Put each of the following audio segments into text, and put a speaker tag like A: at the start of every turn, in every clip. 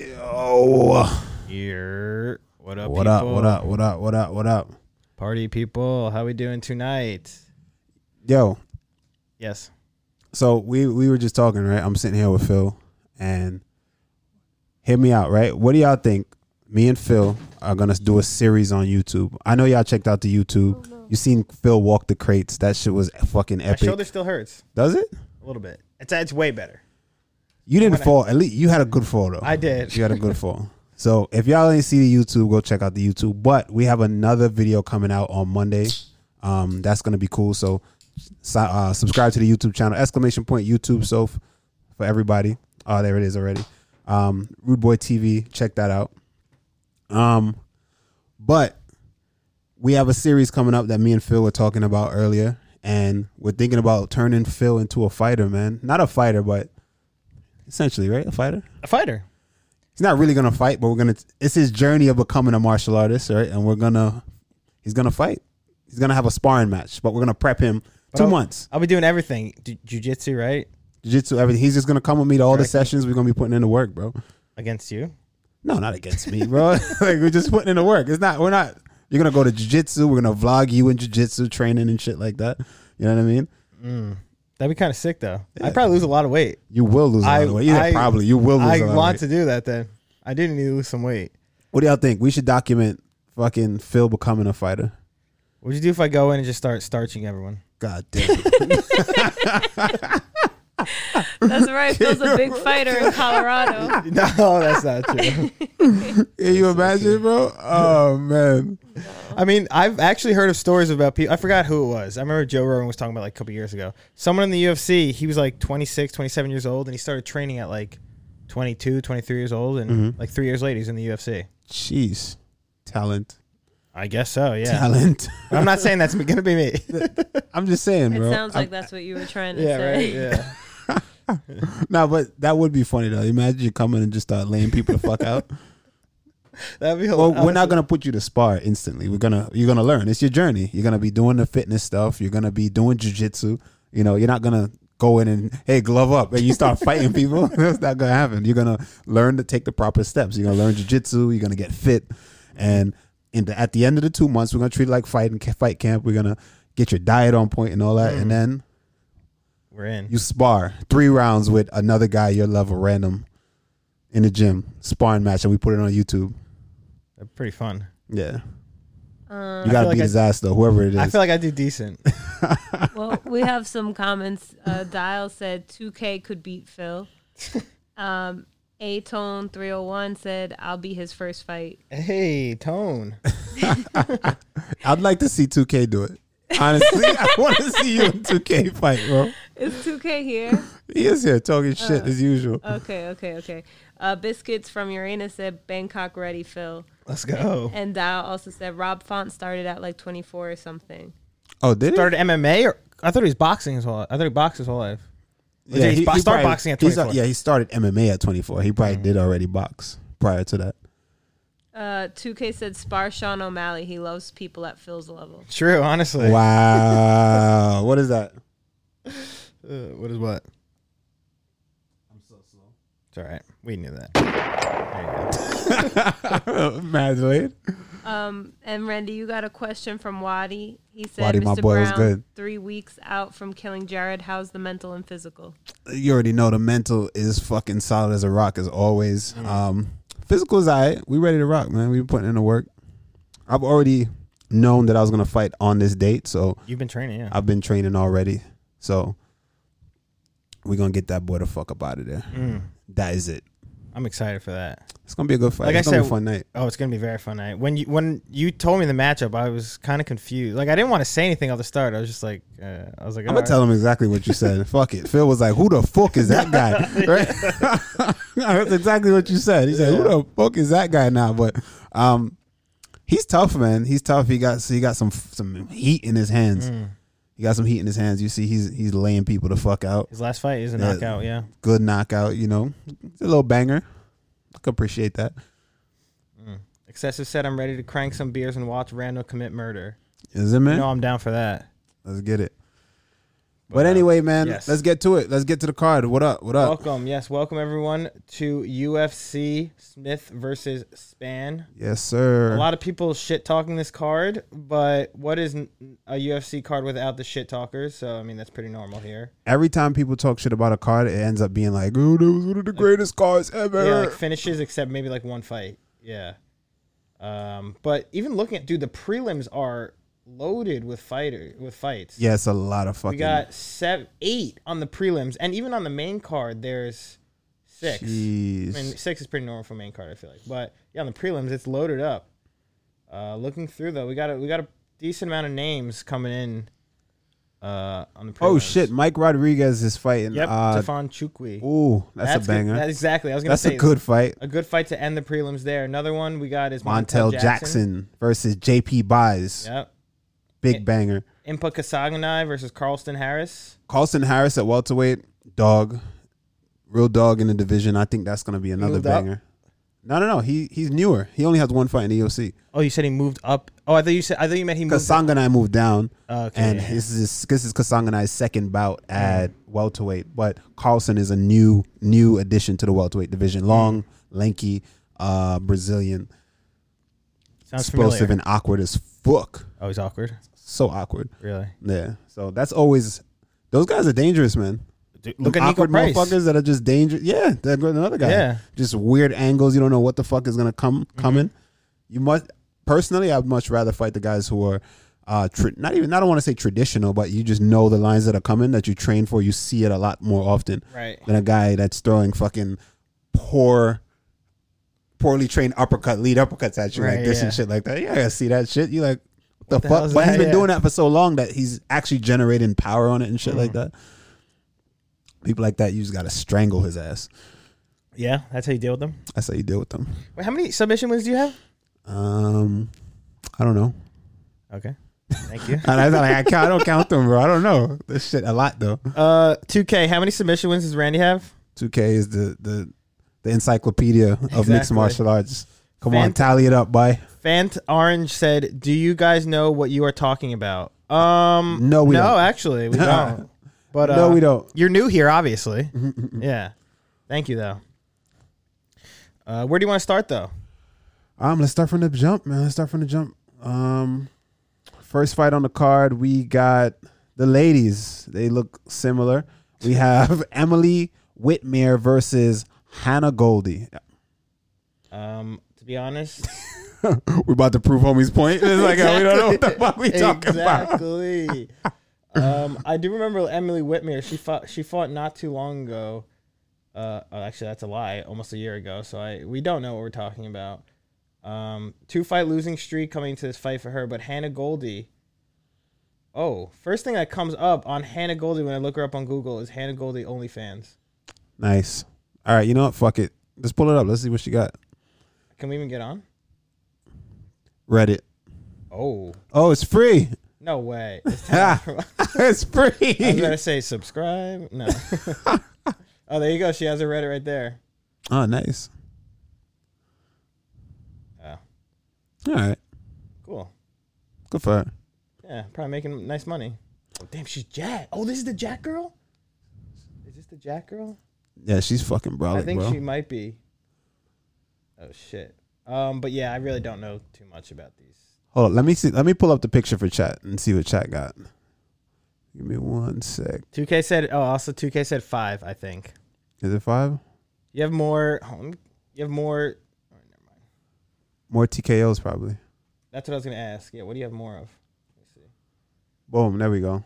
A: Yo.
B: Here. What up?
A: What up,
B: people?
A: what up, what up, what up, what up?
B: Party people. How we doing tonight?
A: Yo.
B: Yes.
A: So we we were just talking, right? I'm sitting here with Phil and hear me out, right? What do y'all think? Me and Phil are gonna do a series on YouTube. I know y'all checked out the YouTube. You seen Phil walk the crates. That shit was fucking
B: My
A: epic.
B: shoulder still hurts
A: Does it?
B: a little bit. It's it's way better.
A: You didn't fall. At least you had a good fall though.
B: I did.
A: You had a good fall. So if y'all ain't see the YouTube, go check out the YouTube. But we have another video coming out on Monday. Um, that's gonna be cool. So si- uh, subscribe to the YouTube channel. Exclamation point YouTube. So f- for everybody. Oh, there it is already. Um, Rude Boy TV. Check that out. Um, but we have a series coming up that me and Phil were talking about earlier, and we're thinking about turning Phil into a fighter, man. Not a fighter, but essentially, right? A fighter
B: A fighter.
A: he's not really gonna fight, but we're gonna it's his journey of becoming a martial artist, right? And we're gonna he's gonna fight. He's gonna have a sparring match, but we're gonna prep him
B: But
A: 2
B: I'll-
A: months.
B: I'll be doing everything. Ju- Jiu-jitsu, right?
A: Jiu-jitsu, everything. He's just gonna come with me to all the
B: Correct.
A: sessions. We're gonna be putting in the work, bro.
B: Against you.
A: No, not against me, bro. like we're just putting in the work. It's not we're not you're gonna go to jiu-jitsu, we're gonna vlog you in jiu-jitsu training and shit like that. You know what I mean?
B: That'd be kind of sick though. I'd probably lose a lot of weight.
A: You will lose a lot
B: I-
A: of weight. Yeah,
B: I-
A: probably. You will lose
B: I
A: a lot
B: want
A: of weight.
B: to do that then. I do need to lose some weight.
A: What do y'all think? We should document fucking Phil becoming a fighter.
B: What'd you do if I go in and just start starching everyone?
A: God damn it.
C: That's right. Phil's a big fighter in Colorado.
B: No, that's not true.
A: Can you imagine, bro? Oh man.
B: I mean, I've actually heard of stories about people. I forgot who it was. I remember Joe Rogan was talking about like a couple years ago. Someone in the UFC, he was like 26, 27 years old, and he started training at like 22, 23 years old, and
A: Mm-hmm.
B: like three years later, he's in the UFC.
A: Jeez. Talent.
B: I guess so, yeah.
A: Talent.
B: But I'm not saying that's going to be me.
A: I'm just saying,
C: It
A: bro.
C: sounds like that's what you were trying to
B: yeah, right.
C: say.
B: Yeah.
A: No, but that would be funny though. Imagine you coming and just start laying people the fuck out.
B: That'd be
A: Well,
B: hilarious.
A: we're not gonna put you to spar instantly. We're gonna you're gonna learn. It's your journey. You're gonna be doing the fitness stuff. You're gonna be doing jujitsu. You know, you're not gonna go in and hey glove up and you start fighting people. That's not gonna happen. You're gonna learn to take the proper steps. You're gonna learn jujitsu. You're gonna get fit, and in the, at the end of the two months, we're gonna treat it like fighting fight camp. We're gonna get your diet on point and all that, and then
B: We're in.
A: you spar three rounds with another guy your level, random, in the gym sparring match, and we put it on YouTube.
B: That'd be pretty fun.
A: Yeah.
C: Um,
A: You gotta
B: feel like
A: beat
B: I-
A: his ass though, whoever it is.
B: I feel like I do decent.
C: well, we have some comments. Uh, Dial said 2K could beat Phil. Um, Atone 301 said, I'll be his first fight.
B: hey, Tone.
A: I'd like to see 2K do it. Honestly, I want to see you in 2K fight, bro.
C: Is 2K here?
A: He is here talking shit
B: Uh,
A: as usual.
C: Okay, okay, okay. Uh, Biscuits from Uranus said, Bangkok ready, Phil.
B: Let's go.
C: And Dial also said, Rob Font started at like 24 or something.
A: Oh, did he?
B: Started MMA, or I thought he was boxing his whole. I thought he boxed his whole life. did he bo- start boxing at Mm.
A: he's- uh,
B: 24?
A: yeah, he started MMA at 24. He probably did already box prior to that.
C: Uh, 2K said, spar Sean O'Malley. He loves people at Phil's level.
B: True, honestly.
A: Wow. what is that?
B: Uh, what is what? I'm so slow. It's all right. We knew that. There you go.
A: Madelaide.
C: Um, and Randy, you got a question from Wadi. He said,
A: Wadi,
C: Mr.
A: my boy, was
C: Brown,
A: good."
C: three weeks out from killing Jared. How's the mental and physical?
A: You already know the mental is fucking solid as a rock as always.
B: Mm.
A: Um, physical is all right. We ready to rock, man. We've been putting in the work. I've already known that I was going to fight on this date, so
B: You've been training, yeah.
A: I've been training already. So we're gonna get that boy the fuck up out of there.
B: Mm.
A: That is it.
B: I'm excited for that.
A: It's gonna be a good fight.
B: Like I
A: it's gonna be
B: said-
A: a fun night.
B: Oh, it's gonna be a very fun night. When you when you told me the matchup, I was kind of confused. Like I didn't want to say anything at the start. I was just like, uh, I was like,
A: I'm gonna tell him exactly what you said. fuck it. Phil was like, "Who the fuck is that guy?" Right? That's exactly what you said. He said, "Who the fuck is that guy now?" But um, he's tough, man. He's tough. He got he got some some heat in his hands.
B: Mm.
A: He got some heat in his hands. You see, he's he's laying people the fuck out.
B: His last fight is a
A: Yeah.
B: knockout. Yeah,
A: good knockout, you know. It's a little banger. I could appreciate that.
B: excessive said I'm ready to crank some beers and watch Randall commit murder.
A: Is it, man?
B: No, I'm down for that.
A: Let's get it. But
B: uh,
A: anyway, man,
B: yes.
A: let's get to it. Let's get to the card. What up? What up?
B: Welcome, yes, welcome everyone to UFC Smith versus Span.
A: Yes,
B: A
A: sir.
B: lot of people shit talking this card, but what is n- a UFC card without the shit talkers? So I mean that's pretty normal here.
A: Every time people talk shit about a card, it ends up being like, "Oh, that was one of the greatest cards ever."
B: Yeah, like finishes except maybe like one fight. Yeah. Um, but even looking at dude, the prelims are loaded with fighter with fights.
A: Yeah, it's a lot of fucking.
B: We got seven, eight on the prelims, and even on the main card, there's six.
A: Jeez.
B: I mean, six is pretty normal for main card, I feel like. But yeah, on the prelims, it's loaded up. Uh, looking through though, we got a, we got a decent amount of names coming in. Uh, on the prelims.
A: oh shit, Mike Rodriguez is fighting.
B: Yep,
A: uh,
B: Stephon Chukwi.
A: ooh, that's, a
B: good-
A: banger.
B: that- exactly. I was gonna
A: that's
B: say
A: a good fight.
B: a good fight to end the prelims there. Another one we got is
A: Montel Jackson. versus JP Buys.
B: Yep.
A: Big banger.
B: Impa Kasaganai versus Carlston Harris.
A: Carlson Harris at welterweight, dog, real dog in the division. I think that's gonna be another
B: Moved up?
A: banger. No, no, no. He he's newer. He only has one fight in the E UFC.
B: Oh, you said he moved up. Oh, I thought you said I thought you meant he moved. up.
A: Kasanganai moved down,
B: Okay. Mm.
A: and this is this is Kasanganai's second bout at welterweight. But Carlson is a new new addition to the welterweight division.
B: Mm.
A: Long, lanky, uh, Brazilian,
B: Sounds
A: explosive,
B: familiar.
A: and awkward as fuck.
B: Always awkward.
A: So awkward.
B: Really.
A: Yeah. So that's always those guys are dangerous, man.
B: look
A: Them
B: at Nico
A: awkward
B: Price.
A: motherfuckers that are just dangerous. Yeah, they're good- another guy.
B: Yeah. Mm-hmm.
A: just weird angles. You don't know what the fuck is gonna come coming. You must personally, I'd much rather fight the guys who are uh tr not even. I don't want to say traditional, but you just know the lines that are coming that you train for. You see it a lot more often
B: Right.
A: than a guy that's throwing fucking poor. Poorly trained uppercut, lead uppercuts at you
B: Right,
A: like this
B: yeah.
A: and shit like that. Yeah, I see that shit. You like what the,
B: the hell
A: fuck?
B: is
A: But he's
B: that?
A: been
B: Yeah.
A: doing that for so long that he's actually generating power on it and shit like
B: Mm.
A: that. People like that, you just gotta strangle his ass.
B: Yeah, that's how you deal with them.
A: That's how you deal with them.
B: Wait, how many submission wins do you have?
A: Um, I don't know.
B: Okay. Thank you.
A: I, I, I can't- I don't count them, bro. I don't know this shit a lot though.
B: Uh, 2K, how many submission wins does Randy have?
A: 2K is the the the encyclopedia of mixed
B: Exactly.
A: martial arts. Come on,
B: Fan-
A: tally it up, boy.
B: Fant Orange said, "Do you guys know what you are talking about?" Um,
A: No, we
B: no,
A: don't.
B: actually, we don't. But uh,
A: No, we don't.
B: You're new here, obviously. yeah. Thank you, though. Uh, where do you want to start, though?
A: Um, let's start from the jump, man. Let's start from the jump. Um, first fight on the card, we got the ladies. They look similar. We have Emily Whitmere versus Hannah Goldie.
B: Um, to be honest,
A: We're about to prove homie's point. It's like uh, we don't know what the fuck we talking about.
B: exactly. um, I do remember Emily Whitmere. She fought. She fought not too long ago. Uh, oh, actually, that's a lie. Almost a year ago. So I we don't know what we're talking about. Um, two fight losing streak coming to this fight for her, but Hannah Goldie. Oh, first thing that comes up on Hannah Goldie when I look her up on Google is Hannah Goldie OnlyFans.
A: Nice. All right, you know what? Fuck it. Let's pull it up. Let's see what she got.
B: Can we even get on?
A: Reddit.
B: Oh,
A: Oh, it's free.
B: no way. It's
A: Ah, it's
B: I was
A: free.
B: gonna say subscribe. No. oh, there you go. She has her Reddit right there.
A: Oh, nice.
B: Oh,
A: All right.
B: cool.
A: Good for her.
B: Yeah, probably making nice money. Oh, damn, she's Jack. Oh, this is the Jack girl. Is this the Jack girl?
A: Yeah, she's fucking brolic,
B: I think
A: bro.
B: she might be. Oh shit. Um, but yeah, I really don't know too much about these.
A: Hold on, let me see. Let me pull up the picture for chat and see what chat got. Give me one sec.
B: 2K said. Oh, also 2K said five. I think
A: Is it five?
B: you have more. oh, let me- You have more. oh, never mind.
A: More TKOs probably.
B: That's what I was gonna ask. Yeah, what do you have more of? Let's see.
A: Boom. There we go.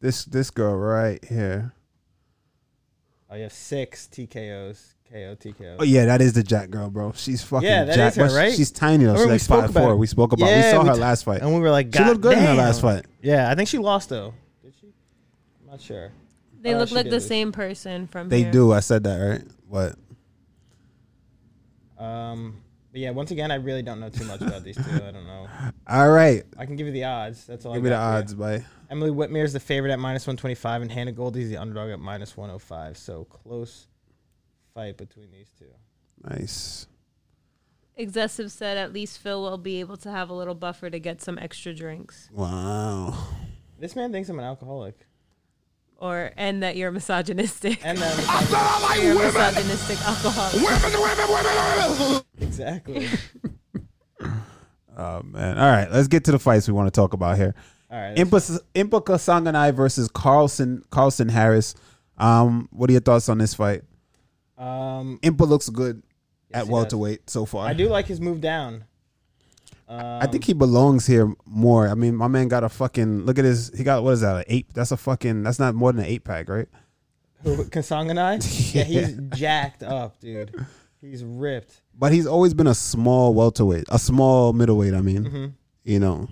A: This this girl right here.
B: Oh, you have six TKOs. KO TKOs.
A: Oh yeah, that is the Jack girl, bro. She's fucking
B: Yeah, that
A: Jack.
B: is her,
A: but she-
B: right?
A: She's tiny though. She's
B: Remember we
A: like
B: spoke
A: five
B: about
A: four.
B: it.
A: We spoke about.
B: Yeah,
A: we saw
B: we
A: her
B: t-
A: last fight.
B: And we were like,
A: She looked good in her last
B: "Goddamn."
A: fight.
B: Yeah, I think she lost though. Did she? I'm not sure.
C: They
B: Uh,
C: look
B: she
C: like
B: did
C: the
B: lose.
C: same person from
A: They
C: here.
A: do. I said that right, but
B: Um, but yeah, once again, I really don't know too much about these two. I don't know.
A: all right.
B: I can give you the odds. That's all.
A: Give
B: I
A: me the
B: got for you.
A: odds, boy.
B: Emily Whitmere is the favorite at minus one twenty five, and Hannah Goldie's the underdog at minus one hundred five. So close fight between these two.
A: Nice.
C: Excessive said at least Phil will be able to have a little buffer to get some extra drinks.
A: Wow.
B: This man thinks I'm an alcoholic.
C: or and that you're misogynistic.
B: And then
C: you're a misogynistic alcoholic.
B: exactly.
A: Oh, man. All right, let's get to the fights we want to talk about here.
B: All right.
A: Impa Impa Sanganai versus Carlson Carlson Harris. Um, what are your thoughts on this fight?
B: um,
A: Impa looks good at
B: he
A: welterweight so far.
B: I do um, like his move down. Uh,
A: I think he belongs here more. I mean, my man got a fucking look at his. He got what is that? An eight? That's a fucking. That's not more than an eight pack, right?
B: Who Kasanganai? Yeah, he's jacked up, dude. He's ripped.
A: But he's always been a small welterweight, a small middleweight. I mean,
B: Mm-hmm.
A: you know,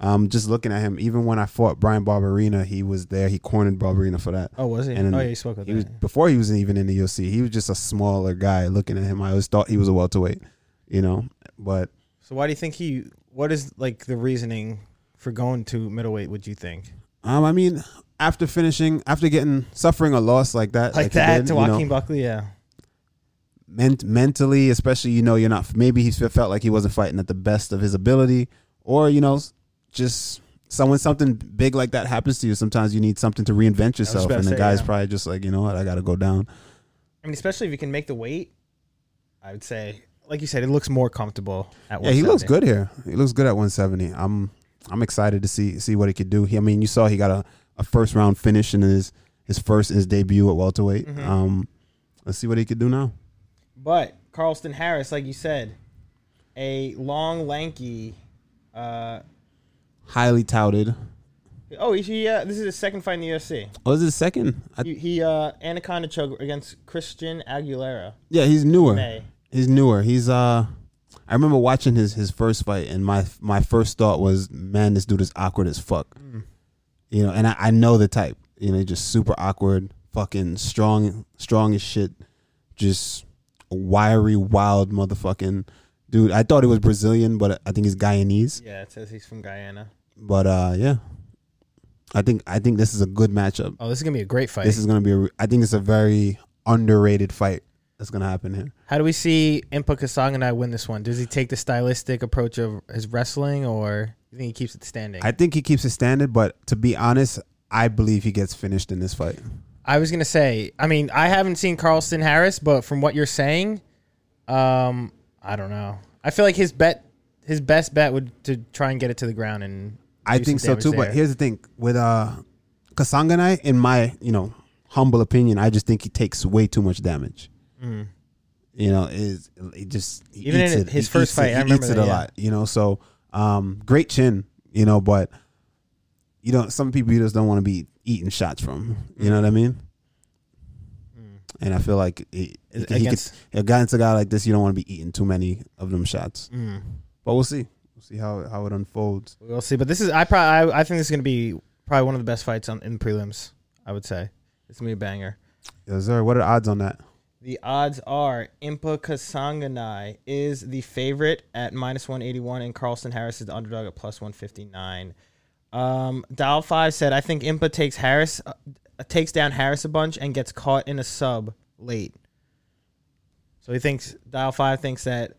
A: um, just looking at him. Even when I fought Brian Barberina, he was there. He cornered Barberina for that.
B: Oh, was he?
A: then
B: Oh, yeah, you spoke about
A: he
B: that,
A: was-
B: yeah.
A: before he was even in the UFC. He was just a smaller guy. Looking at him, I always thought he was a welterweight. You know, but
B: So why do you think he? What is like the reasoning for going to middleweight? Would you think
A: um, I mean, after finishing, after getting suffering a loss like that,
B: like,
A: he
B: that
A: did,
B: to
A: you know,
B: Joaquin Buckley? Yeah.
A: ment- mentally, especially you know you're not maybe he fe- felt like he wasn't fighting at the best of his ability, or you know s- just so when something big like that happens to you, sometimes you need something to reinvent yourself,
B: about
A: and
B: to
A: the
B: say,
A: guy's
B: yeah.
A: probably just like you know what I got to go down.
B: I mean, especially if you can make the weight, I would say, like you said, it looks more comfortable. At
A: Yeah, he looks
B: 170.
A: good here. He looks good at 170. I'm I'm excited to see see what he could do. He, I mean, you saw he got a, a first round finish in his his first his debut at welterweight. Um, let's see what he could do now.
B: But Carlston Harris, like you said, a long, lanky. Uh,
A: Highly touted.
B: oh, he- he, uh, this is his second fight in the UFC.
A: Oh, is his second? I,
B: He, he uh, anaconda choke against Christian Aguilera.
A: Yeah, he's newer.
B: May.
A: He's newer. He's uh I remember watching his his first fight and my my first thought was, man, this dude is awkward as fuck. You know, and I, I know the type. You know, just super awkward, fucking strong strong as shit, just a wiry, wild motherfucking dude. I thought he was Brazilian, but I think he's Guyanese.
B: Yeah, it says he's from Guyana.
A: But uh yeah. I think I think this is a good matchup.
B: Oh, this is gonna be a great fight.
A: This is gonna be a re- I think it's a very underrated fight that's gonna happen here.
B: How do we see Impa Kasang and I win this one? Does he take the stylistic approach of his wrestling, or you think he keeps it standing?
A: I think he keeps it standard, but to be honest, I believe he gets finished in this fight.
B: I was gonna say. I mean, I haven't seen Carlson Harris, but from what you're saying, um, I don't know. I feel like his bet, his best bet would to try and get it to the ground, and
A: I
B: do
A: think
B: some
A: so
B: damage
A: too.
B: there.
A: But here's the thing with uh Kasanganai, in my you know humble opinion, I just think he takes way too much damage. You know, is it just he
B: Mm. Even
A: eats
B: in
A: it.
B: his
A: He
B: first
A: eats
B: fight,
A: it,
B: I
A: he
B: remember
A: eats it
B: that,
A: a
B: yeah.
A: lot. You know, so um, great chin. You know, but you know some people you just don't want to be eating shots from. You
B: Mm.
A: know what I mean? And I feel like he, he, could- he could,
B: Against-
A: against a guy like this, you don't want to be eating too many of them shots.
B: Mm.
A: But we'll see. We'll see how, how it unfolds.
B: we'll see. But this is I probably I, I think this is gonna be probably one of the best fights on, in prelims. I would say it's gonna be a banger.
A: Yes, sir. What are the odds on that?
B: The odds are Impa Kasanganai is the favorite at minus 181, and Carlson Harris is the underdog at plus 159. Um, Dial 5 said, I think Impa takes Harris, uh, takes down Harris a bunch and gets caught in a sub late. So he thinks, Dial 5 thinks that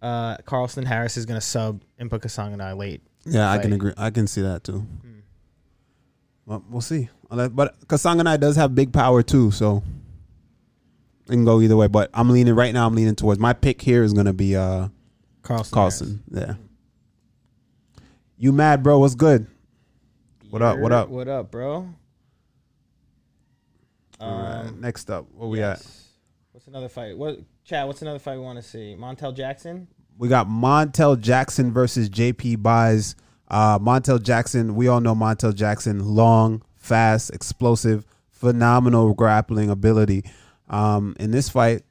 B: uh, Carlson Harris is going to sub Impa Kasanganai late.
A: Yeah, I can
B: Fight.
A: agree. I can see that too. Well, we'll see. Unless- But Kasanganai does have big power too, so it can go either way. But I'm leaning right now. I'm leaning towards my pick here is going to be uh,
B: Carlson.
A: Carlson. Yeah. You mad, bro? What's good? What up? What up?
B: What up, bro?
A: All right, next up, what we at?
B: What's another fight? What Chad? What's another fight we want to see? Montel Jackson.
A: We got Montel Jackson versus JP Buys. Uh, Montel Jackson, we all know Montel Jackson, long, fast, explosive, phenomenal grappling ability. Um, in this fight,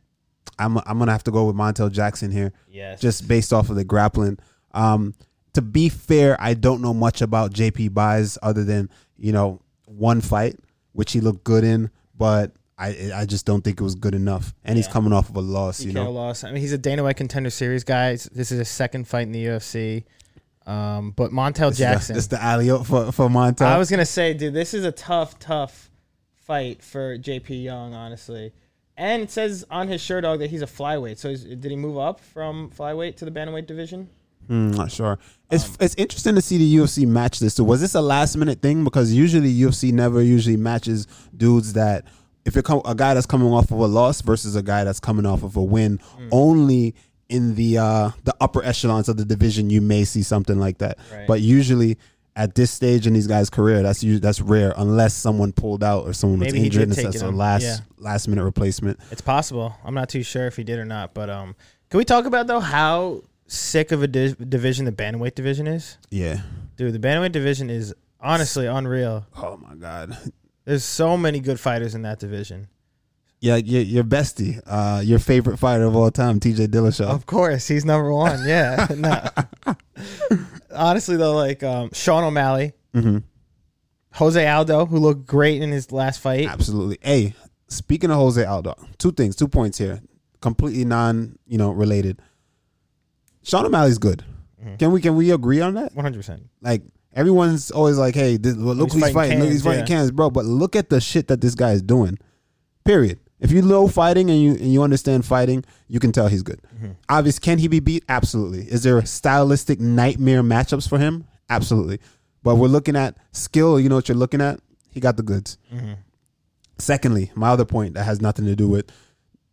A: I'm I'm gonna have to go with Montel Jackson here.
B: Yes.
A: Just based off of the grappling. Um, to be fair, I don't know much about JP Buys other than you know one fight which he looked good in, but I I just don't think it was good enough. And he's coming off of a loss, you know.
B: TKO loss. I mean, he's a Dana White Contender Series guy. It's- This is his second fight in the UFC. Um, but Montel Jackson.
A: It's the alley oop for, for Montel.
B: I was gonna say, dude, this is a tough, tough fight for JP Young, honestly. And it says on his shirt dog that he's a flyweight. So is, did he move up from flyweight to the bantamweight division?
A: Mm, not sure. It's
B: Um,
A: it's interesting to see the UFC match this. So was this a last minute thing? Because usually UFC never usually matches dudes that if it come a guy that's coming off of a loss versus a guy that's coming off of a win
B: Mm.
A: only in the uh the upper echelons of the division you may see something like that.
B: Right.
A: But usually at this stage in these guys' career, that's u- that's rare unless someone pulled out or someone
B: Maybe
A: was
B: he
A: injured and
B: did
A: it's
B: take
A: that's
B: it
A: a
B: on-
A: last
B: yeah.
A: last minute replacement.
B: It's possible. I'm not too sure if he did or not. But um, can we talk about though how sick of a di- division the bantamweight division is?
A: Yeah.
B: Dude, the bantamweight division is honestly unreal.
A: Oh my god.
B: There's so many good fighters in that division.
A: Yeah, your, your bestie, uh, your favorite fighter of all time, TJ Dillashaw.
B: Of course, he's number one. Yeah. no. Honestly though, like um, Sean O'Malley,
A: Mm-hmm.
B: Jose Aldo, who looked great in his last fight.
A: Absolutely. Hey, speaking of Jose Aldo, two things, two points here, completely non, you know, related. Sean O'Malley's good. Can we can we agree on that?
B: 100. percent
A: Like everyone's always like, hey, this, look who he's
B: fighting
A: fighting, look
B: cans,
A: he's fighting
B: yeah.
A: cans, bro. But look at the shit that this guy is doing. Period. If you know fighting and you and you understand fighting, you can tell he's good.
B: Mm-hmm.
A: Obvious, can he be beat? Absolutely. Is there stylistic nightmare matchups for him? Absolutely. But we're looking at skill. You know what you're looking at. He got the goods.
B: Mm-hmm.
A: Secondly, my other point that has nothing to do with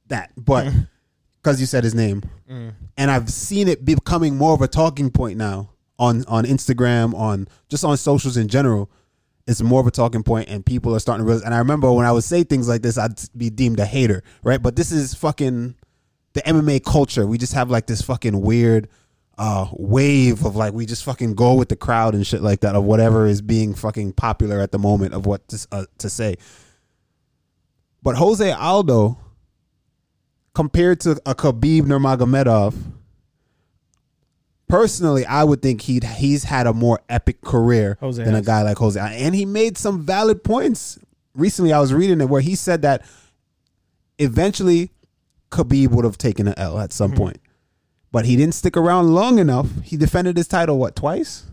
A: that, but because you said his name, and I've seen it becoming more of a talking point now on on Instagram, on just on socials in general. It's more of a talking point, and people are starting to realize. And I remember when I would say things like this, I'd be deemed a hater, right? But this is fucking the MMA culture. We just have like this fucking weird uh, wave of like we just fucking go with the crowd and shit like that of whatever is being fucking popular at the moment of what to, s- uh, to say. But Jose Aldo, compared to a Khabib Nurmagomedov, personally, I would think he he's had a more epic career
B: Jose
A: than
B: has.
A: a guy like Jose. And he made some valid points recently. I was reading it where he said that eventually Khabib would have taken an L at
B: Hmm.
A: some point. But he didn't stick around long enough. He defended his title what twice,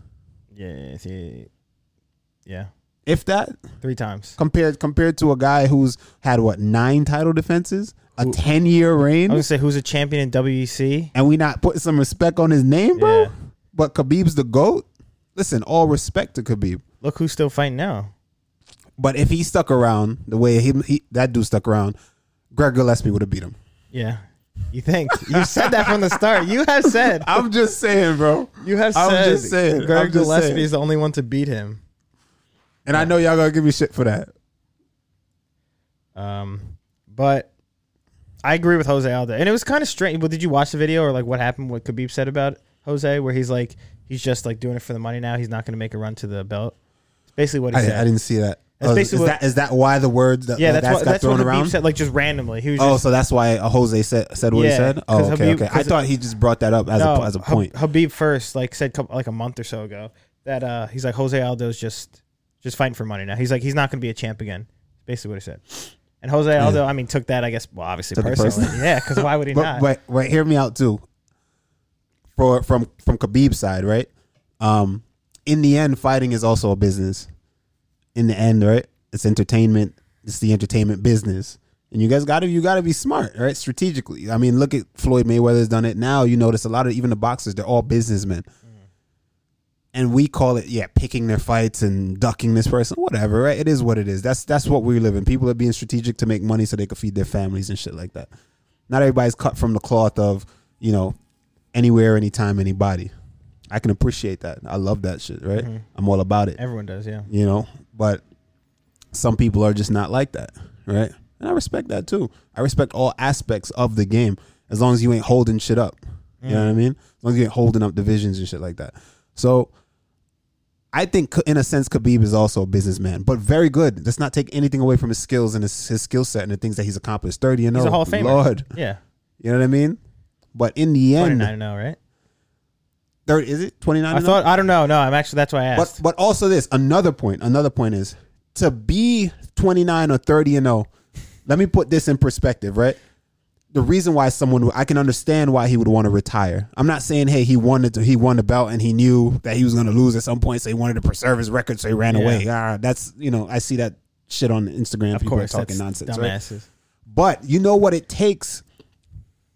B: Yeah. see- Yeah.
A: if that.
B: Three times.
A: Compared compared to a guy who's had what nine title defenses, a
B: Who-
A: ten year reign.
B: I was gonna say who's a champion in WEC.
A: and we not putting some respect on his name, bro.
B: Yeah.
A: But Khabib's the goat. Listen, all respect to Khabib.
B: Look who's still fighting now.
A: But if he stuck around the way he, he that dude stuck around, Greg Gillespie would have beat him.
B: Yeah. You think you said that from the start? You have said
A: I'm just saying, bro.
B: you have
A: I'm
B: said
A: just saying. I'm
B: Greg
A: just
B: Gillespie
A: saying.
B: is the only one to beat him.
A: And I know y'all gonna give me shit for that.
B: Um, but I agree with Jose Aldo, and it was kind of strange. But did you watch the video or like what happened? What Khabib said about Jose, where he's like he's just like doing it for the money now. He's not going to make a run to the belt. It's basically what he
A: I,
B: said.
A: I didn't see that.
B: That's
A: Oh, is,
B: basically what-
A: that is that why the words that,
B: yeah, that's,
A: that's
B: what
A: got
B: that's what
A: thrown
B: Khabib
A: around?
B: said, like just randomly. He was
A: Oh,
B: just,
A: so that's why uh, Jose said said what
B: Yeah,
A: he said. Oh,
B: 'cause
A: okay,
B: Habib-
A: okay. I
B: 'cause-
A: thought he just brought that up as
B: no,
A: a as a
B: Hab-
A: point.
B: Habib first, like said couple, like a month or so ago, that uh, he's like Jose Aldo's just just fighting for money now. He's like he's not going to be a champ again. Basically, what he said. And Jose Aldo, I mean, took that I guess well, obviously
A: Took it
B: personally,
A: personally.
B: yeah, because why would he
A: but,
B: not?
A: but but hear me out too. For from from Khabib's side, right? Um, in the end, fighting is also a business. In the end, right? It's entertainment. It's the entertainment business, and you guys got to you got to be smart, right? Strategically. I mean, look at Floyd Mayweather's done it. Now you notice a lot of even the boxers, they're all businessmen. And we call it, yeah, picking their fights and ducking this person, whatever, right? It is what it is. That's that's what we live in. People are being strategic to make money so they can feed their families and shit like that not everybody's cut from the cloth of you know anywhere anytime anybody i can appreciate that i love that shit right i'm all about it
B: Everyone does, yeah.
A: you know but some people are just not like that right and i respect that too i respect all aspects of the game as long as you ain't holding shit up you know what i
B: Mm.
A: mean as long as you ain't holding up divisions and shit like that so I think, K- in a sense, Khabib is also a businessman, but very good. Let's not take anything away from his skills and his, his skill set and the things that he's accomplished. Thirty and
B: He's
A: oh,
B: a Hall of Famer.
A: Lord,
B: Yeah.
A: you know what I mean? But in the end,
B: 29 now, right?
A: third is it twenty nine?
B: I, thought, I don't know. No, I'm actually, that's why I
A: But
B: asked.
A: but also this another point. Another point is to be twenty nine or thirty and zero. Let me put this in perspective, right? The reason why someone would- I can understand why he would want to retire. I'm not saying hey he wanted to he won the belt and he knew that he was going to lose at some point, so he wanted to preserve his record, so he ran
B: Yeah.
A: away. Ah, that's you know I see that shit on Instagram.
B: of
A: People
B: course,
A: are talking
B: that's
A: nonsense. right?
B: Dumbasses.
A: But you know what it takes?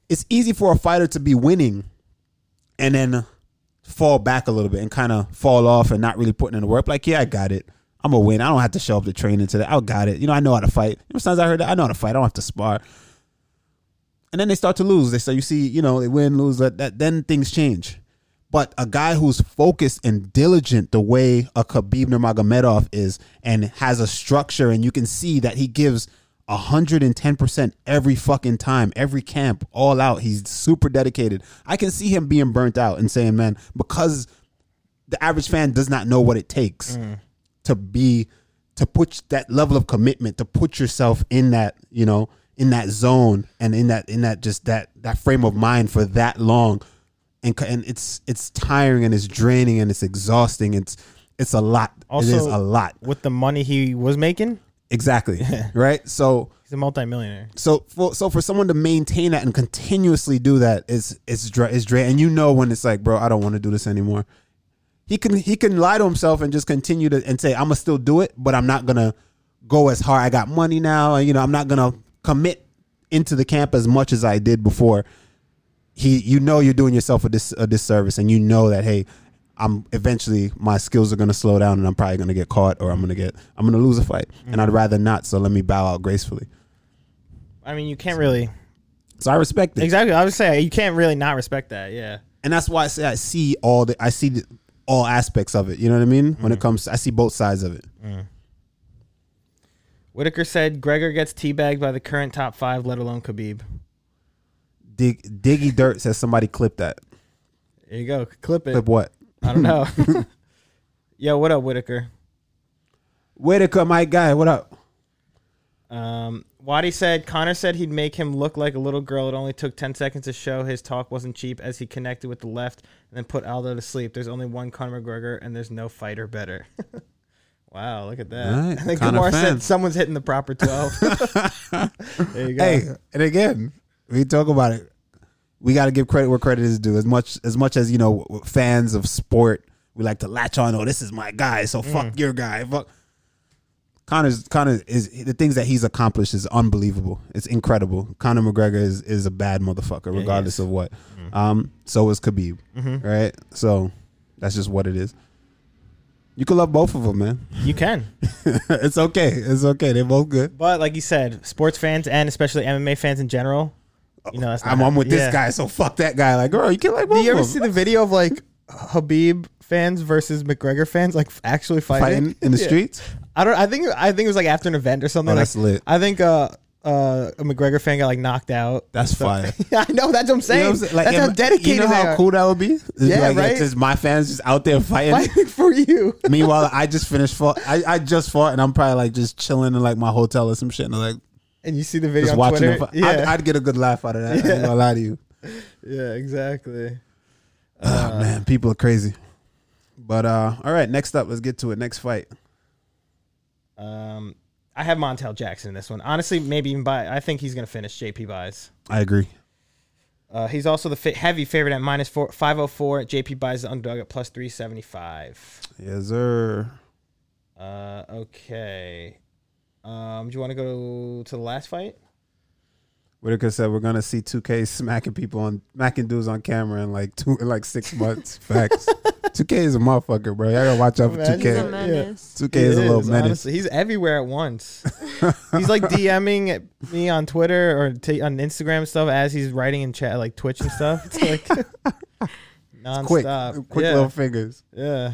A: It's easy for a fighter to be winning and then fall back a little bit and kind of fall off and not really putting in the work. Like, yeah, I got it. I'm gonna win. I don't have to show up to training today. I got it. You know, I know how to fight. You know, sometimes I heard that I know how to fight. I don't have to spar. And then they start to lose. They start you see, you know, they win, lose. That, that then things change. But a guy who's focused and diligent, the way a Khabib Nurmagomedov is, and has a structure, and you can see that he gives hundred and ten percent every fucking time, every camp, all out. He's super dedicated. I can see him being burnt out and saying, "Man, because the average fan does not know what it takes to be to put that level of commitment to put yourself in that you know in that zone and in that in that just that that frame of mind for that long and c- and it's it's tiring and it's draining and it's exhausting it's it's a lot it is
B: Also-
A: a lot
B: With the money he was making,
A: exactly right so
B: he's a multimillionaire.
A: so for so for someone to maintain that and continuously do that is it's dra- it's dra- and you know when it's like bro I don't want to do this anymore. He can he can lie to himself and just continue to and say I'm gonna still do it, but I'm not gonna go as hard. I got money now, and you know I'm not gonna commit into the camp as much as I did before. He you know you're doing yourself a, dis- a disservice, and you know that hey. I'm eventually my skills are gonna slow down, and I'm probably gonna get caught, or I'm gonna get I'm gonna lose a fight, and I'd rather not. So let me bow out gracefully.
B: I mean, you can't really
A: So I respect it.
B: exactly. I would say you can't really not respect that. Yeah.
A: and that's why I say I see all the I see the, all aspects of it. You know what I mean? When it comes, I see both sides of it.
B: Whitaker said Gregor gets teabagged by the current top five, let alone Khabib.
A: Dig, Diggy Dirt says somebody clip that.
B: There you go. Clip it.
A: Clip what?
B: I don't know. Yo, what up, Whitaker?
A: Whitaker, my guy, what up?
B: Um, Wadi said Connor said he'd make him look like a little girl. It only took ten seconds to show his talk wasn't cheap as he connected with the left and then put Aldo to sleep. There's only one Conor McGregor and there's no fighter better. wow, look at that!
A: All right,
B: I think
A: Conor
B: Kumar
A: fan.
B: said someone's hitting the proper twelve. there you go.
A: Hey, and again, we talk about it. We got to give credit where credit is due. As much as much as you know, w- w- fans of sport, we like to latch on. Oh, this is my guy, so fuck your guy. Fuck. Connor's Connor is the things that he's accomplished is unbelievable. It's incredible. Conor McGregor is is a bad motherfucker, regardless of what. Um, so is Khabib, right? So that's just what it is. You can love both of them, man.
B: You can,
A: it's okay. It's okay. They're both good.
B: but like you said, sports fans and especially MMA fans in general, you know, that's not
A: I'm, I'm with this
B: Yeah.
A: guy, so fuck that guy. Like, girl, you can like both
B: Do you ever
A: of
B: see
A: them.
B: the video of like Habib fans versus McGregor fans like f- actually fighting,
A: fighting in the
B: Yeah.
A: streets.
B: I don't. I think. I think it was like after an event or something.
A: Oh,
B: like,
A: that's lit.
B: I think uh, uh, a McGregor fan got like knocked out.
A: That's
B: So-
A: fire.
B: Yeah, I know. That's what I'm
A: You
B: saying.
A: know what I'm saying? Like,
B: that's how
A: am-
B: dedicated.
A: You know how
B: they are.
A: cool that would be. It's
B: Yeah,
A: like,
B: right?
A: It's just my fans just out there fighting.
B: Fighting for you.
A: Meanwhile, I just finished fought. I, I just fought, and I'm probably like just chilling in like my hotel or some shit, and like
B: And you see the video
A: just
B: on
A: watching
B: Twitter.
A: them. Fight.
B: yeah,
A: I'd, I'd get a good laugh out of that. I ain't gonna lie to you.
B: yeah, exactly. Uh,
A: Oh, man, people are crazy. But uh, all right, next up, let's get to it. Next fight.
B: Um, I have Montel Jackson in this one. Honestly, maybe even by. I think he's gonna finish JP buys.
A: I agree.
B: Uh, he's also the fa- heavy favorite at minus four, 504. JP buys the underdog at plus 375.
A: Yes, sir.
B: Uh, okay. Um, do you want to go to the last fight?
A: Whitaker said we're gonna see 2K smacking people on smacking dudes on camera in like two in like six months. Facts. 2K is a motherfucker, bro. Y'all gotta watch out for
B: Imagine
C: He's a
B: Yeah.
A: 2K.
C: menace.
A: 2K is a
B: He
A: little
B: is,
A: menace.
B: honestly. He's everywhere at once. he's like DMing me on Twitter or t- on Instagram and stuff as he's writing in chat, like Twitch and stuff. It's like nonstop.
A: Quick, quick
B: yeah,
A: little fingers.
B: yeah.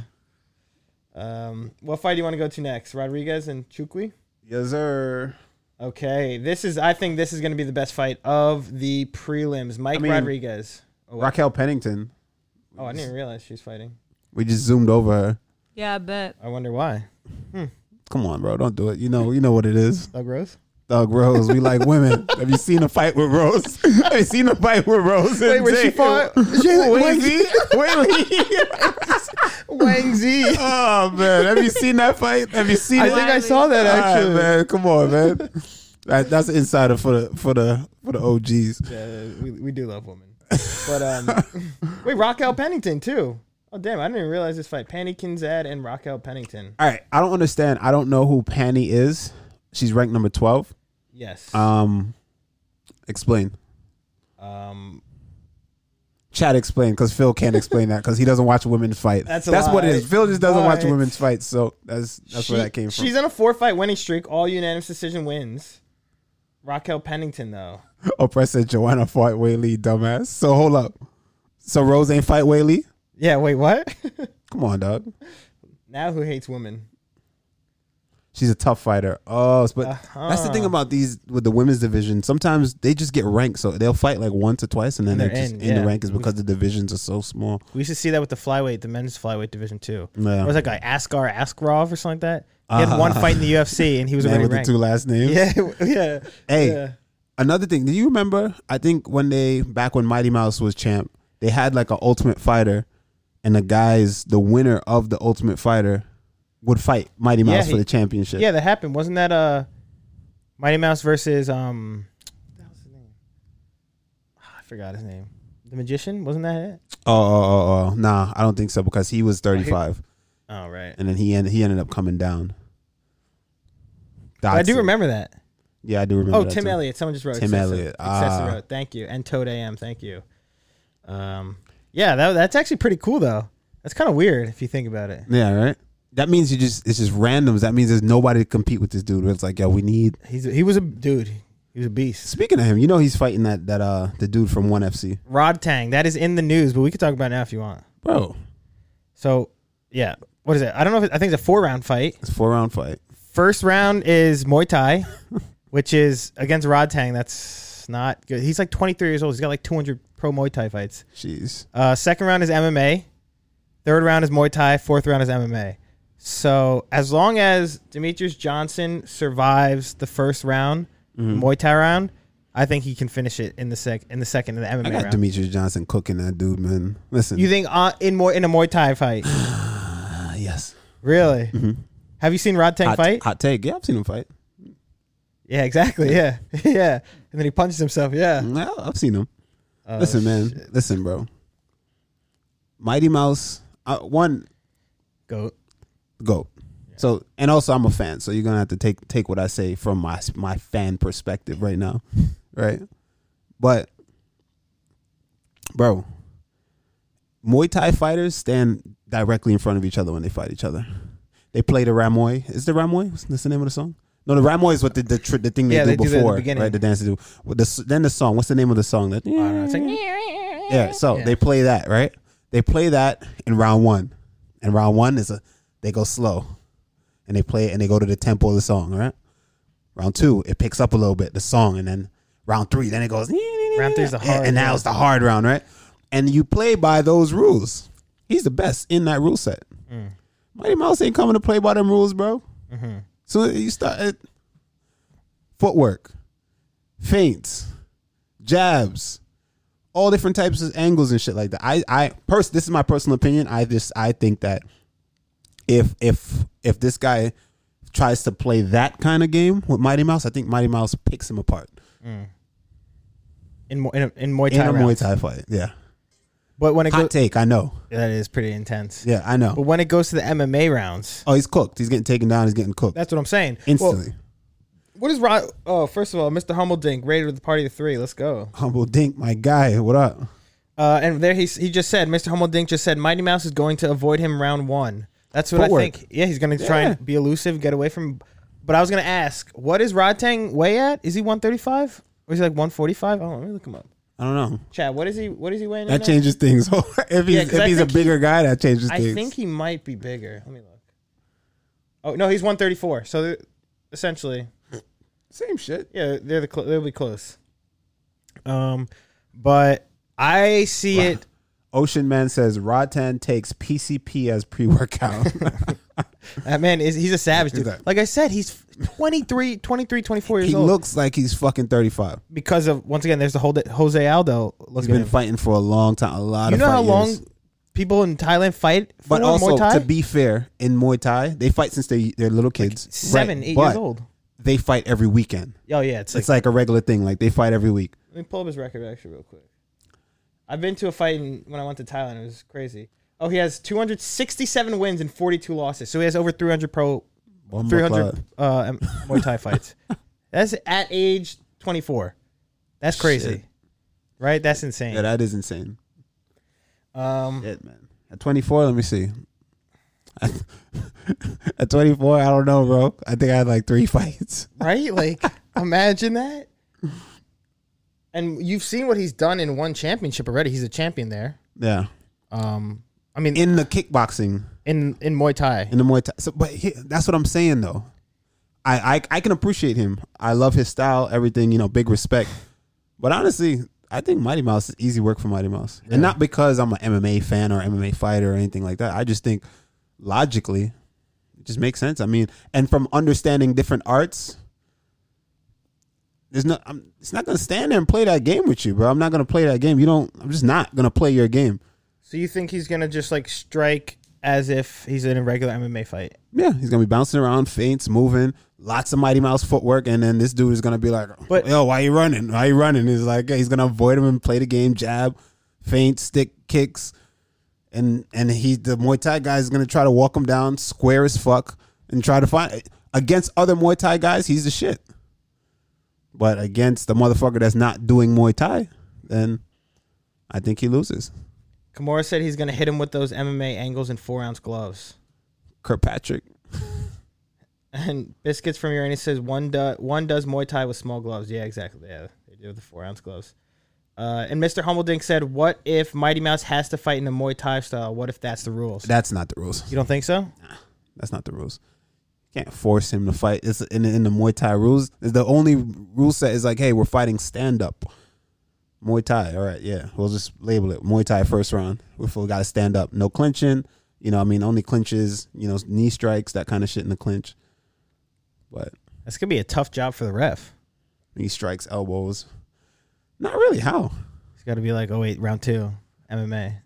B: Um, what fight do you want to go to next? Rodriguez and Chukwi?
A: Yes, sir.
B: Okay, this is. I think this is going to be the best fight of the prelims. Mike
A: I mean-
B: Rodriguez. Oh, wait.
A: Raquel Pennington.
B: oh, I didn't realize she's fighting.
A: We just zoomed over her.
C: Yeah, I bet.
B: I wonder why.
A: Come on, bro. Don't do it. You know, you know what it is.
B: Doug Rose.
A: Thug Rose. We like women. Have you seen a fight with Rose? Have you seen a fight with Rose?
B: Wait, when she fought, she,
A: Wait,
B: Wang,
A: Z? Wait, Z?
B: Wang Zi.
A: Oh man, have you seen that fight? Have you Uh, seen
B: I
A: it?
B: think I saw that
A: All right,
B: actually.
A: man. Come on, man. That, that's an insider for the for the for the OGs.
B: Yeah, we, we do love women. But um, wait, Raquel Pennington too. Oh damn, I didn't even realize this fight. Pandy Kinzad and Raquel Pennington.
A: All right, I don't understand. I don't know who Panny is. She's ranked number twelve. Uh,
B: Yes.
A: Um, explain.
B: Um,
A: Chad explain because Phil can't explain that because he doesn't watch women fight.
B: That's a
A: that's what it
B: lie.
A: is. Phil just doesn't watch
B: Lie.
A: women fight, so that's that's where that came from.
B: She's on a four fight winning streak, all unanimous decision wins. Raquel Pennington, though.
A: Oprah said Joanna fought Whaley, dumbass. So hold up. So Rose ain't fight Whaley?
B: Yeah, wait, what?
A: Come on, dog.
B: now who hates women?
A: She's a tough fighter. Oh, but that's the
B: Uh-huh.
A: thing about these with the women's division. Sometimes they just get ranked, so they'll fight like once or twice, and then
B: And
A: they're
B: they're
A: just
B: in,
A: in,
B: yeah.
A: the rankings because the divisions are so small.
B: We used to see that with the flyweight, the men's flyweight division too.
A: Yeah. Uh-huh.
B: Or was that guy Askar Askarov or something like that? He had one fight in the UFC and he was
A: Man
B: already
A: with
B: ranked.
A: the two last names.
B: yeah, yeah.
A: Hey,
B: yeah.
A: another thing. Do you remember? I think when they back when Mighty Mouse was champ, they had like an Ultimate Fighter, and the guys, the winner of the Ultimate Fighter, would fight Mighty
B: Yeah,
A: Mouse for
B: he-
A: the championship.
B: Yeah, that happened. Wasn't that uh Mighty Mouse versus um what the hell's his name? Ah, I forgot his name. The magician? Wasn't that it?
A: Oh, oh, oh, oh, nah, I don't think so because he was thirty five,
B: Oh right.
A: and then he ended, he ended up coming down.
B: But I do
A: Dodson.
B: remember that.
A: Yeah, I do remember.
B: Oh,
A: that
B: Tim
A: too.
B: Elliott. Someone just wrote
A: Tim
B: Excessive-
A: Elliott.
B: Excessive
A: Ah.
B: wrote, Thank you. And Toad AM. Thank you. Um, yeah, that, that's actually pretty cool though. That's kind of weird if you think about it.
A: Yeah, right. That means you just it's just randoms. That means there's nobody to compete with this dude. Where it's like, yo, we need.
B: He's he was a dude. He was a beast.
A: Speaking of him, you know he's fighting that that uh the dude from One FC,
B: Rod Tang. That is in the news, but we could talk about it now if you want.
A: bro.
B: So, yeah, what is it? I don't know. if it, I think it's a four round fight.
A: It's a four round fight.
B: First round is Muay Thai, which is against Rod Tang. That's not good. He's like 23 years old. He's got like 200 pro Muay Thai fights.
A: Jeez.
B: Uh, second round is MMA. Third round is Muay Thai. Fourth round is MMA. So as long as Demetrius Johnson survives the first round,
A: Mm-hmm.
B: Muay Thai round, I think he can finish it in the sec in the second in the
A: I
B: MMA
A: got
B: round.
A: Demetrius Johnson cooking that dude, man. Listen.
B: you think uh, in more in a Muay Thai fight?
A: Ah, yes.
B: Really? Have you seen Rod Tang
A: Mm-hmm. Hot,
B: fight?
A: hot take. Yeah, I've seen him fight.
B: Yeah, exactly. Yeah, yeah. And then he punches himself. Yeah.
A: Yeah, I've seen him.
B: Oh,
A: listen, man.
B: shit.
A: Listen, bro. Mighty Mouse. Uh, one
B: Goat.
A: goat. So and also I'm a fan, so you're gonna have to take take what I say from my my fan perspective right now, right? But bro, Muay Thai fighters stand directly in front of each other when they fight each other. They play the Ramoy. Is the Ramoy? Is this the name of the song? No, the Ramoy is what the the, tr- the thing they
B: Yeah,
A: do
B: they do that at the
A: before,
B: beginning. Uh,
A: right? The dance they do. With the s- then the song. What's the name of the song? That
B: I don't know. It's
C: Mm.
B: like- "Eh."
A: yeah, so
B: Yeah.
A: they play that, right? They play that in round one. And round one is a they go slow. And they play it and they go to the tempo of the song, right? Round two, it picks up a little bit, the song, and then round three, then it goes
B: Round three's the hard
A: and now
B: round.
A: it's the hard round, right? And you play by those rules. He's the best in that rule set.
B: Mm.
A: Mighty Mouse ain't coming to play by them rules, bro.
B: Mm-hmm.
A: So you start at footwork, feints, jabs, all different types of angles and shit like that. I, I, pers- this is my personal opinion. I just, I think that if if if this guy tries to play that kind of game with Mighty Mouse, I think Mighty Mouse picks him apart
B: in Mu- in, a, in Muay
A: in
B: Thai.
A: a Muay
B: rounds.
A: Thai fight. Yeah,
B: But when it
A: hot
B: goes,
A: take. I know.
B: that is pretty intense.
A: Yeah, I
B: But
A: know.
B: when it goes to the MMA rounds,
A: Oh, he's cooked. He's getting taken down. He's getting cooked
B: that's what I'm saying. Well,
A: instantly.
B: What is Rod? Oh, first of all, Mr. Hummeldink rated with the party of three. Let's go.
A: Humble Dink, my guy. What up?
B: Uh, and there he s- he just said, Mr. Hummeldink just said, Mighty Mouse is going to avoid him round one. That's what
A: Footwork.
B: I think. Yeah, he's going to try
A: Yeah.
B: and be elusive, get away from. But I was going to ask, what is Rod Tang weigh at? Is he 135 or is he like 145? Oh, let me look him up.
A: I don't know.
B: Chad, what is he? What is he weighing? in
A: That
B: now?
A: changes things. if he's,
B: Yeah, 'cause
A: if
B: I
A: he's a
B: think
A: bigger guy, that changes
B: I
A: things.
B: think he might be bigger. Let me look. Oh no, he's 134. So they're- essentially,
A: Same shit.
B: Yeah, they're the cl- they'll be close. Um, but I see it.
A: Ocean Man says Rotan takes PCP as pre workout.
B: That man is he's a savage dude.
A: Exactly.
B: Like I said, he's 23, 23 24 years
A: he
B: old
A: looks like he's fucking 35.
B: because of once again there's the whole that Jose Aldo
A: He's
B: looking.
A: been
B: At him.
A: fighting for a long time, a lot
B: You
A: of
B: know
A: fight
B: how long
A: years.
B: people in Thailand fight for
A: But
B: Muay
A: also,
B: Thai?
A: to be fair, in Muay Thai, they fight since they, they're little kids.
B: seven,
A: Right,
B: eight
A: but
B: years old.
A: They fight every weekend.
B: Oh yeah, it's like,
A: It's like a regular thing. Like they fight every week.
B: let me pull up his record actually real quick. I've been to a fight in, when I went to Thailand. It was crazy. Oh, he has 267 wins and 42 losses. So he has over 300 pro
A: Oh my God.
B: 300 uh, um, Muay Thai fights. That's at age 24. That's crazy.
A: Shit.
B: Right? That's insane.
A: Yeah, that is insane.
B: Um,
A: Shit, man. At 24, let me see. At 24, I don't know, bro. I think I had like three fights.
B: right? Like, imagine that. And you've seen what he's done in one championship already. He's a champion there.
A: Yeah.
B: Um, I mean, in
A: In the kickboxing,
B: in, Muay Thai,
A: in the Muay Thai. So, but he, that's what I'm saying, though. I, I I can appreciate him. I love his style, everything, you know, big respect. But honestly, I think Mighty Mouse is easy work for Mighty Mouse. And not because I'm an MMA fan or MMA fighter or anything like that. I just think logically, it just makes sense. I mean, and from understanding different arts, there's no I'm it's not gonna stand there and play that game with you, bro. I'm not gonna play that game. You don't I'm just not gonna play your game.
B: so you think he's gonna just like strike as if he's in a regular MMA fight?
A: Yeah, he's gonna be bouncing around, feints, moving, lots of Mighty Mouse footwork, and then this dude is gonna be like,
B: But-
A: "Yo, why you running? Why you running?" He's like, yeah, he's gonna avoid him and play the game, jab, feint, stick, kicks, and and he the Muay Thai guy is gonna try to walk him down, square as fuck, and try to find against other Muay Thai guys, he's the shit. But against the motherfucker that's not doing Muay Thai, then I think he loses.
B: Kimura said he's gonna hit him with those MMA angles and four ounce gloves.
A: Kirkpatrick,
B: And biscuits from Uranus says one does one does Muay Thai with small gloves. Yeah, exactly. Yeah, they do the four ounce gloves. Uh, and Mr. Humbledink said, "What if Mighty Mouse has to fight in the Muay Thai style? What if that's the rules?
A: that's not the rules.
B: you don't think so?
A: That's not the rules. Can't force him to fight. It's in in the Muay Thai rules. It's the only rule set is like, hey, we're fighting stand up. Muay Thai. All right, yeah. We'll just label it Muay Thai first round. We feel we got to stand up. No clinching. You know, I mean, only clinches. You know, knee strikes, that kind of shit in the clinch. But
B: That's gonna be a tough job for the ref.
A: knee strikes, elbows. Not really. How?
B: It's got to be like, oh wait, round two, MMA.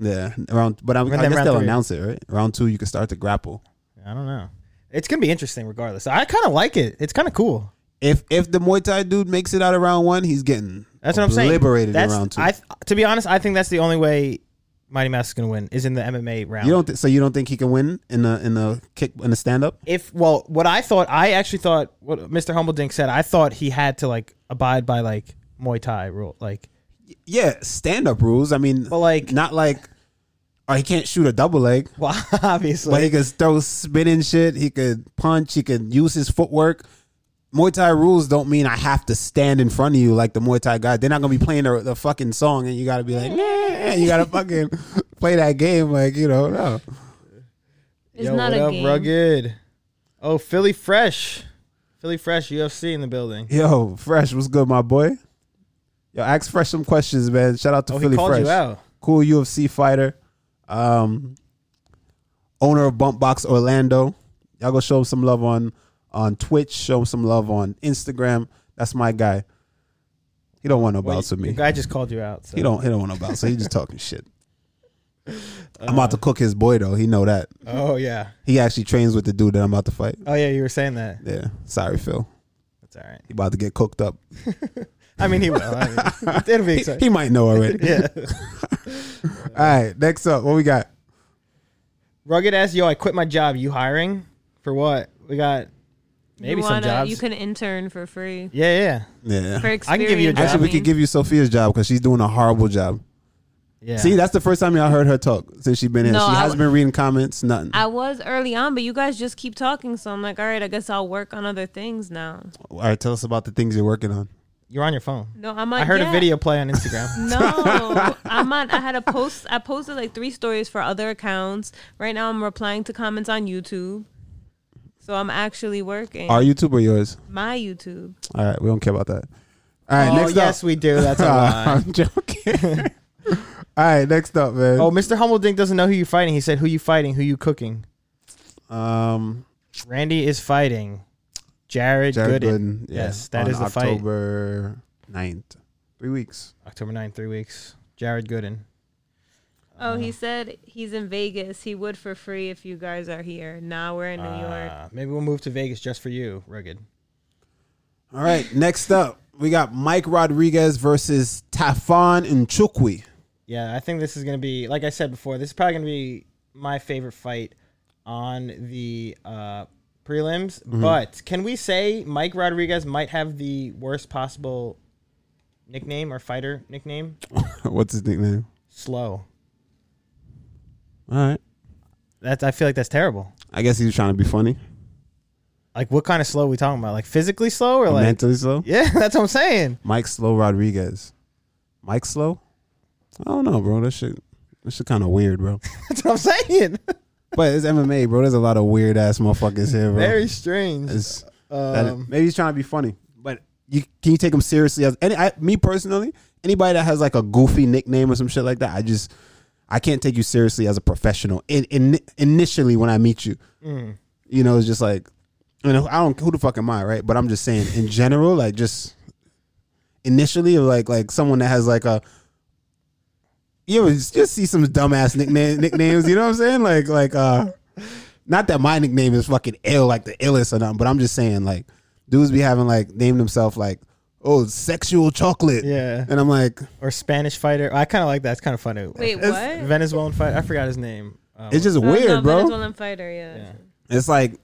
A: Yeah, round. But I'm,
B: Run
A: I
B: that
A: guess
B: round
A: they'll
B: three.
A: announce it right. Round two, you can start to grapple.
B: I don't know. It's gonna be interesting regardless. I kind of like it. It's kind of cool.
A: If if the Muay Thai dude makes it out of round one, he's getting
B: That's what I'm saying.
A: Liberated in
B: That's-
A: round two.
B: I, to be honest, I think that's the only way Mighty Mouse is gonna win is in the MMA round.
A: You don't th- so you don't think he can win in the in the kick in the stand up?
B: if well, what I thought, I actually thought what Mr. Humbledink said. I thought he had to like abide by like Muay Thai rule, like
A: Yeah, stand up rules. I mean,
B: But, like-
A: not like oh, he can't shoot a double leg,
B: well,
A: but he
B: obviously,
A: could throw spinning shit. He could punch. He could use his footwork. Muay Thai rules don't mean I have to stand in front of you like the Muay Thai guy. They're not gonna be playing the, the fucking song, and you gotta be like, yeah, you gotta fucking play that game, like you know. No.
C: It's not a game.
B: rugged? Oh, Philly Fresh, Philly Fresh UFC in the building.
A: Yo, Fresh, what's good, my boy? Yo, ask Fresh some questions, man. Shout out to
B: Oh,
A: Philly
B: he called
A: Fresh.
B: you out.
A: cool UFC fighter, um, owner of Bump Box Orlando. Y'all go show him some love on on Twitch. Show him some love on Instagram. That's my guy. He don't want no
B: Well,
A: bouts with
B: The
A: me.
B: guy just called you out. So.
A: He don't he don't want no bouts. So he just talking shit. I'm about to cook his boy though. He know that.
B: Oh yeah.
A: He actually trains with the dude that I'm about to fight.
B: Oh yeah. You were saying that.
A: Yeah, sorry Phil.
B: That's all right.
A: He about to get cooked up.
B: I mean, he will. I mean, it'll be
A: He,
B: exciting.
A: he might know already.
B: yeah.
A: All right, next up, what we got?
B: Rugged ass yo. I quit my job. You hiring for what? We got maybe
C: you
B: some jobs.
C: You can intern for free.
B: yeah, yeah,
A: Yeah.
C: For
B: I
C: experience.
B: can give you a job.
A: Actually, we
C: I
A: could
C: mean.
A: give you Sophia's job because she's doing a horrible job.
B: yeah.
A: See, that's the first time y'all heard her talk since she's been in.
C: No,
A: she
C: I
A: hasn't
C: w-
A: been reading comments, nothing.
C: I was early on, but you guys just keep talking, so I'm like, all right, I guess I'll work on other things now.
A: All right, tell us about the things you're working on.
B: You're on your phone.
C: No, I'm on.
B: I heard
C: yeah.
B: a video play on Instagram.
C: No, I'm on. I had a post. I posted like three stories for other accounts. Right now, I'm replying to comments on YouTube. So I'm actually working
A: Our YouTube or yours?
C: my YouTube.
A: All right, we don't care about that. All right,
B: oh,
A: next
B: yes,
A: up.
B: we do. That's a
A: Uh,
B: lie.
A: I'm joking. All right, next up, man.
B: Oh, Mr. Hummeldink doesn't know who you're fighting. He said, "Who you fighting? Who you cooking?"
A: um,
B: Randy is fighting Jared,
A: Jared
B: Gooden.
A: Gooden. yeah,
B: Yes, that
A: on
B: is the fight.
A: October 9th. Three weeks.
B: October 9th, three weeks. Jared Gooden.
C: Oh, he said he's in Vegas. He would for free if you guys are here. Now we're in New York.
B: Uh, maybe we'll move to Vegas just for you, rugged.
A: All right, next up, we got Mike Rodriguez versus Tafon and Chukwi.
B: Yeah, I think this is gonna be like I said before. This is probably gonna be my favorite fight on the uh, prelims. But can we say Mike Rodriguez might have the worst possible nickname or fighter nickname?
A: What's his nickname?
B: Slow.
A: All right.
B: That's I feel like that's terrible.
A: I guess he was trying to be funny.
B: Like what kind of slow we talking about? Like physically slow or like
A: mentally slow.
B: Yeah, that's what I'm saying.
A: Mike Slow Rodriguez. Mike Slow? I don't know, bro. That shit that shit kinda weird, bro.
B: That's what I'm saying.
A: but it's MMA, bro. There's a lot of weird ass motherfuckers here, bro.
B: Very strange.
A: It's- that-
B: Um,
A: maybe he's trying to be funny. But you can you take him seriously as any I, me personally, anybody that has like a goofy nickname or some shit like that, I just I can't take you seriously as a professional. In, in initially when I meet you.
B: Mm.
A: You know, it's just like you know, I don't who the fuck am I, right? But I'm just saying in general, like just initially or like like someone that has like a you ever just see some dumbass nickname nicknames, you know what I'm saying? Like like uh not that my nickname is fucking ill, like the illest or nothing, but I'm just saying like dudes be having like named themselves like, oh, sexual chocolate.
B: Yeah.
A: And I'm like,
B: or Spanish fighter. I kind of like that. It's kind of funny.
C: Wait,
A: It's-
C: what?
B: Venezuelan fighter. I forgot his name. Um,
A: it's just
C: Oh,
A: weird,
C: no,
A: bro.
C: Venezuelan fighter, yeah.
B: Yeah.
A: It's like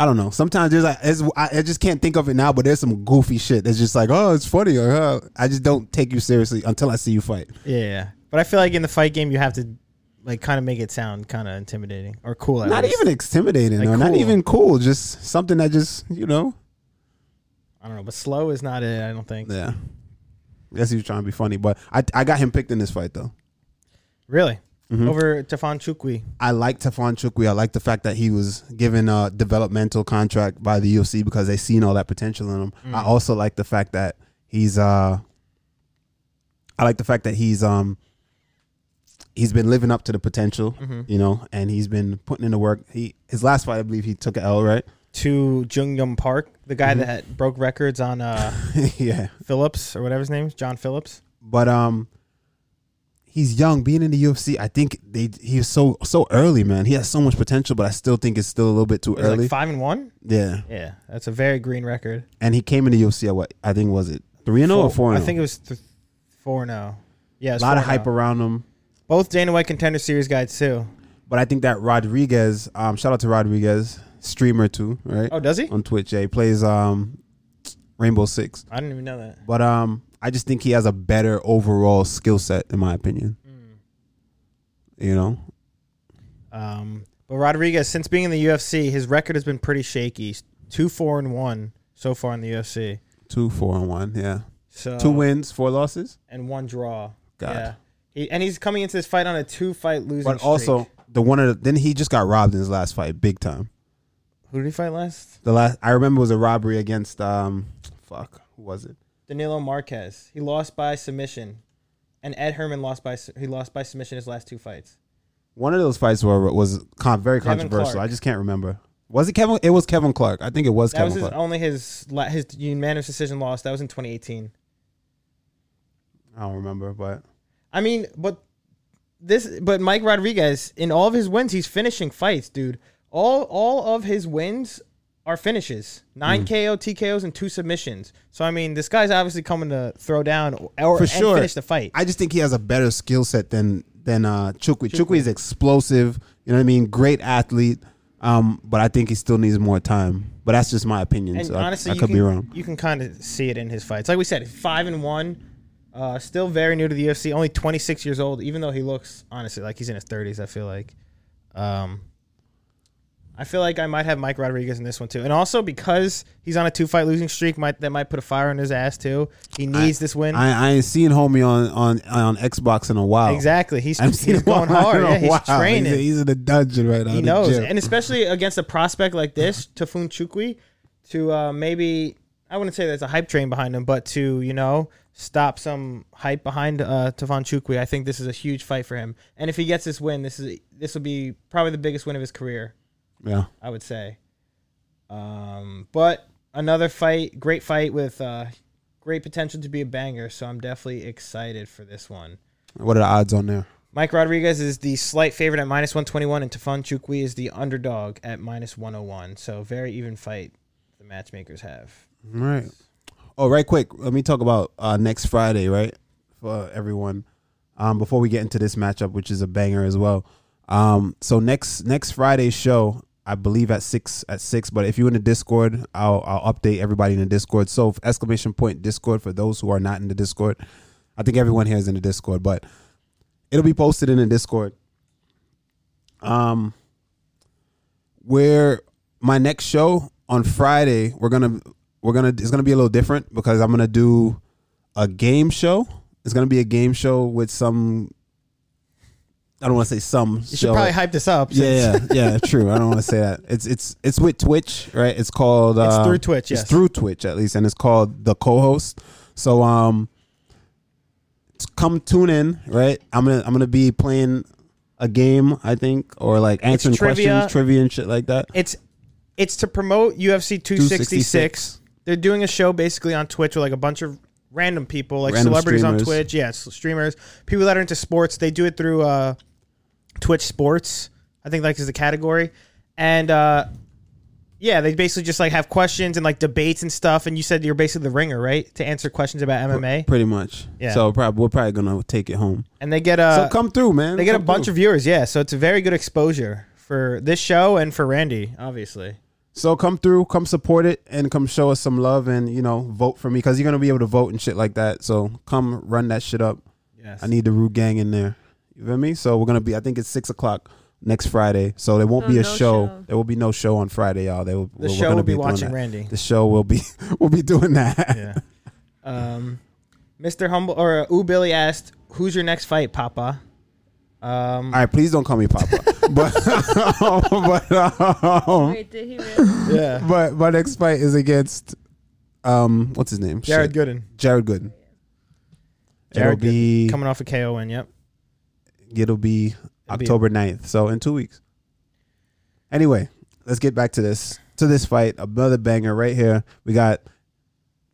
A: I don't know. Sometimes there's like it's, I, I just can't think of it now, but there's some goofy shit that's just like, oh, it's funny. Or, oh. I just don't take you seriously until I see you fight.
B: yeah, yeah. But I feel like in the fight game, you have to like kind of make it sound kind of intimidating or cool. At
A: Not
B: least.
A: even intimidating
B: Like,
A: or not
B: cool.
A: even cool. Just something that just you know.
B: I don't know, but slow is not it. I don't think.
A: Yeah. Guess he was trying to be funny, but I I got him picked in this fight though.
B: Really,
A: Mm-hmm.
B: over Tefan Chukwi.
A: I like Tefan Chukwi. I like the fact that he was given a developmental contract by the UFC because they seen all that potential in him.
B: Mm.
A: I also like the fact that he's uh I like the fact that he's um he's been living up to the potential,
B: Mm-hmm.
A: you know, and he's been putting in the work. He his last fight, I believe he took an L, right?
B: to Jungyum Park, the guy
A: Mm-hmm.
B: that had broke records on uh,
A: yeah.
B: Phillips or whatever his name is, John Phillips.
A: But um he's young, being in the UFC, I think they he was so so early, man. He has so much potential, but I still think it's still a little bit too
B: It was
A: early.
B: like five and one.
A: yeah.
B: Yeah, that's a very green record.
A: and he came into UFC at what I think was it three and oh? zero or four?
B: I think it was th- four now. Yeah, it
A: a
B: was
A: lot of
B: four and
A: hype
B: oh.
A: around him.
B: Both Dana White contender series guys too.
A: But I think that Rodriguez, um, shout out to Rodriguez, streamer too, right?
B: Oh, does he?
A: On Twitch, yeah, he plays um, Rainbow Six.
B: I didn't even know that.
A: But um, I just think he has a better overall skill set, in my opinion.
B: Hmm.
A: You know,
B: Um, but Rodriguez, since being in the UFC, his record has been pretty shaky. He's Two four and one so far in the UFC.
A: two four and one, yeah,
B: So
A: two wins, four losses.
B: and one draw.
A: God.
B: Yeah. He, and he's coming into this fight on a two fight losing.
A: But
B: streak.
A: also the one of the, then he just got robbed in his last fight, big time.
B: who did he fight last?
A: The last I remember was a robbery against um, fuck, who was it?
B: Danilo Marquez. He lost by submission, and Ed Herman lost by he lost by submission his last two fights.
A: One of those fights were, was con- very
B: Kevin
A: controversial.
B: Clark.
A: I just can't remember. Was it Kevin? It was Kevin Clark. I think it was
B: That
A: Kevin
B: was his,
A: Clark.
B: only his la- his unanimous decision loss. That was in 2018.
A: I don't remember, but
B: I mean, but this but Mike Rodriguez in all of his wins, he's finishing fights, dude. All all of his wins are finishes.
A: Hmm.
B: Nine KO, TKOs, and two submissions. So I mean, this guy's obviously coming to throw down or
A: for
B: and
A: sure,
B: finish the fight.
A: I just think he has a better skill set than than uh, Chukwi. Chukwi is explosive. You know what I mean? Great athlete. Um, but I think he still needs more time. But that's just my opinion.
B: And
A: so I-
B: honestly,
A: I,
B: you
A: could
B: can,
A: be wrong.
B: You can kind of see it in his fights. Like we said, five and one, uh, still very new to the UFC. Only 26 years old, even though he looks honestly like he's in his 30s. I feel like, um, I feel like I might have Mike Rodriguez in this one too. And also because he's on a two fight losing streak, might that might put a fire in his ass too. He needs this win.
A: I, I ain't seen homie on on on Xbox in a while.
B: exactly. He's,
A: I haven't seen
B: he's
A: him on-
B: going hard.
A: in a
B: Yeah, he's
A: while.
B: training.
A: He's, he's in the dungeon right now.
B: He
A: the
B: knows,
A: gym.
B: and especially against a prospect like this, Tafun Chukwi, to uh, maybe I wouldn't say there's a hype train behind him, but to you know stop some hype behind uh, Tafun Chukwi, I think this is a huge fight for him. And if he gets this win, this is this will be probably the biggest win of his career,
A: yeah.
B: I would say. Um, but another fight, great fight with uh, great potential to be a banger. So I'm definitely excited for this one.
A: What are the odds on there?
B: Mike Rodriguez is the slight favorite at minus 121, and Tefan Chukwi is the underdog at minus 101. So, very even fight the matchmakers have.
A: All right. Oh, right quick. Let me talk about uh, next Friday, right? For everyone. Um, before we get into this matchup, which is a banger as well. Um, so next next Friday's show, I believe at six at six. But if you're in the Discord, I'll I'll update everybody in the Discord. So exclamation point Discord for those who are not in the Discord. I think everyone here is in the Discord, but it'll be posted in the Discord. Um, where my next show on Friday, we're gonna we're gonna it's gonna be a little different because I'm gonna do a game show. It's gonna be a game show with some. I don't want to say some.
B: You should probably hype this up. since-
A: Yeah, yeah, yeah, true. I don't want to say that. It's it's it's with Twitch, right? It's called
B: It's
A: uh,
B: through Twitch, yes.
A: It's through Twitch at least, and it's called the co-host. So um, t- come tune in, right? I'm gonna I'm gonna be playing a game, I think, or like answering
B: trivia.
A: questions, trivia and shit like that.
B: It's it's to promote UFC 266. They're doing a show basically on Twitch with like a bunch of random people, like
A: Random
B: celebrities on
A: streamers.
B: Twitch. Yeah, s- streamers, people that are into sports. They do it through uh, Twitch Sports, I think like is the category, and uh, yeah, they basically just like have questions and like debates and stuff. And you said you're basically the ringer, right, to answer questions about MMA,
A: Pretty much.
B: Yeah.
A: So probably we're probably gonna take it home.
B: and they get a
A: so come through, man.
B: they get a
A: Come
B: bunch
A: through.
B: of viewers. Yeah, so it's a very good exposure for this show and for Randy, obviously.
A: So come through, come support it, and come show us some love, and you know, vote for me because you're gonna be able to vote and shit like that. So come run that shit up.
B: Yes.
A: I need the Rue Gang in there. You feel me? So we're gonna be. I think it's six o'clock next Friday. So there won't
C: So
A: be a
C: Oh, no
A: show.
C: show.
A: There will be no show on Friday, y'all. They will,
B: The
A: we're
B: show
A: gonna
B: will be
A: doing
B: watching
A: that.
B: Randy.
A: The show will be. we'll be doing that.
B: yeah. Um, Mr. Humble or uh, Ooh Billy asked, "Who's your next fight, Papa?" Um,
A: All right, please don't call me Papa. but but um,
C: Wait, did he really?
B: yeah,
A: but my next fight is against um what's his name?
B: Jared
A: Shit.
B: Gooden.
A: Jared Gooden.
B: Jared
A: it'll be
B: coming off a KO win. Yep.
A: it'll be
B: It'll be-
A: October 9th. So in two weeks. Anyway, let's get back to this to this fight. Another banger right here. We got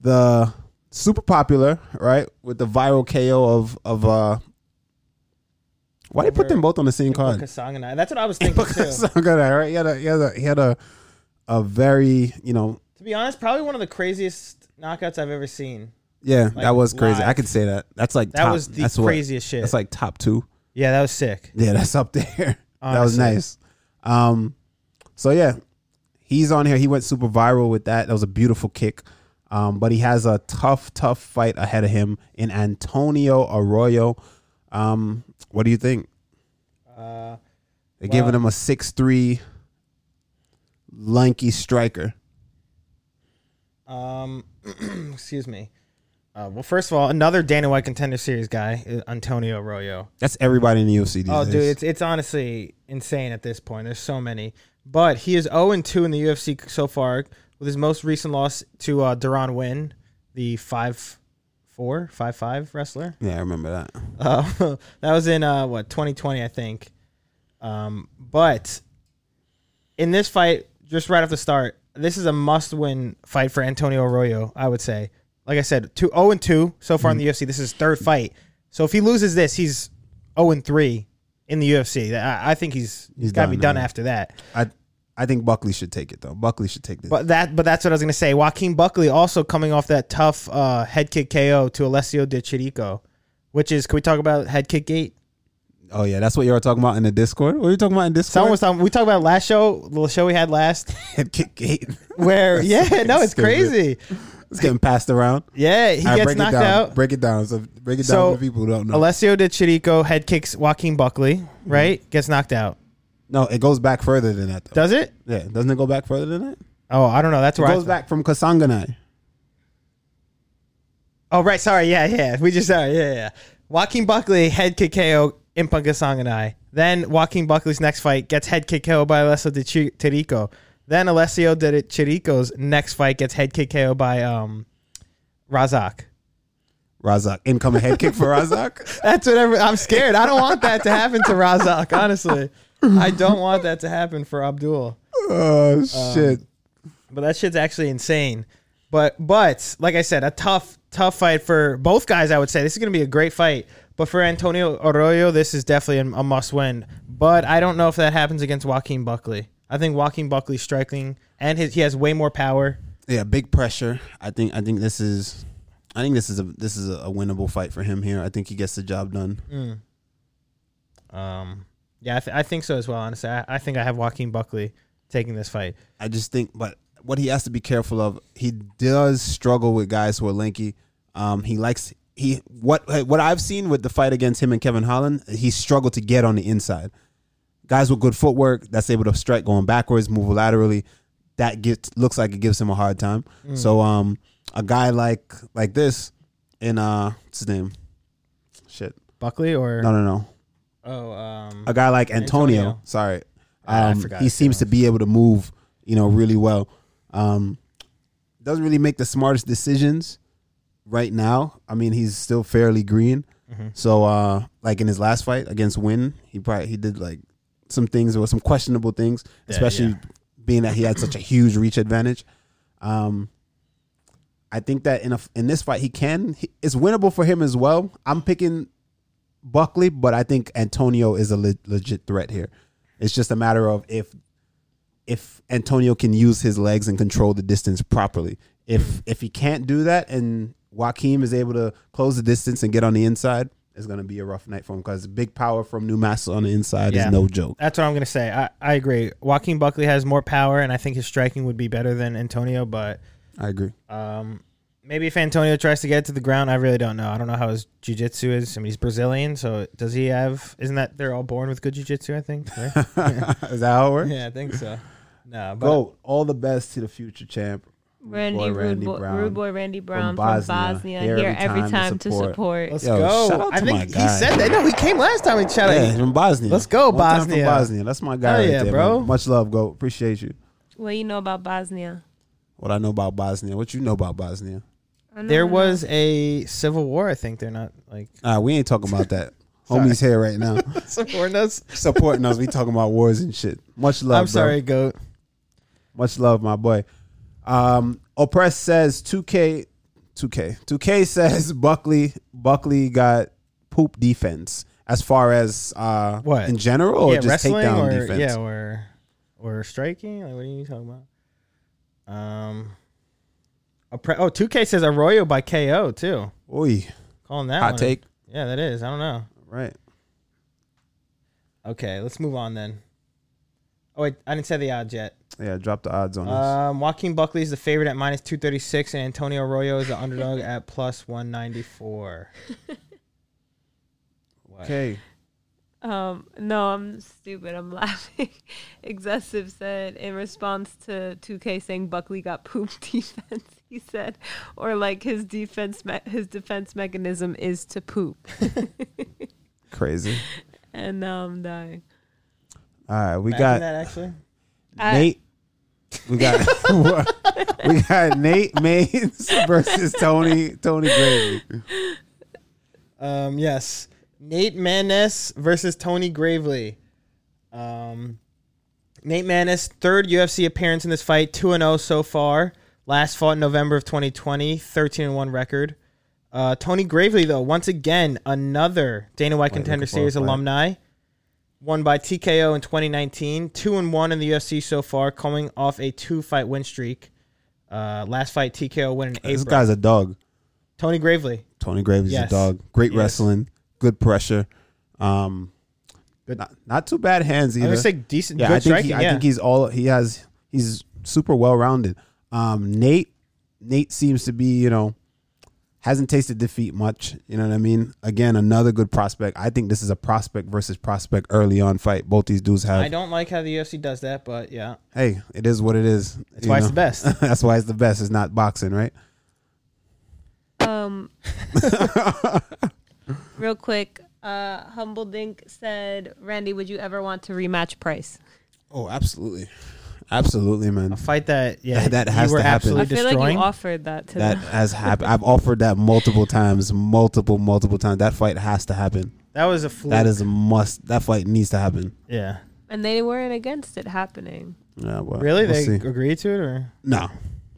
A: the super popular right with the viral KO of of uh. Why they put them both on the same card?
B: Kasangana. That's what I was thinking too.
A: Because I'm gonna- right? He had a he had a he had a, a very you know
B: to be honest, probably one of the craziest knockouts I've ever seen.
A: yeah that was crazy.
B: live.
A: I could say that. That's like
B: That
A: top-
B: was the
A: that's what-
B: craziest shit.
A: that's like top two.
B: yeah, that was sick.
A: Yeah, that's up there. That was
B: Honestly.
A: nice. Um, so yeah, he's on here. He went super viral with that. That was a beautiful kick. Um, but he has a tough, tough fight ahead of him in Antonio Arroyo. Um, what do you think?
B: Uh,
A: They're
B: Well-
A: giving him a six-three, lanky striker.
B: Um, excuse me. Uh, well, first of all, another Dana White contender series guy, is Antonio Arroyo.
A: That's everybody in the UFC these
B: Oh,
A: days.
B: dude, it's it's honestly insane at this point. There's so many, but he is 0 and 2 in the UFC so far, with his most recent loss to uh, Duran Win, the five four five five wrestler.
A: yeah, I remember that.
B: Uh, that was in uh, what 2020, I think. Um, but in this fight, just right off the start, this is a must-win fight for Antonio Arroyo. I would say, like I said, two zero and two so far in the UFC. This is his third fight. So if he loses this, he's zero and three in the UFC. That- I, I think he's
A: He's
B: he's got to be
A: done,
B: done
A: yeah.
B: after that.
A: I I think Buckley should take it though. Buckley should take this.
B: But that, but that's what I was gonna say. Joaquin Buckley also coming off that tough uh, head kick KO to Alessio De Chirico, which is can we talk about head kick gate?
A: oh yeah, that's what you were talking about in the Discord. What were you talking about in Discord?
B: Someone was talking. um, We talked about it last show, the show we had last,
A: head kick gate.
B: where yeah, no, it's
A: Stupid.
B: crazy.
A: It's getting passed around.
B: Yeah, he
A: All right,
B: gets
A: break
B: knocked
A: it down.
B: out.
A: Break it down. So break it down Mm-hmm.
B: So,
A: for the people who don't know.
B: Alessio de Chirico head kicks Joaquin Buckley, right? Gets knocked out.
A: no, it goes back further than that. Though.
B: Does it?
A: yeah, doesn't it go back further than that?
B: Oh, I don't know. That's
A: It
B: where I
A: goes
B: thought-
A: back from Kasanganai.
B: Oh, right. Sorry. Yeah, yeah. We just sorry. Yeah, yeah. Joaquin Buckley head kick KO Impangasanganai. Then Joaquin Buckley's next fight gets head kick KO by Alessio de Chi- Chirico. Then Alessio de Chirico's next fight gets head kick KO by um, Razak.
A: Razak incoming head kick for Razak.
B: That's what every- I'm scared. I don't want that to happen to Razak, honestly. I don't want that to happen for Abdul.
A: Oh shit!
B: But that shit's actually insane. But but like I said, a tough tough fight for both guys. I would say this is going to be a great fight. But for Antonio Arroyo, this is definitely a, a must win. But I don't know if that happens against Joaquin Buckley. I think Joaquin Buckley's striking and his, he has way more power.
A: yeah, big pressure. I think. I think this is. I think this is a this is a, a winnable fight for him here. I think he gets the job done.
B: Um, yeah, I, th- I think so as well. Honestly, I, I think I have Joaquin Buckley taking this fight.
A: I just think, but what he has to be careful of, he does struggle with guys who are lanky. Um, he likes he what what I've seen with the fight against him and Kevin Holland, he struggled to get on the inside. guys with good footwork that's able to strike going backwards, move laterally, that gets looks like it gives him a hard time. So um, a guy like like this, in uh, what's his name? Shit,
B: Buckley or
A: no, no, no.
B: oh um
A: A guy like Antonio.
B: Antonio.
A: Sorry,
B: Ah, I
A: um,
B: forgot
A: he
B: his
A: seems to be able to move, you know, really well. Um, doesn't really make the smartest decisions right now. I mean, he's still fairly green.
B: Mm-hmm.
A: So, uh, like in his last fight against Win, he probably he did like some things or some questionable things, especially
B: yeah.
A: being that he had such a huge reach advantage. Um, I think that in a, in this fight he can. He, it's winnable for him as well. I'm picking Buckley, but I think Antonio is a le- legit threat here. It's just a matter of if if Antonio can use his legs and control the distance properly. If if he can't do that and Joaquim is able to close the distance and get on the inside, it's gonna be a rough night for him because big power from New Master on the inside
B: Yeah.
A: is no joke.
B: that's what I'm gonna say. I, I agree. Joaquin Buckley has more power, and I think his striking would be better than Antonio. But
A: I agree.
B: um, maybe if Antonio tries to get it to the ground, I really don't know. I don't know how his jiu-jitsu is. I mean, he's Brazilian, so does he have? Isn't that they're all born with good jiu-jitsu? I think. Right?
A: is that how it works?
B: yeah, I think so. No, but
A: Go all the best to the future champ.
C: Randy,
A: Boy,
C: Rude,
A: Randy
C: Boy,
A: Brown
C: Rude Boy Randy Brown from Bosnia,
A: Bosnia,
C: here, every time, to support.
B: let's
A: Yo,
B: go.
A: shout out
B: I
A: to
B: think
A: my
B: he
A: guy.
B: said that. No, he came last time. He shouted.
A: Yeah, from Bosnia.
B: Let's go,
A: One time
B: Bosnia.
A: From Bosnia. That's my guy
B: Hell
A: right
B: yeah,
A: there,
B: bro.
A: bro. Much love, go. Appreciate you.
C: What do you know about Bosnia?
A: What I know about Bosnia. What you know about Bosnia?
C: I know
B: There
C: about-
B: was a civil war. I think they're not like
A: Ah, we ain't talking about that. Homie's here right now,
B: supporting us.
A: supporting us. We talking about wars and shit. Much love.
B: I'm
A: bro.
B: sorry, goat.
A: Much love, my boy. Um, Oppress says 2K, 2K, 2K says Buckley. Buckley got poop defense as far as uh,
B: What?
A: in general or just takedown
B: or
A: defense.
B: yeah, or or striking. Like, what are you talking about? Um, a pre- oh, 2K says Arroyo by KO too.
A: Oy,
B: Calling that
A: hot
B: one.
A: take.
B: Yeah, that is. I don't know.
A: Right.
B: Okay, let's move on then. Oh wait, I didn't say the odds yet.
A: Yeah, drop the odds on us.
B: Um, Joaquin Buckley is the favorite at minus two thirty six, and Antonio Arroyo is the underdog at plus one ninety four. Uh,
A: Okay.
C: Um, no, I'm stupid. I'm laughing. Excessive said in response to 2K saying Buckley got poop defense. He said, or like his defense, me- his defense mechanism is to poop,
A: Crazy.
C: and um, now I'm dying.
A: All right, we
B: Imagine
A: got
B: that actually.
C: I-
A: Nate. We got we got Nate Maines versus Tony Tony Gravely.
B: Um, yes, Nate Manes versus Tony Gravely. Um, Nate Manis third UFC appearance in this fight, two and zero so far. Last fought in November of 2020, 13 and one record. Uh, Tony Gravely though, once again another Dana White Contender
A: looking for a
B: Series
A: fight.
B: alumni, won by TKO in 2019, two and one in the UFC so far, coming off a two fight win streak. Uh, last fight TKO win in April.
A: This guy's a dog.
B: Tony Gravely,
A: Tony Graves
B: Yes.
A: is a dog. Great
B: Yes.
A: wrestling, good pressure. Um,
B: Good.
A: Not, not too bad hands
B: I
A: either.
B: would say decent,
A: yeah,
B: good
A: I think
B: striking.
A: he, I
B: yeah.
A: think he's all he has. He's super well rounded. Um, Nate Nate seems to be you know hasn't tasted defeat much. You know what I mean? Again, another good prospect. I think this is a prospect versus prospect early on fight. Both these dudes have
B: I don't like how the UFC does that, but yeah,
A: hey, it is what it is.
B: that's why it's the best.
A: That's why it's the best. It's not boxing, right?
C: Um, real quick, uh, Humble Dink said, Randy, would you ever want to rematch Price?
A: Oh, absolutely, absolutely, man.
B: A fight that yeah
A: That- that has
B: you were
A: to happen.
C: I
B: absolutely
C: feel like
B: destroying.
C: you offered that to
A: That
C: them.
A: has happened. I've offered that multiple times, multiple, multiple times. That fight has to happen.
B: that was a fluke.
A: That is a must. That fight needs to happen.
B: yeah.
C: and they weren't against it happening.
A: Yeah, well,
B: Really,
A: we'll
B: they
A: see.
B: agreed to it, or
A: no.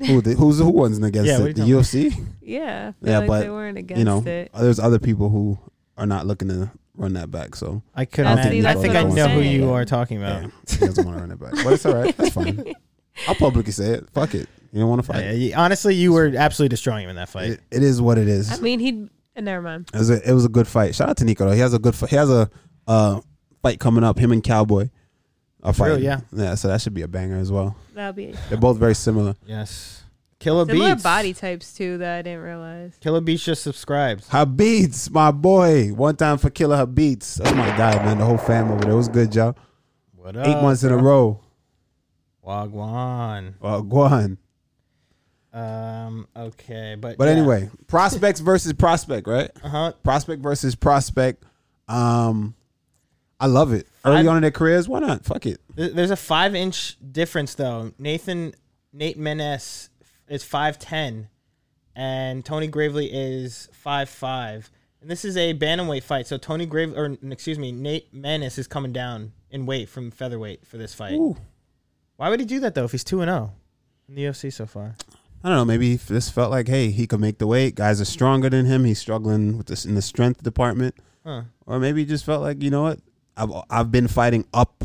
A: Who the, who's who wasn't against
B: Yeah, what are you
A: it? The
B: talking about?
A: UFC.
C: Yeah, I feel
A: Yeah,
C: like
A: but,
C: they weren't against
A: You know,
C: it.
A: there's other people who are not looking to run that back. So
B: I could.
C: That's-
B: imagine.
A: see,
B: I
A: that's
B: think
A: what
B: I
A: I'm
B: know who
A: saying.
B: you are talking about.
A: yeah, he doesn't want to run it back. But it's all right. That's fine. I'll publicly say it. Fuck it. You don't want to fight.
B: Yeah, you- honestly, you were absolutely destroying him in that fight.
A: It, it is what it is.
C: I mean, he. Never mind.
A: It was a, it was a good fight. Shout out to Nico though. He has a good fi- he has a uh, fight coming up. Him and Cowboy are
B: True,
A: fighting.
B: yeah.
A: yeah. So that should be a banger as well.
C: That'll be
A: They're both very similar.
B: yes, Killer
C: similar
B: Beats.
C: body types too that I didn't realize.
B: Killer Beats just subscribed.
A: Habits, my boy. One time for Killer Habits. That's my guy, man. The whole fam over there. It was good, y'all.
B: What
A: Eight
B: up,
A: months in a
B: bro?
A: row.
B: Wagwan.
A: Uh, Guan.
B: Um. Okay, but
A: But
B: yeah.
A: anyway, prospects versus prospect, right?
B: uh-huh.
A: Prospect versus prospect. Um, I love it. Early
B: I-
A: on in their careers, why not? Fuck it.
B: Th- There's a five inch difference though. Nathan Nate Menes is five ten, and Tony Gravely is five five. And this is a bantamweight fight, so Tony Grave or n- excuse me, Nate Menes is coming down in weight from featherweight for this fight.
A: Ooh.
B: Why would he do that though? If he's two and zero in the UFC so far,
A: I don't know. Maybe he just felt like, hey, he could make the weight. Guys are stronger than him. He's struggling with this in the strength department,
B: huh?
A: or maybe he just felt like, you know what? I've I've been fighting up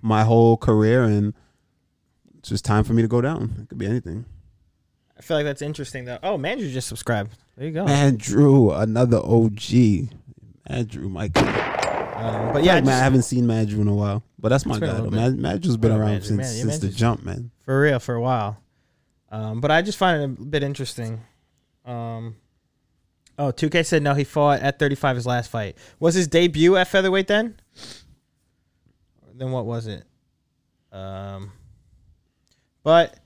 A: my whole career, and it's just time for me to go down. It could be anything.
B: I feel like that's interesting though. Oh, Mandrew just subscribed. There you go.
A: Andrew, another OG. Andrew, Mike.
B: Um, but
A: Yeah,
B: yeah,
A: man, I
B: just-
A: haven't seen Madrew in a while, but that's my
B: It's been a
A: guy. though.
B: little
A: Mad, Madrew's been
B: Yeah,
A: around
B: Madrew,
A: since
B: man, yeah,
A: since the
B: Madrew's-
A: jump, man.
B: for real for a while. Um, but I just find it a bit interesting. Um, oh, 2K said no, he fought at 35 his last fight. Was his debut at featherweight then? Then what was it? Um, but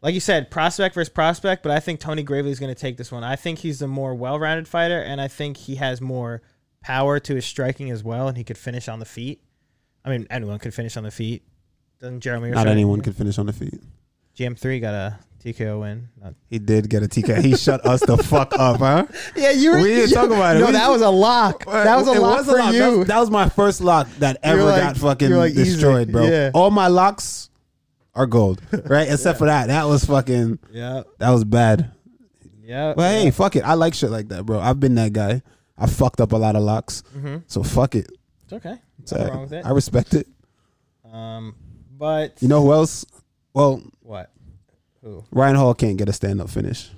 B: like you said, prospect versus prospect, but I think Tony Gravely is going to take this one. I think he's the more well-rounded fighter and I think he has more power to his striking as well and he could finish on the feet. I mean, anyone could finish on the feet. Doesn't Jeremy
A: Not
B: Rousseau-
A: anyone could finish on the feet.
B: GM3 got a TKO win. Not-
A: He did get a TK. He shut us the fuck up, huh?
B: Yeah, you
A: We didn't talk about it.
B: No,
A: We-
B: that was a lock. That was a
A: It
B: lock for
A: lock. That,
B: you.
A: was, that was my first lock that ever
B: like-
A: got fucking
B: you're like, easy.
A: destroyed, bro.
B: Yeah.
A: All my locks are gold, right? Except for that. That was fucking.
B: Yeah,
A: That was bad.
B: yeah.
A: But hey, fuck it. I like shit like that, bro. I've been that guy. I fucked up a lot of locks, so fuck it.
B: Mm-hmm. it's okay.
A: So
B: Nothing wrong with it.
A: I respect it.
B: Um, but
A: You know who else? Well,
B: what? Who?
A: Ryan Hall can't get a stand up finish.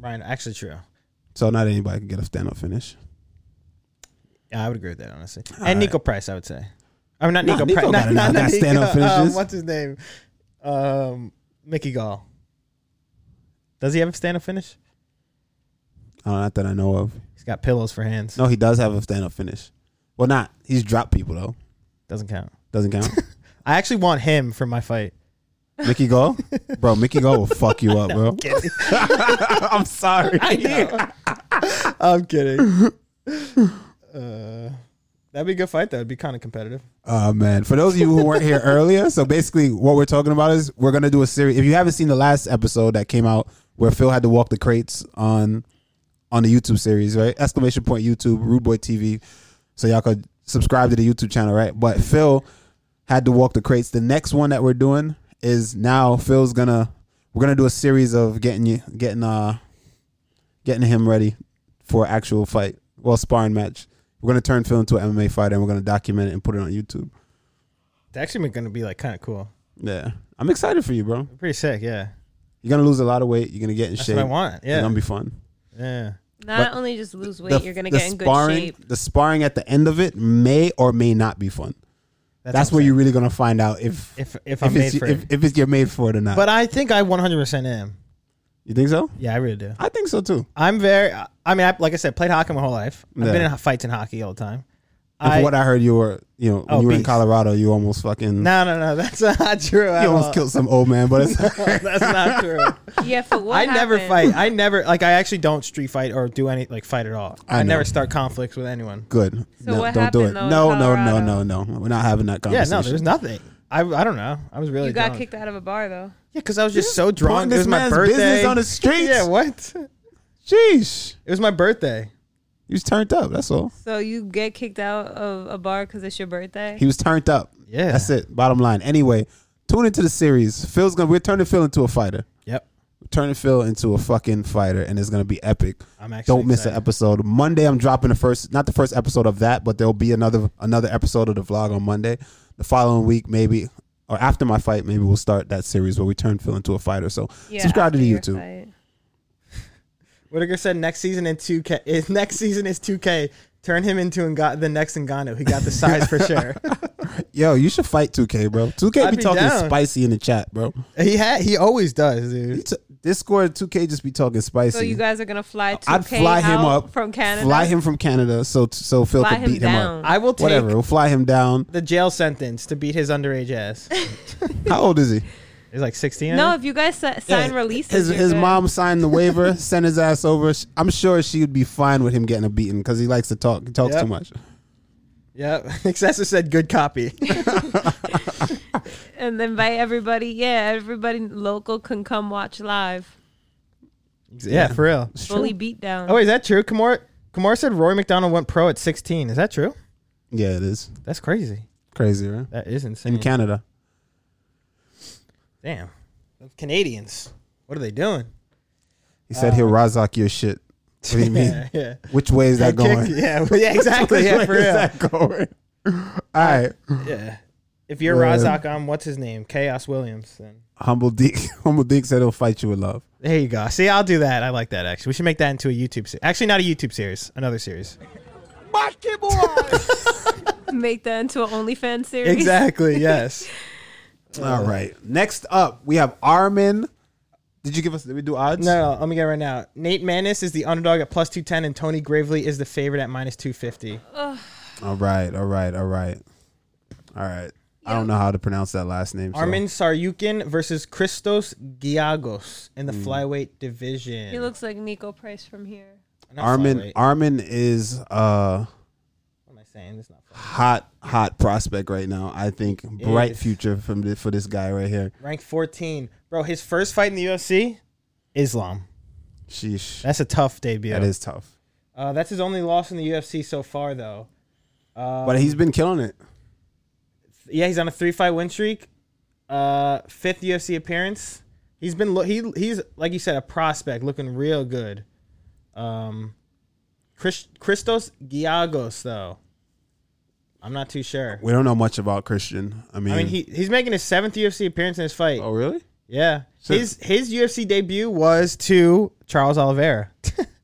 B: Ryan? Actually, true.
A: So not anybody can get a stand up finish.
B: Yeah, I would agree with that honestly. and
A: right.
B: Nico Price, I would say. I mean, not
A: Nah,
B: Nico
A: Nico got
B: Price. Not,
A: it.
B: not,
A: Got
B: not
A: stand-up
B: Nico, um,
A: finishes.
B: what's his name? Um, Mickey Gall. Does he have a stand-up finish?
A: I don't, Uh, not that I know of.
B: He's got pillows for hands.
A: No, he does have a stand up finish. Well, not. He's dropped people though.
B: Doesn't count.
A: Doesn't count.
B: I actually want him for my fight.
A: Mickey Go, bro. Mickey Go will fuck you up, bro. I'm sorry.
B: I'm kidding. uh, that'd be a good fight. though. It'd be kind of competitive.
A: Oh man! For those of you who weren't here earlier, so basically what we're talking about is we're gonna do a series. If you haven't seen the last episode that came out where Phil had to walk the crates on on the YouTube series, right? Exclamation point YouTube, Rude Boy TV. So y'all could subscribe to the YouTube channel, right? But Phil had to walk the crates. The next one that we're doing is now Phil's gonna we're gonna do a series of getting you getting uh getting him ready for actual fight. Well, sparring match. We're gonna turn Phil into an MMA fighter and we're gonna document it and put it on YouTube.
B: It's actually going to be like kind of cool.
A: Yeah. I'm excited for you, bro.
B: Pretty sick. Yeah,
A: You're gonna lose a lot of weight. You're gonna get in
B: that's
A: shape.
B: what I want.
A: It's
B: Yeah,
A: gonna be fun.
B: yeah.
C: Not
A: But
C: only just lose weight,
A: The-
C: you're gonna
A: the
C: get in good
A: sparring,
C: shape.
A: The sparring at the end of it may or may not be fun. That's,
B: what
A: where
B: I'm
A: you're really gonna find out if
B: saying.
A: if,
B: If if I'm
A: it's
B: made for
A: if,
B: it.
A: if it's you're made for it or not.
B: But I think I 100% am.
A: you think so?
B: Yeah, I really do.
A: I think so too.
B: I'm very. I mean, I, like I said, played hockey my whole life. I've
A: Yeah.
B: been in fights in hockey all the time.
A: And
B: I
A: from what I heard, you were you know when
B: Oh,
A: you were in
B: beast.
A: Colorado, you almost fucking
B: no no no. That's not true. at
A: you
B: all.
A: almost killed some old man. But it's
B: that's not true.
C: Yeah, for what
B: I never
C: happened-
B: fight. I never like. I actually don't street fight or do any like fight at all.
A: I
B: I, never
A: know.
B: start conflicts with anyone.
A: good.
C: So
A: no,
C: what
A: don't do
C: happened,
A: it.
C: though, in
A: no, no, no, no,
C: Colorado?
A: no. We're not having that
B: Yeah,
A: conversation.
B: no, there's nothing. I I don't know. I was really
C: You got
B: drunk.
C: kicked out of a bar though.
B: Yeah, because I was just so
A: Putting
B: drunk. It
A: this
B: was my
A: man's
B: birthday.
A: business on the streets.
B: yeah, what?
A: Jeez,
B: It was my birthday.
A: he was turned up. That's all.
C: So you get kicked out of a bar because it's your birthday.
A: He was turned up.
B: Yeah.
A: That's it. Bottom line. Anyway, tune into the series. Phil's gonna we're turning Phil into a fighter.
B: Yep.
A: We're turning Phil into a fucking fighter, and it's gonna be epic.
B: I'm actually
A: Don't miss an
B: excited.
A: episode. Monday I'm dropping the first not the first episode of that, but there'll be another another episode of the vlog on Monday. The following week, maybe or after my fight, maybe we'll start that series where we turn Phil into a fighter. So subscribe to
C: after
A: the
C: your
A: YouTube.
C: fight.
B: Whitaker said next season in 2K. Is next season is 2K. Turn him into Nga, the next Ngannou. He got the size for sure.
A: Yo, you should fight 2K, bro. 2K
B: I'd
A: be
B: be
A: talking
B: down.
A: spicy in the chat, bro.
B: He had. He always does,
A: He
B: dude.
A: t- Discord 2K just be talking spicy.
C: So you guys are gonna fly 2K
A: I'd fly him
C: out
A: up
C: from Canada.
A: Fly him from Canada so so Phil
C: Fly
A: could
C: him
A: beat him,
C: down.
A: up.
B: I will take
A: Whatever, we'll fly him down.
B: the jail sentence to beat his underage ass.
A: How old is he?
B: He's like 16.
C: No,
B: No,
C: if you guys si- sign
A: Yeah,
C: releases,
A: His
C: you're
A: his
C: good.
A: mom signed the waiver, sent his ass over. Sh- I'm sure she would be fine with him getting a beating because he likes to talk. He talks
B: Yep.
A: too much.
B: yeah. Excessor said good copy.
C: and invite everybody. Yeah, everybody local can come watch live.
B: yeah, for real.
A: It's true.
C: Fully beat down.
B: Oh, wait, is that true? Kamor Kamor said Roy McDonald went pro at 16. Is that true?
A: Yeah, it is
B: That's crazy.
A: crazy, right?
B: That is insane.
A: In Canada,
B: Damn. Those Canadians. What are they doing?
A: he said he'll razak your shit. What do you mean?
B: Yeah, yeah.
A: Which way is that
B: They kicked-
A: going?
B: Yeah, well, yeah, exactly.
A: Which
B: yeah,
A: way
B: for
A: is
B: real.
A: that going? All right,
B: Yeah. If you're
A: Yeah.
B: Razak, I'm what's his name? Chaos Williams. Then
A: humble Deke. Humble Deke said he'll fight you with love.
B: there you go. See, I'll do that. I like that. Actually, we should make that into a YouTube. Se- actually, not a YouTube series. Another series.
C: Make that into an OnlyFans series.
B: Exactly. Yes.
A: All right. Next up, we have Armin. Did you give us? Did we do odds?
B: No, no, let me get it right now. Nate Manis is the underdog at plus two ten, and Tony Gravely is the favorite at minus two fifty.
A: All right. All right. All right. All right. I don't know how to pronounce that last name. so-
B: Armin Saryukin versus Christos Giagos in the
A: Hmm.
B: flyweight division.
C: He looks like Nico Price from here.
B: Not
A: Armin.
B: flyweight.
A: Armin is a
B: what am I saying? It's not flyweight.
A: hot, hot prospect right now. I think bright
B: is.
A: future from the, for this guy right here.
B: Rank fourteen, bro. His first fight in the UFC, Islam.
A: Sheesh.
B: That's a tough debut.
A: That is tough.
B: Uh, that's his only loss in the UFC so far, though.
A: but he's been killing it.
B: Yeah, he's on a three-fight win streak. Uh, fifth UFC appearance. He's been lo- he he's like you said a prospect, looking real good. Um, Chris- Christos Giagos though, I'm not too sure.
A: We don't know much about Christian. I mean,
B: I mean, he he's making his seventh UFC appearance in his fight.
A: Oh, really?
B: Yeah, his his UFC debut was to Charles Oliveira.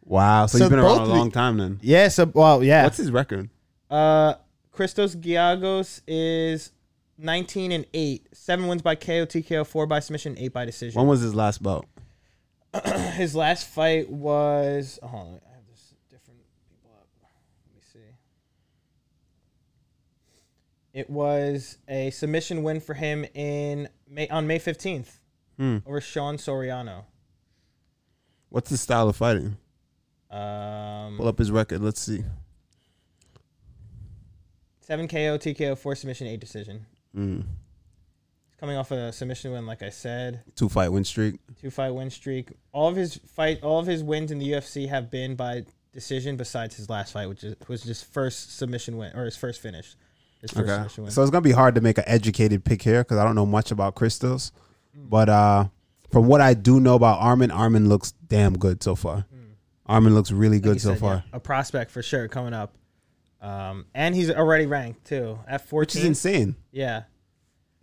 A: Wow. So,
B: So
A: he's been
B: both
A: around a
B: of the-
A: long time then.
B: yeah, so well, yeah.
A: What's his record?
B: Uh, Christos Giagos is 19 and 8. Seven wins by KO, TKO, four by submission, eight by decision.
A: When was his last bout?
B: His last fight was. oh, Hold on, I have this different people up. Let me see. It was a submission win for him in May on May 15th
A: Hmm.
B: over Sean Soriano.
A: What's his style of fighting? Pull
B: Um,
A: up his record. Let's see.
B: seven KO, TKO, four submission, eight decision.
A: Mm.
B: Coming off a submission win, like I said.
A: Two fight win streak.
B: two fight win streak. All of his fight, all of his wins in the UFC have been by decision, besides his last fight, which is, was his first submission win or his first finish. His first
A: Okay.
B: submission win.
A: So it's gonna be hard to make an educated pick here because I don't know much about Crystals, but uh, from what I do know about Armin, Armin looks damn good so far. Armin looks really
B: Hmm. Like
A: good
B: you
A: so
B: said,
A: far,
B: yeah, a prospect for sure coming up, um, and he's already ranked too at
A: which is
B: fourteen.
A: insane.
B: yeah,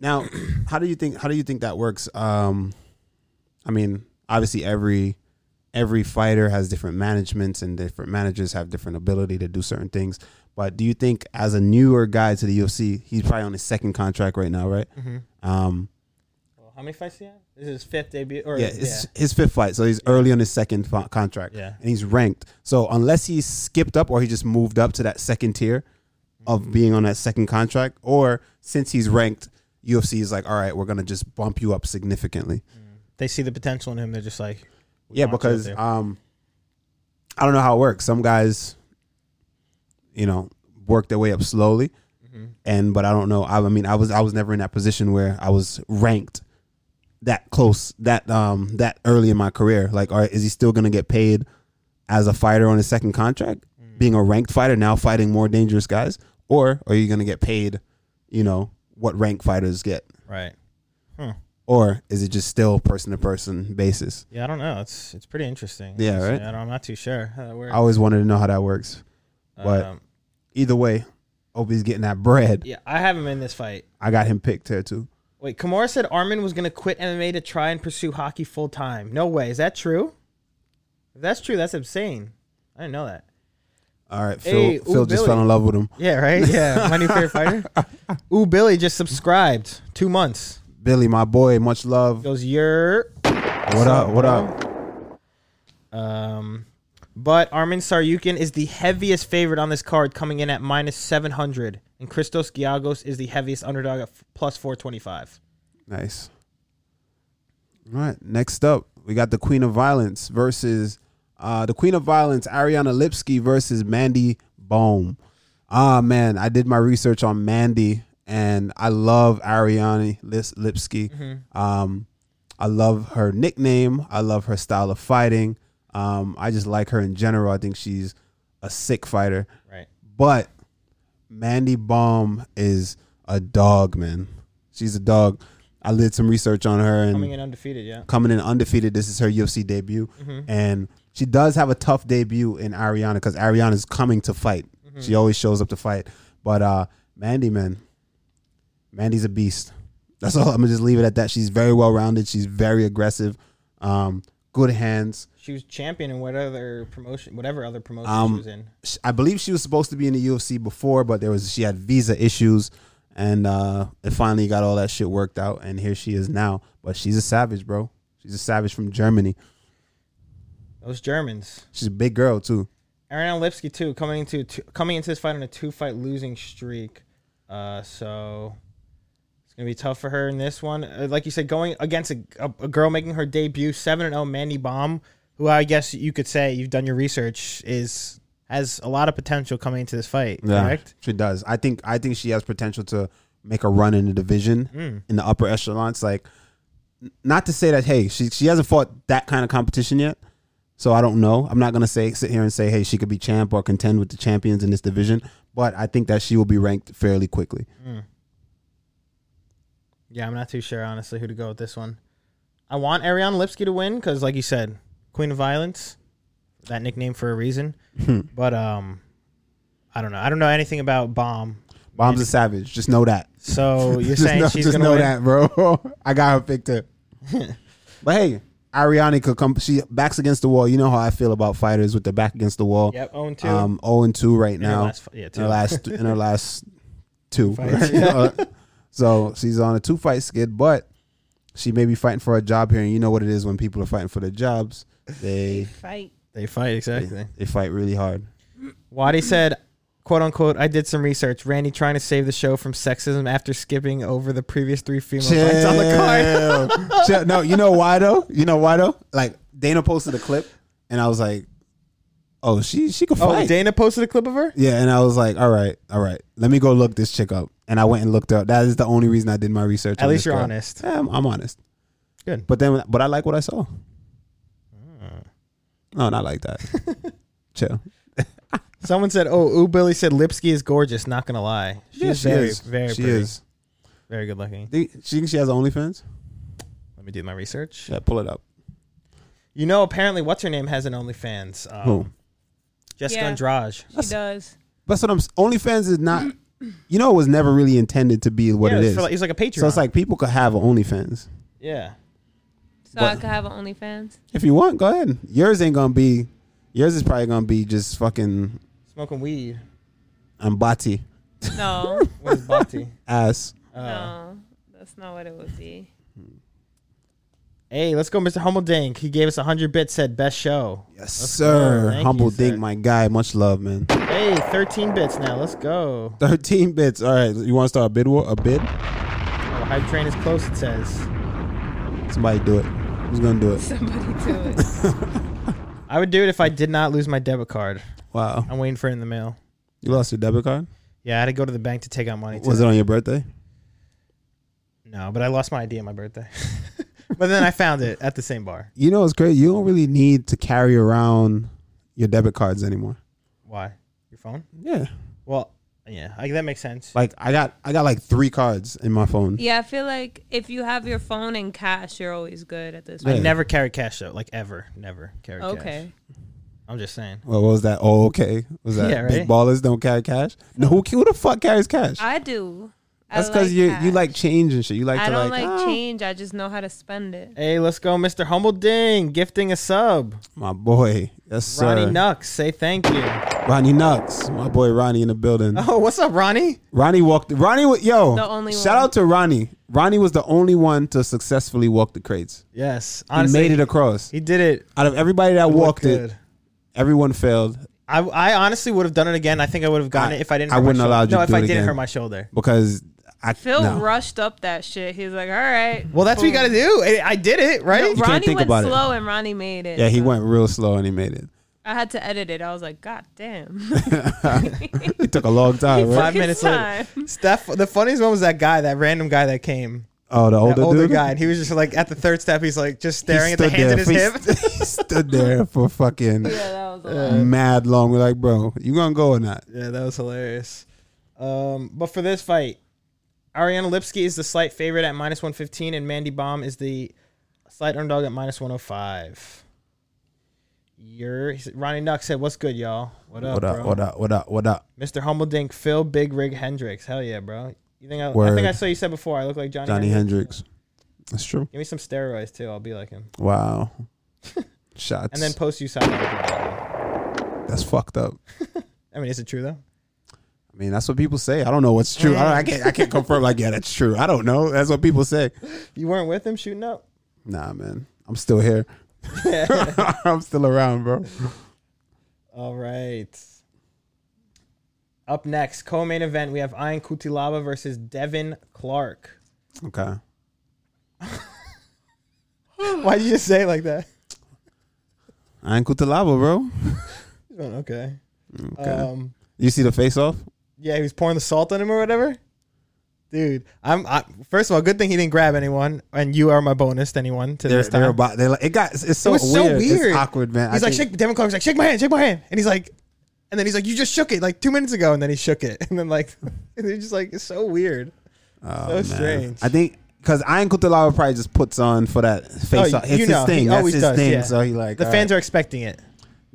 A: Now, how do you think? How do you think that works? Um, I mean, obviously every every fighter has different managements and different managers have different ability to do certain things. But do you think, as a newer guy to the UFC, he's probably on his second contract right now, right? Um,
B: well, how many fights do you have? This is his fifth debut. Or
A: Yeah,
B: yeah,
A: it's his fifth fight, so he's early on his second fi- contract.
B: Yeah.
A: and he's ranked. So unless he skipped up or he just moved up to that second tier
B: Mm-hmm.
A: of being on that second contract, or since he's ranked, UFC is like, all right, we're gonna just bump you up significantly.
B: they see the potential in him. They're just like, we
A: yeah,
B: want you up
A: because
B: there.
A: um, I don't know how it works. Some guys, you know, work their way up slowly,
B: Mm-hmm.
A: and but I don't know. I, I mean, I was I was never in that position where I was ranked that close that um that early in my career. Like, all right, is he still gonna get paid as a fighter on his second contract,
B: Mm.
A: being a ranked fighter now fighting more dangerous guys, or are you gonna get paid, you know, what ranked fighters get,
B: right.
A: or is it just still person to person basis?
B: Yeah, I don't know. It's it's pretty interesting.
A: Yeah,
B: Honestly,
A: right?
B: I don't, I'm not too sure how that works.
A: I always wanted to know how that works. but-
B: Um,
A: either way, Obi's getting that bread.
B: yeah, I have him in this fight.
A: I got him picked here too.
B: Wait, Kimura said Armin was going to quit MMA to try and pursue hockey full time. No way. Is that true? If that's true, that's insane. I didn't know that.
A: All right, Phil.
B: Hey,
A: Phil
B: ooh,
A: just
B: Billy.
A: fell in love with him.
B: Yeah, right? Yeah. My new favorite fighter. Ooh, Billy just subscribed. Two months.
A: Billy, my boy, much love.
B: Goes, your
A: What up? What up?
B: Um, but Armin Saryukin is the heaviest favorite on this card, coming in at minus 700. And Christos Giagos is the heaviest underdog at f- plus 425.
A: Nice. All right. Next up, we got the Queen of Violence versus uh, the Queen of Violence, Ariana Lipsky versus Mandy Bohm. Ah, man, I did my research on Mandy, and I love Ariana Lis- Lipsky. Um, I love her nickname. I love her style of fighting. Um, I just like her in general. I think she's a sick fighter.
B: Right.
A: But Mandy Baum is a dog, man. She's a dog. I did some research on her and
B: Coming in undefeated, yeah.
A: coming in undefeated. This is her UFC debut,
B: Mm-hmm.
A: and she does have a tough debut in Ariana because Ariana's coming to fight.
B: Mm-hmm.
A: She always shows up to fight, but uh, Mandy, man, Mandy's a beast. That's all. I'm gonna just leave it at that. She's very well rounded. She's very aggressive. Um, good hands.
B: She was champion in what other promotion, whatever other promotion
A: Um,
B: she was in.
A: sh- I believe she was supposed to be in the UFC before, but there was she had visa issues, and uh, it finally got all that shit worked out, and here she is now. But she's a savage, bro. She's a savage from Germany.
B: Those Germans.
A: She's a big girl too.
B: Aaron Lipsky too coming into two, coming into this fight on a two fight losing streak, uh, so it's gonna be tough for her in this one. Uh, like you said, going against a, a, a girl making her debut, seven and zero, Mandy Baum, who I guess you could say you've done your research is has a lot of potential coming into this fight. Correct?
A: she does. I think I think she has potential to make a run in the division in the upper echelons. Like, n- not to say that hey, she she hasn't fought that kind of competition yet. So I don't know. I'm not gonna say sit here and say hey, she could be champ or contend with the champions in this division. But I think that she will be ranked fairly quickly.
B: Yeah, I'm not too sure honestly who to go with this one. I want Ariane Lipsky to win because, like you said, Queen of Violence, that nickname for a reason. but um, I don't know. I don't know anything about Baum.
A: Bomb's a savage. Just know that.
B: So you're
A: just
B: saying
A: know,
B: she's
A: just
B: gonna
A: know
B: win?
A: that, bro. I got her picked up. but hey, Ariana could come. She backs against the wall. You know how I feel about fighters with the back against the wall.
B: Yep, own two.
A: Um, zero and two right
B: her
A: now.
B: last fi- yeah,
A: In
B: two.
A: her last, in her last two. right? Uh, so she's on a two fight skid, but she may be fighting for a job here. And you know what it is when people are fighting for their jobs. They
C: Fight.
B: they fight exactly.
A: they fight really hard.
B: Wadi said, "Quote unquote." I did some research. Randy trying to save the show from sexism after skipping over the previous three female fights on the card.
A: Chill. Chill. No, you know why though? You know why though? Like Dana posted a clip, and I was like, "Oh, she she could
B: Oh,
A: fight."
B: Dana posted a clip of her.
A: yeah, and I was like, "All right, all right, let me go look this chick up." And I went and looked her up. That is the only reason I did my research.
B: At
A: on
B: least
A: this
B: you're
A: girl.
B: honest.
A: Yeah, I'm, I'm honest.
B: Good. Hmm.
A: But then, but I like what I saw. No, not like that. Chill.
B: Someone said, "Oh, Ooh Billy said Lipsky is gorgeous." Not gonna lie, she's
A: Yeah,
B: very, very,
A: She
B: pretty,
A: is.
B: very good looking.
A: Think- She think she has OnlyFans.
B: Let me do my research.
A: Yeah, pull it up.
B: You know, apparently, what's her name has an OnlyFans. Um,
A: Who?
B: Jessica
C: Yeah.
B: Andrade.
C: She does.
A: That's what I'm. s- OnlyFans is not. You know, it was never really intended to be what
B: yeah,
A: it
B: it's
A: is.
B: for like, he's like a patron.
A: So it's like people could have an OnlyFans.
B: yeah.
C: So I
A: But-
C: could have an OnlyFans.
A: If you want, go ahead. Yours ain't gonna be. Yours is probably gonna be just fucking
B: Smoking weed
A: ambati
C: No,
B: with Bhakti.
A: ass.
C: no, that's not what it would be.
B: Hey, let's go, Mr. Humble Dink. He gave us 100 bits, said best show.
A: Yes,
B: Let's go.
A: sir.
B: Thank
A: Humble
B: you,
A: Dink,
B: sir.
A: my guy. Much love, man.
B: Hey, 13 bits now. Let's go.
A: Thirteen bits. All right, you want to start a bid war? A bid?
B: Oh, hype train is close, it says.
A: Somebody do it. Who's gonna do it?
C: Somebody do it.
B: I would do it if I did not lose my debit card.
A: Wow,
B: I'm waiting for it in the mail.
A: you lost your debit card.
B: Yeah, I had to go to the bank to take out money.
A: Was it
B: today.
A: on your birthday?
B: No, but I lost my ID on my birthday. but then I found it at the same bar.
A: You know, it's crazy. You don't really need to carry around your debit cards anymore.
B: Why? Your phone?
A: Yeah,
B: Well, yeah, I, that makes sense.
A: like I got, I got like three cards in my phone.
C: Yeah, I feel like if you have your phone and cash, you're always good at this.
A: Yeah.
B: I
C: point.
B: never carry cash, though. Like, ever. Never carry cash.
C: Okay.
B: I'm just saying.
A: Well, what was that? Oh, okay. Was that
B: Yeah,
A: big
B: right?
A: ballers don't carry cash? No, who, who the fuck carries cash?
C: I do. I
A: That's because you you
C: cash.
A: like change and shit. You like
C: I
A: to
C: don't
A: like,
C: like,
A: "Ah,
C: change. I just know how to spend it.
B: Hey, let's go, Mr. Humble Ding, gifting a sub.
A: my boy. Yes, sir.
B: Ronnie
A: Ronnie,
B: Nux, say thank you.
A: Nux, my boy Ronnie in the building.
B: Oh, what's up, Ronnie?
A: Ronnie walked. Ronnie, wa- yo,
C: Oh. The only
A: shout
C: one.
A: out to Ronnie. Ronnie was the only one to successfully walk the crates.
B: Yes,
A: He
B: honestly,
A: made it across.
B: He did it.
A: Out of everybody that walked
B: Good.
A: it, everyone failed
B: I, I honestly would have done it again. I think I would have gotten
A: I-
B: it if I didn't.
A: I
B: hurt my
A: wouldn't
B: shoulder.
A: allow you
B: No,
A: to
B: if
A: do
B: I
A: it
B: didn't
A: again.
B: hurt my shoulder.
A: because I
C: Phil
A: no.
C: rushed up that shit. He's like, all right.
B: Well, that's what you
C: boom."
B: gotta do. I, I did it right.
A: can't
C: Ronnie
A: think
C: went
A: about it.
C: slow and Ronnie made it.
A: Yeah, he
C: so
A: went real slow and he made it.
C: I had to edit it. I was like, God damn.
A: It took a long time, right?
B: Five minutes later, Steph. The funniest one was that guy, that random guy that came,
A: Oh, the older,
B: that older
A: dude?
B: guy, and he was just like at the third step. He's like just staring at the
A: stood
B: hand in
A: there
B: his hip.
A: for- he stood there for fucking
C: yeah, that was a lot.
A: mad long. We're like, bro, you gonna go or not?
B: Yeah, that was hilarious. Um, but for this fight, Ariana Lipsky is the slight favorite at minus 115, and Mandy Baum is the slight underdog at minus 105. Your Ronnie Nuck said, "What's good, y'all? What up,
A: What up?
B: bro?
A: What up? What up? What up?
B: Mr. Humbledink, Phil Big Rig Hendricks. Hell yeah, bro. You think I, I
A: Word.
B: think I saw you said before I look like Johnny,
A: Johnny
B: Hendricks.
A: Hendrix. That's true.
B: Give me some steroids too. I'll be like him.
A: Wow. Shots.
B: And then post you side.
A: that's fucked up.
B: I mean, is it true though?
A: I mean, that's what people say. I don't know what's true. I, don't, I can't. I can't confirm. Like, yeah, that's true. I don't know. That's what people say.
B: You weren't with him shooting up.
A: Nah, man. I'm still here. I'm still around, bro.
B: All right. Up next, co-main event, we have Ian Kutilaba versus Devin Clark.
A: Okay.
B: Why did you just say it like that?
A: I ain't Kutalaba, bro.
B: Oh, Okay.
A: Okay.
B: Um,
A: you see the face off?
B: yeah, he was pouring the salt on him or whatever. Dude, I'm I, first of all, good thing he didn't grab anyone, and you are my bonus. Anyone to
A: They're,
B: this time?
A: they're about. They're like, it got. It's so,
B: it was
A: weird.
B: so weird.
A: It's awkward, man.
B: He's
A: I
B: like,
A: think-
B: shake. Devin Clark's like, shake my hand, shake my hand, and he's like, and then he's like, you just shook it like two minutes ago, and then he shook it, and then like, and they're just like, it's so weird. so
A: Oh, Man.
B: strange.
A: I think because Ian Kutalaba probably just puts on for that face
B: Oh,
A: off. It's
B: you
A: his
B: know,
A: thing.
B: he
A: That's
B: always
A: his
B: does,
A: thing.
B: yeah.
A: So he like
B: the fans are expecting it.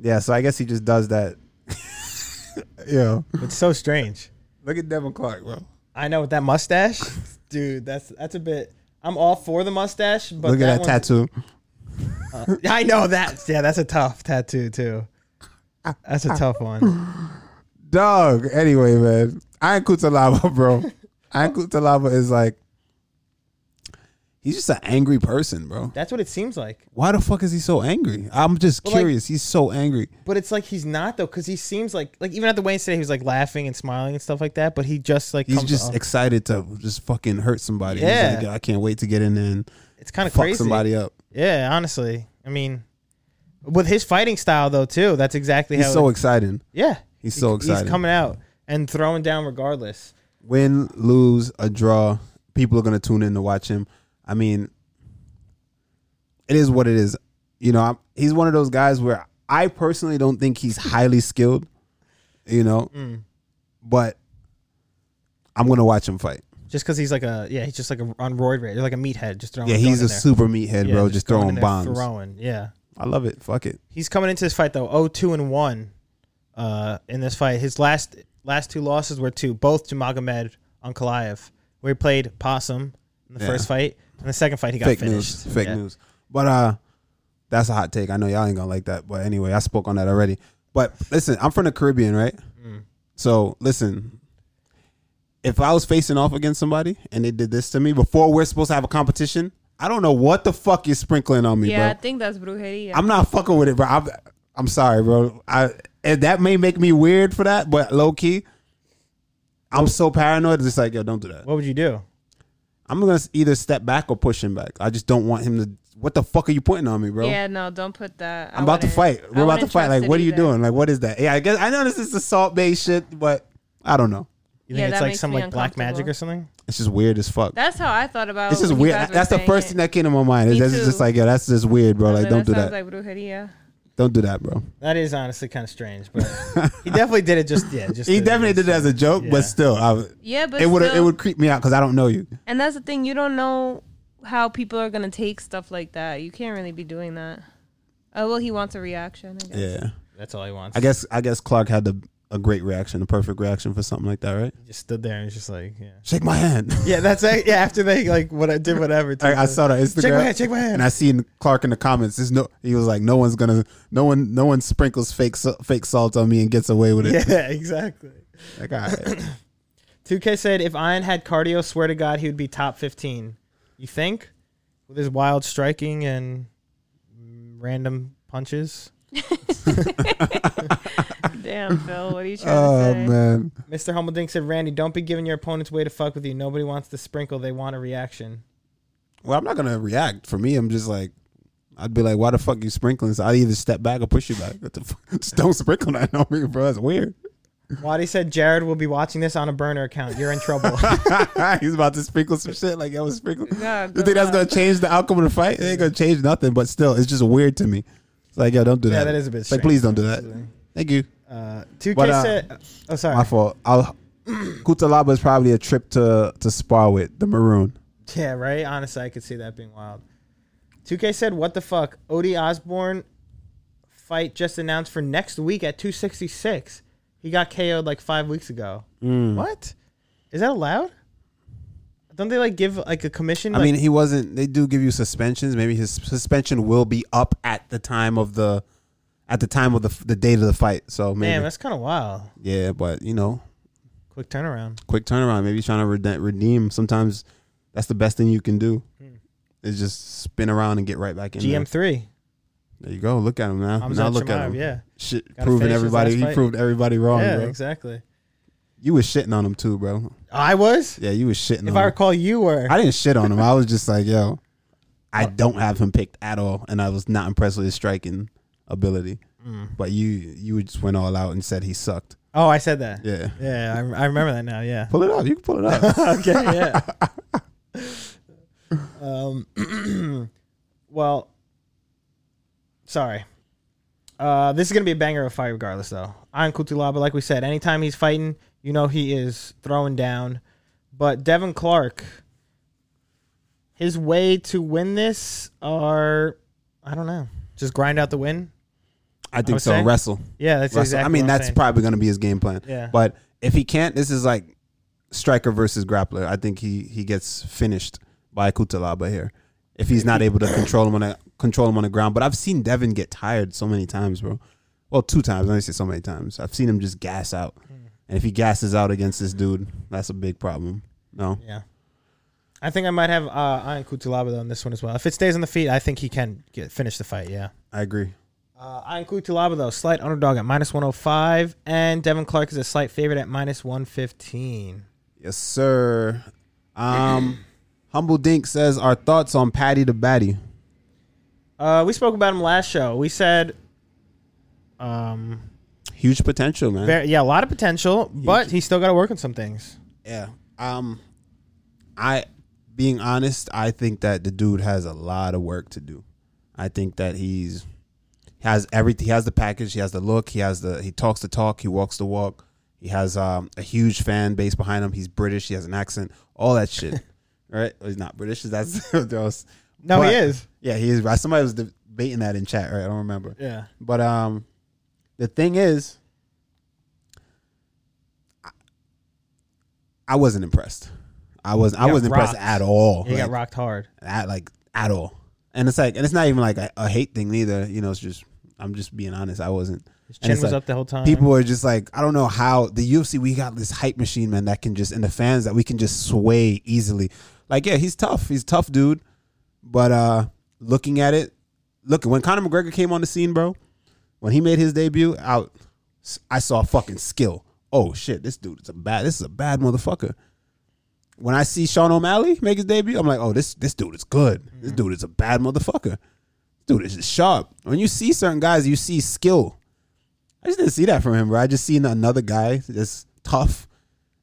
A: Yeah. So I guess he just does that. yeah.
B: It's so strange.
A: Look at Devin Clark, bro.
B: I know with that mustache, dude. That's that's a bit. I'm all for the mustache, but
A: Look at that
B: one's-
A: tattoo.
B: I know that. Yeah, that's a tough tattoo too. That's
A: Ah.
B: a tough one.
A: Dog. Anyway, man. Ian Kutalaba, bro. Ian Kutalaba is like. He's just an angry person, bro.
B: That's what it seems like.
A: Why the fuck is he so angry? I'm just
B: like-
A: curious. he's so angry.
B: But it's like he's not though, because he seems like like even at the weigh-in today, he was like laughing and smiling and stuff like that. But he just like
A: He's
B: comes
A: just
B: off-
A: excited to just fucking hurt somebody. He's
B: Yeah.
A: like, I can't wait to get in there and
B: it's kind of
A: fuck
B: crazy.
A: somebody up.
B: Yeah, honestly, I mean, with his fighting style though too, that's exactly
A: He's
B: how.
A: so
B: it-
A: exciting.
B: yeah,
A: He's so excited.
B: He's coming out and throwing down regardless.
A: Win, lose, a draw. People are gonna tune in to watch him. I mean, it is what it is. You know, I'm, he's one of those guys where I personally don't think he's highly skilled. You know,
B: Mm.
A: but I'm gonna watch him fight.
B: Just because he's like a yeah, he's just like a on roid rage, like a meathead, just throwing.
A: Yeah,
B: throwing
A: he's
B: in
A: a
B: there.
A: super meathead,
B: Yeah,
A: bro. Just,
B: going in
A: throwing
B: there,
A: bombs.
B: Throwing, yeah.
A: I love it. Fuck it.
B: He's coming into this fight though, 0-2 and one. Uh, in this fight, his last last two losses were to both to Magomed Ankalaev, where he played possum in the
A: Yeah.
B: first fight. In the second fight, he got
A: Fake
B: finished.
A: news. Fake
B: Yeah.
A: news. But uh, that's a hot take. I know y'all ain't gonna like that. But anyway, I spoke on that already. But listen, I'm from the Caribbean, right? So listen, if I was facing off against somebody and they did this to me before we're supposed to have a competition, I don't know what the fuck you're sprinkling on me,
C: Yeah, I
A: bro.
C: think that's brujeria.
A: I'm not fucking with it, bro. I'm, I'm sorry, bro. I and that may make me weird for that, but low key, I'm so paranoid. It's just like, yo, don't do that.
B: What would you do?
A: I'm gonna either step back or push him back. I just don't want him to. What the fuck are you putting on me, bro?
C: yeah, no, don't put that. I
A: I'm about to
C: wouldn't-
A: fight.
C: I
A: We're about to
C: wouldn't
A: fight.
C: trust
A: Like, what
C: it
A: are you
C: either.
A: doing? Like, what is that? Yeah, I guess I know this is assault based shit, but I don't know.
C: Yeah,
B: You think it's
C: that
B: like
C: makes
B: some
C: me
B: like black magic
C: uncomfortable.
B: or something?
A: It's just weird as fuck.
C: That's how I thought about.
A: It's just
C: when you
A: weird.
C: guys were
A: That's the
C: saying
A: first
C: it.
A: thing that came to my mind.
C: Me
A: Is that's just
C: too.
A: like, yo, that's just weird, bro.
C: I was
A: Like, don't do
C: sounds
A: that.
C: Like brujeria.
A: Don't do that, bro.
B: That is honestly kind of strange, but he definitely did it. Just yeah, just
A: He
B: to-
A: definitely did it as a joke,
B: Yeah.
A: but still, I, would-
C: Yeah, but
A: it would it
C: still-
A: would creep me out because I don't know you.
C: And that's the thing. You don't know how people are gonna take stuff like that. You can't really be doing that. Oh well, he wants a reaction. I guess.
A: Yeah,
B: That's all he wants.
A: I guess I guess Clark had the a great reaction, a perfect reaction for something like that, right?
B: he just stood there and was just like yeah.
A: Shake my hand.
B: Yeah, that's it. Yeah, after they like what I did, whatever. to
A: I, I
B: the-
A: saw that Instagram.
B: Check my hand, check my hand.
A: And I seen Clark in the comments. There's no. He was like, no one's gonna, no one, no one sprinkles fake sa- fake salt on me and gets away with it.
B: yeah, exactly.
A: Like, all right.
B: 2K said if Iron had cardio, swear to God, he would be top 15. You think? With his wild striking and random punches.
C: Damn, Phil, what are you trying to
A: Oh
C: say?
A: man,
B: Mr. Humbledink said, Randy, don't be giving your opponents way to fuck with you. Nobody wants the sprinkle. They want a reaction.
A: well, I'm not gonna react. For me, I'm just like, I'd be like, why the fuck you sprinkling? So I either step back or push you back. What the fuck? Just don't sprinkle that on me, bro. That's weird.
B: Waddy said, Jared will be watching this on a burner account. You're in trouble.
A: He's about to sprinkle some shit like I was sprinkling.
C: God,
A: You think that's gonna change the outcome of the fight? It ain't gonna change nothing. But still, it's just weird to me. It's like, yo, don't do that.
B: Yeah, that is a bit
A: It's like,
B: strange,
A: please don't do that.
B: absolutely.
A: Thank you.
B: uh, 2K
A: But, uh,
B: said, oh, sorry.
A: My fault. I'll, Kutalaba is probably a trip to to spar with the maroon.
B: Yeah, right? Honestly, I could see that being wild. 2K said, what the fuck? Odie Osborne fight just announced for next week at 266. He got KO'd like five weeks ago.
A: Mm.
B: What? Is that allowed? Don't they like give like a commission?
A: I
B: like,
A: mean, he wasn't. They do give you suspensions. Maybe his suspension will be up at the time of the, at the time of the the date of the fight. So maybe,
B: damn, that's kind of wild.
A: yeah. But you know,
B: Quick turnaround.
A: quick turnaround. Maybe he's trying to redeem. redeem. Sometimes that's the best thing you can do. Is just spin around and get right back in. there.
B: GM3.
A: There you go. Look at him now.
B: Hamza
A: now look at
B: Chimaev,
A: him.
B: yeah.
A: Shit,
B: Gotta
A: proving
B: finish his
A: everybody.
B: last
A: He
B: fight.
A: proved everybody wrong,
B: yeah,
A: bro.
B: exactly.
A: You was shitting on him too, bro.
B: I was?
A: Yeah, you was shitting
B: If
A: on
B: I
A: him.
B: recall, you were.
A: I didn't shit on him. I was just like, yo, I don't have him picked at all, and I was not impressed with his striking ability. But you, you just went all out and said he sucked.
B: oh, I said that.
A: Yeah,
B: Yeah, I, I remember that now. Yeah.
A: pull it up. You can pull it up.
B: okay, yeah. um, well, sorry. Uh, this is gonna be a banger of a fight, regardless, though. Iron Kutulaba, like we said, anytime he's fighting, you know he is throwing down. But Devin Clark, his way to win this are, I don't know, just grind out the win.
A: I
B: I
A: think
B: would
A: so.
B: say-
A: Wrestle.
B: Yeah, that's
A: Wrestle.
B: exactly.
A: I mean,
B: what I'm
A: that's
B: saying.
A: probably going to be his game plan.
B: Yeah.
A: But if he can't, this is like striker versus grappler. I think he he gets finished by Kutalaba here if he's not able to control him on a control him on the ground. But I've seen Devin get tired so many times, bro. Well, two times. I only say so many times. I've seen him just gas out, and if he gasses out against this dude, that's a big problem. No,
B: Yeah. I think I might have uh, Iron Kutulaba on this one as well. If it stays on the feet, I think he can get finish the fight. Yeah.
A: I agree.
B: Uh, Iron Kutulaba though, slight underdog at minus 105, and Devin Clark is a slight favorite at minus 115.
A: Yes, sir. Um, Humble Dink says our thoughts on Patty the Batty.
B: Uh, we spoke about him last show. We said, um,
A: Huge potential, man.
B: very, yeah, a lot of potential, but he's still got to work on some things.
A: Yeah. Um I being honest, I think that the dude has a lot of work to do. I think that he's has everything he has the package, he has the look, he has the he talks the talk, he walks the walk. He has um, a huge fan base behind him. He's British, he has an accent, all that shit. right? Well, he's not British, that's those.
B: No, he is.
A: Yeah, he is. Somebody was debating that in chat, right? I don't remember.
B: Yeah.
A: But um, the thing is, I- I wasn't impressed. I was I
B: got
A: wasn't impressed
B: rocked.
A: at all.
B: He
A: like,
B: got rocked hard.
A: at, like at all. And it's like, and it's not even like a, a hate thing either. You know, it's just I'm just being honest. I wasn't.
B: His
A: And
B: chin
A: it's
B: was
A: like,
B: up the whole time.
A: People are just like, I don't know how the UFC. We got this hype machine, man, that can just and the fans that we can just sway easily. Like, yeah, he's tough. He's a tough, dude. But uh looking at it, look when Conor McGregor came on the scene, bro. When he made his debut, out, I saw fucking skill. Oh shit, this dude is a bad. This is a bad motherfucker. When I see Sean O'Malley make his debut, I'm like, oh, this this dude is good. This dude is a bad motherfucker. Dude is just sharp. When you see certain guys, you see skill. I just didn't see that from him, bro. I just seen another guy that's tough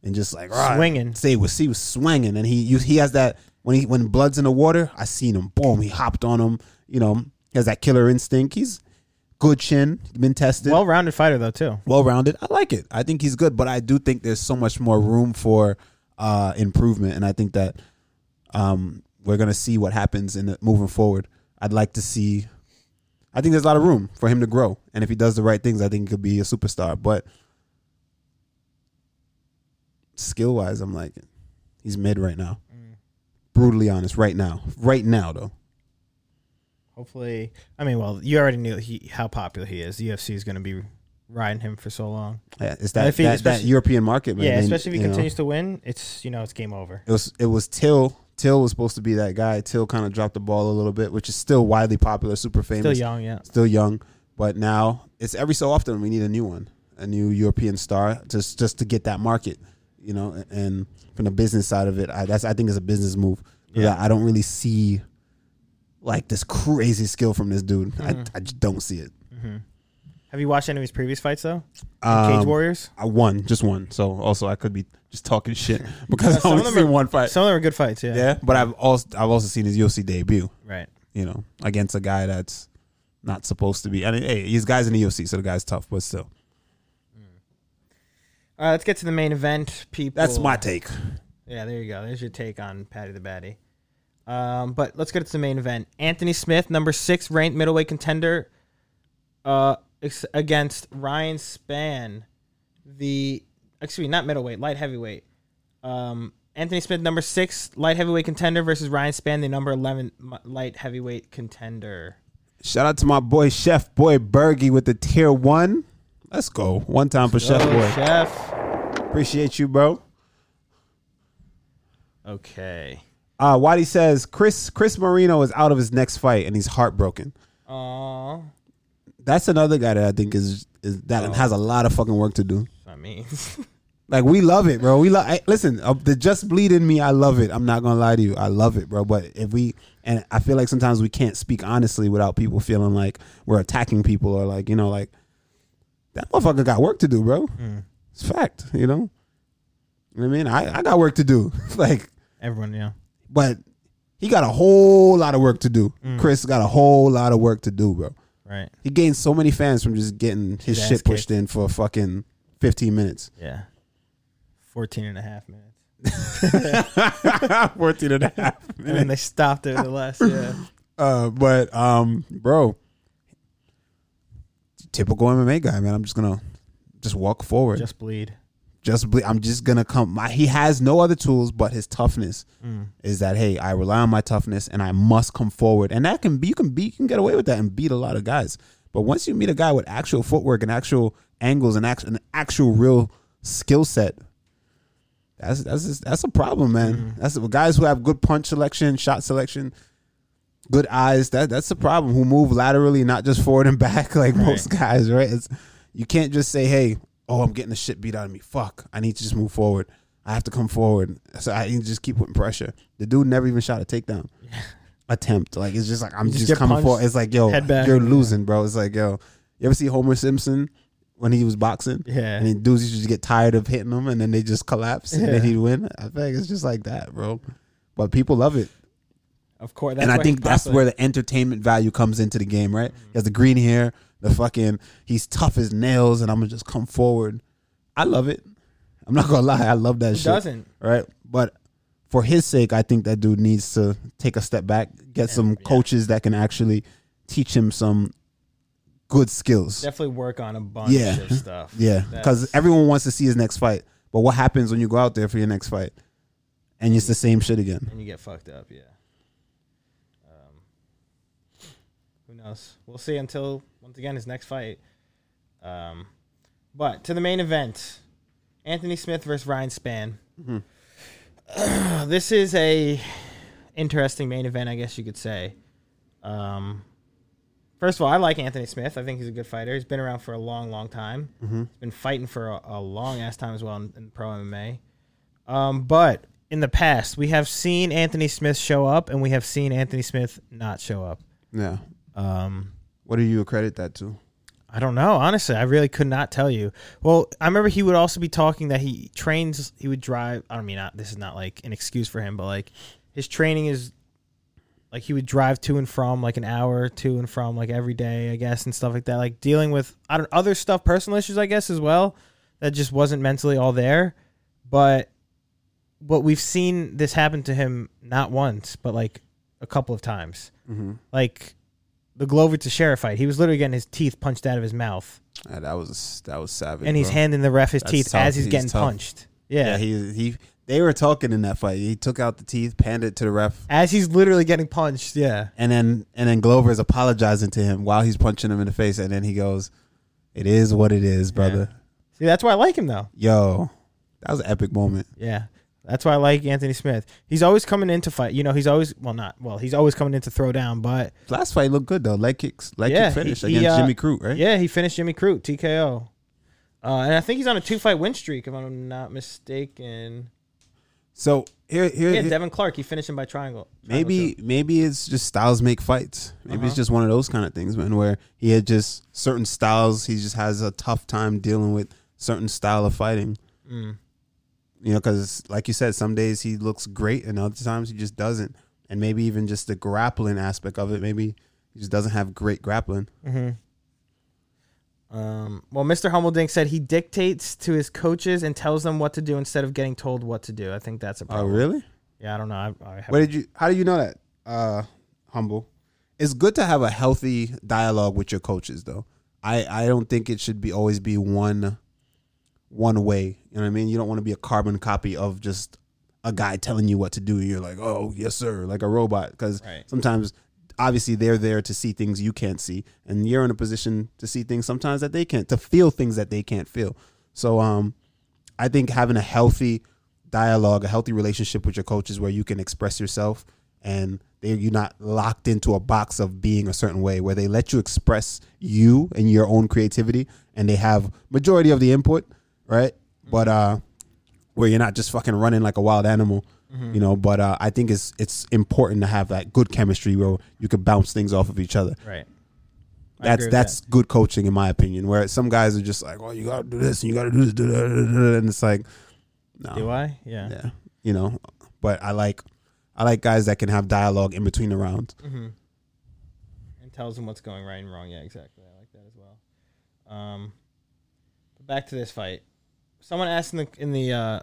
A: and just like rah,
B: Swinging.
A: Say was he was swinging, and he you, he has that when he when blood's in the water. I seen him. Boom, he hopped on him. You know, he has that killer instinct. He's good chin, been tested
B: well rounded fighter, though, too.
A: well rounded. I like it. I think he's good, but I do think there's so much more room for uh, improvement, and I think that um, we're gonna see what happens in the, moving forward. I'd like to see. I think there's a lot of room for him to grow, and if he does the right things, I think he could be a superstar. But skill wise, I'm like, he's mid right now.
B: Mm.
A: Brutally honest, right now, right now though.
B: Hopefully, I mean, well, you already knew he, how popular he is. The UFC is going to be riding him for so long.
A: Yeah, it's
B: And
A: that
B: if he-
A: that, that
B: especially-
A: European market, man.
B: Yeah,
A: They-
B: especially if he
A: you know,
B: continues to win, it's you know it's game over.
A: It was it was Till. Till was supposed to be that guy. Till kind of dropped the ball a little bit, which is still widely popular, super famous,
B: Still young, yeah.
A: still young. But now it's every so often we need a new one, a new European star, just just to get that market, you know. And from the business side of it, I, that's I think is a business move. Yeah,
B: Yeah.
A: I don't really see like this crazy skill from this dude.
B: Mm-hmm.
A: I, I just don't see it.
B: Have you watched any of his previous fights though? Cage
A: Um,
B: Warriors.
A: I won, just one. So also I could be just talking shit because I
B: Some of
A: only
B: them
A: seen
B: are-
A: one fight.
B: Some of them are good fights. Yeah.
A: yeah, but I've also I've also seen his UFC debut.
B: Right.
A: You know, against a guy that's not supposed to be. I mean, hey, his guy's in the UFC, so the guy's tough, but still,
B: All right. Uh, Let's get to the main event, people.
A: that's my take.
B: Yeah. There you go. There's your take on Patty the Batty. Um, but let's get to the main event. Anthony Smith, number six ranked middleweight contender, uh, ex- against Ryan Span, the excuse me, not middleweight, light heavyweight. Um, Anthony Smith, number six light heavyweight contender, versus Ryan Span, the number eleven mi- light heavyweight contender.
A: Shout out to my boy Chef Boy Bergie with the tier one. Let's go. One time for Chef
B: Oh,
A: Boy.
B: Chef.
A: Appreciate you, bro.
B: Okay.
A: Uh, Waddy says Chris Chris Marino is out of his next fight and he's heartbroken.
B: Oh,
A: That's another guy that I think is is that has a lot of fucking work to do.
B: I mean,
A: Like we love it, bro. We love. I- Listen, uh, the just bleed in me. I love it. I'm not gonna lie to you. I love it, bro. But if we and I feel like sometimes we can't speak honestly without people feeling like we're attacking people or like you know like that motherfucker got work to do, bro. It's fact, you know. You know what I mean, I, I got work to do. like,
B: everyone, yeah.
A: but he got a whole lot of work to do. Chris got a whole lot of work to do, bro.
B: Right.
A: He gained so many fans from just getting his
B: ass
A: shit pushed
B: kicked.
A: in for fucking 15 minutes.
B: Yeah. 14 and a half minutes.
A: 14 and a half
B: And then they stopped it at the last. Yeah.
A: Uh, but um, bro, typical MMA guy, man. I'm just gonna just walk forward. Just,
B: Just bleed.
A: ble- I'm just gonna come. My, he has no other tools but his toughness. Is that hey, I rely on my toughness and I must come forward, and that can be you can be you can get away with that and beat a lot of guys. But once you meet a guy with actual footwork and actual angles and actual an actual real skill set. That's that's just, that's a problem, man.
B: Mm-hmm.
A: That's guys who have good punch selection, shot selection, good eyes. That that's the problem. Who move laterally, not just forward and back like most guys, right? It's, you can't just say, "Hey, oh, I'm getting the shit beat out of me. Fuck, I need to just move forward. I have to come forward." So I need to just keep putting pressure. The dude never even shot a takedown attempt. Like it's just like I'm
B: just
A: just,
B: get
A: coming
B: punched,
A: forward. It's like yo,
B: head back.
A: you're losing, bro. It's like yo, you ever see Homer Simpson? When he was boxing,
B: Yeah.
A: and he dudes used to just get tired of hitting them, and then they just collapse, and then
B: Yeah.
A: he'd win. I think it's just like that, bro. But people love it
B: Of course.
A: and I
B: why
A: think
B: he's
A: that's
B: popular.
A: where the entertainment value comes into the game, right? He has the green hair, the fucking he's tough as nails, and I'm gonna just come forward. I love it. I'm not gonna lie, I love that shit.
B: doesn't?
A: right? But for his sake, I think that dude needs to take a step back, get some coaches that can actually teach him some good skills.
B: definitely work on a bunch
A: Yeah.
B: of stuff.
A: Yeah, because
B: That's-
A: everyone wants to see his next fight, but what happens when you go out there for your next fight and it's the same shit again?
B: And you get fucked up, yeah. Um, who knows? We'll see until, once again, his next fight. Um, but to the main event Anthony Smith versus Ryan Span. this is a interesting main event, I guess you could say. Um, first of all, I like Anthony Smith. I think he's a good fighter. He's been around for a long, long time. He's been fighting for a, a long ass time as well in, in pro MMA. Um, but in the past, we have seen Anthony Smith show up, and we have seen Anthony Smith not show up.
A: Yeah.
B: Um,
A: What do you accredit that to?
B: I don't know. Honestly, I really could not tell you. Well, I remember he would also be talking that he trains. He would drive. I mean, not, this is not like an excuse for him, but like his training is like he would drive to and from like an hour to and from like every day, I guess, and stuff like that. Like dealing with I don't other stuff, personal issues, I guess, as well. That just wasn't mentally all there. But but we've seen this happen to him not once, but like a couple of times. Like the Glover to Sheriff fight, he was literally getting his teeth punched out of his mouth,
A: Yeah, Ah, that was that was savage.
B: and he's
A: bro.
B: handing the ref his
A: That's
B: teeth
A: tough.
B: as he's,
A: He's
B: getting
A: tough.
B: punched. Yeah.
A: yeah. He he. They were talking in that fight. He took out the teeth, panned it to the ref,
B: as he's literally getting punched. Yeah.
A: and then and then Glover is apologizing to him while he's punching him in the face, and then he goes, It is what it is, brother.
B: See, that's why I like him though.
A: Yo, that was an epic moment.
B: Yeah. That's why I like Anthony Smith. He's always coming in to fight. You know, he's always well not well. He's always coming in to throw down, but
A: Last fight looked good though. Leg kicks, leg
B: Yeah,
A: kick finish
B: he- he,
A: against
B: uh,
A: Jimmy Crute, right?
B: yeah, he finished Jimmy Crute TKO, uh, and I think he's on a two-fight win streak if I'm not mistaken.
A: So here, here,
B: Yeah,
A: here-
B: Devin Clark, he finished him by triangle. triangle choke.
A: maybe, maybe it's just styles make fights. Maybe it's just one of those kind of things, man. Where he had just certain styles, he just has a tough time dealing with certain style of fighting.
B: Mm.
A: You know, because like you said, some days he looks great, and other times he just doesn't. And maybe even just the grappling aspect of it, maybe he just doesn't have great grappling.
B: Um, well, Mr. Hummeldink said he dictates to his coaches and tells them what to do instead of getting told what to do. I think that's a
A: Oh,
B: problem.
A: really?
B: Yeah, I don't know. I, I haven't-
A: What did you? How do you know that? Uh, humble. It's good to have a healthy dialogue with your coaches, though. I I don't think it should be always be one, one way. You know what I mean? You don't want to be a carbon copy of just a guy telling you what to do. You're like, oh yes sir, like a robot. Because
B: Right.
A: sometimes, obviously, they're there to see things you can't see, and you're in a position to see things sometimes that they can't, to feel things that they can't feel. So um, I think having a healthy dialogue, a healthy relationship with your coaches where you can express yourself and they, you're not locked into a box of being a certain way where they let you express you and your own creativity and they have majority of the input, right? But uh where you're not just fucking running like a wild animal, you know, but uh, I think it's it's important to have that good chemistry where you can bounce things off of each other
B: right. I agree
A: that's
B: with
A: that's good coaching in my opinion. Where some guys are just like, "Oh, you gotta do this and you gotta do this," da, da, da, da, da," and it's like, no,
B: that. Do I? Yeah.
A: yeah, you know. But I like, I like guys that can have dialogue in between the rounds.
B: And tells them what's going right and wrong. Yeah, exactly. I like that as well. Um, but back to this fight. Someone asked in the in the uh,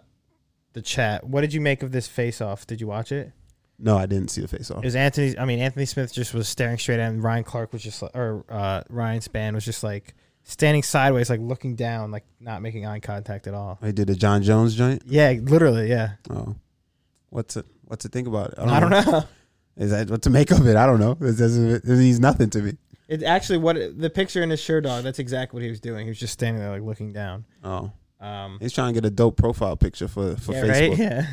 B: the chat, "What did you make of this face off? Did you watch it?"
A: No, I didn't see the face off.
B: It was Anthony. I mean, Anthony Smith just was staring straight at him. Ryan Clark was just, like, or uh, Ryan Span was just like standing sideways, like looking down, like not making eye contact at all.
A: I did a John Jones joint.
B: Yeah, literally. Yeah.
A: Oh, what's it? What to think about it?
B: I don't know.
A: Is that what to make of it? I don't know. It doesn't. It means nothing to me.
B: It actually what it- the picture in his shirt dog. That's exactly what he was doing. He was just standing there, like looking down.
A: Oh,
B: Um,
A: he's trying to get a dope profile picture for for
B: yeah,
A: Facebook.
B: right. Yeah.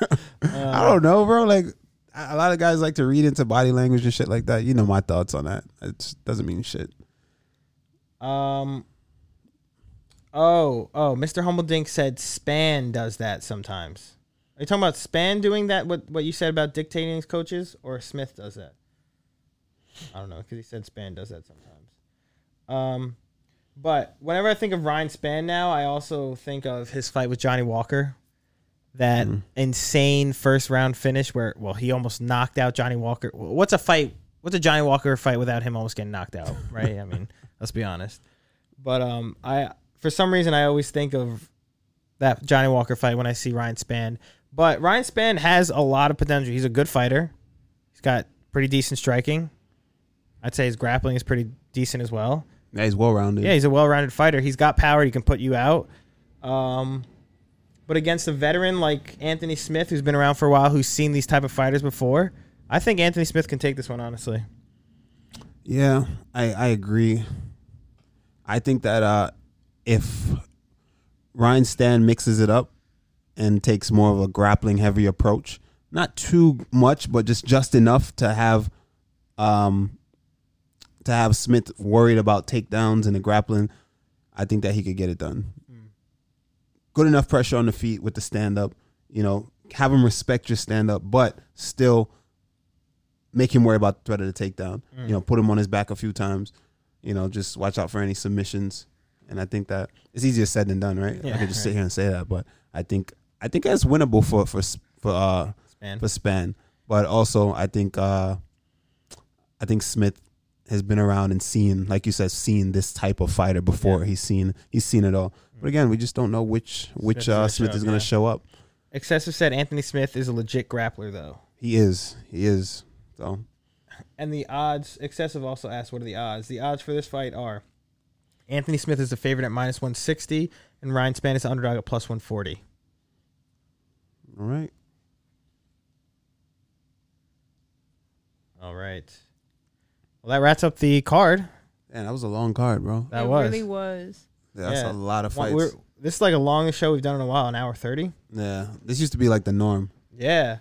A: I don't know, bro. Like a a lot of guys like to read into body language and shit like that. You know my thoughts on that. It just doesn't mean shit.
B: Um. Oh, oh, Mr. Humbledink said Span does that sometimes. Are you talking about Span doing that? What what you said about dictating his coaches, or Smith does that? I don't know because he said Span does that sometimes. Um, but whenever I think of Ryan Span now, I also think of his fight with Johnny Walker, that insane first round finish where well he almost knocked out Johnny Walker. What's a fight? What's a Johnny Walker fight without him almost getting knocked out? Right? I mean, let's be honest. But um, I for some reason I always think of that Johnny Walker fight when I see Ryan Span. But Ryan Span has a lot of potential. He's a good fighter. He's got pretty decent striking. I'd say his grappling is pretty decent as well.
A: Yeah, he's well rounded.
B: Yeah, he's a well-rounded fighter. He's got power. He can put you out. Um, but against a veteran like Anthony Smith, who's been around for a while, who's seen these type of fighters before, I think Anthony Smith can take this one. Honestly,
A: Yeah, I, I agree. I think that uh, if Ryan Stan mixes it up and takes more of a grappling heavy approach, not too much, but just just enough to have, um, to have Smith worried about takedowns and the grappling, I think that he could get it done. Good enough pressure on the feet with the stand up, you know, have him respect your stand up, but still make him worry about the threat of the takedown.
B: Mm,
A: You know, put him on his back a few times. You know, just watch out for any submissions. And I think that it's easier said than done, right? I
B: Yeah,
A: could just sit
B: right.
A: here and say that, but I think I think that's winnable for for s- for uh
B: Span.
A: for Span. But also, I think uh, I think Smith has been around and seen, like you said, seen this type of fighter before.
B: Yeah.
A: He's seen he's seen it all. But again, we just don't know which which
B: Smith's
A: uh, Smith
B: gonna show
A: is
B: up,
A: going to
B: yeah.
A: show up.
B: Excessive said Anthony Smith is a legit grappler though,
A: He is. He is. So
B: and the odds. Excessive also asked, "What are the odds?" The odds for this fight are Anthony Smith is the favorite at minus one sixty, and Ryan Span is the underdog at plus one forty.
A: all right.
B: All right. Well, that wraps up the card.
A: Man, that was a long card, bro.
B: That
C: it
B: was.
C: really was.
A: That's a
B: Yeah.
A: lot of
B: One-
A: fights.
B: we're- this is like a longest show we've done in a while, an hour 30.
A: yeah, this used to be like the norm.
B: Yeah.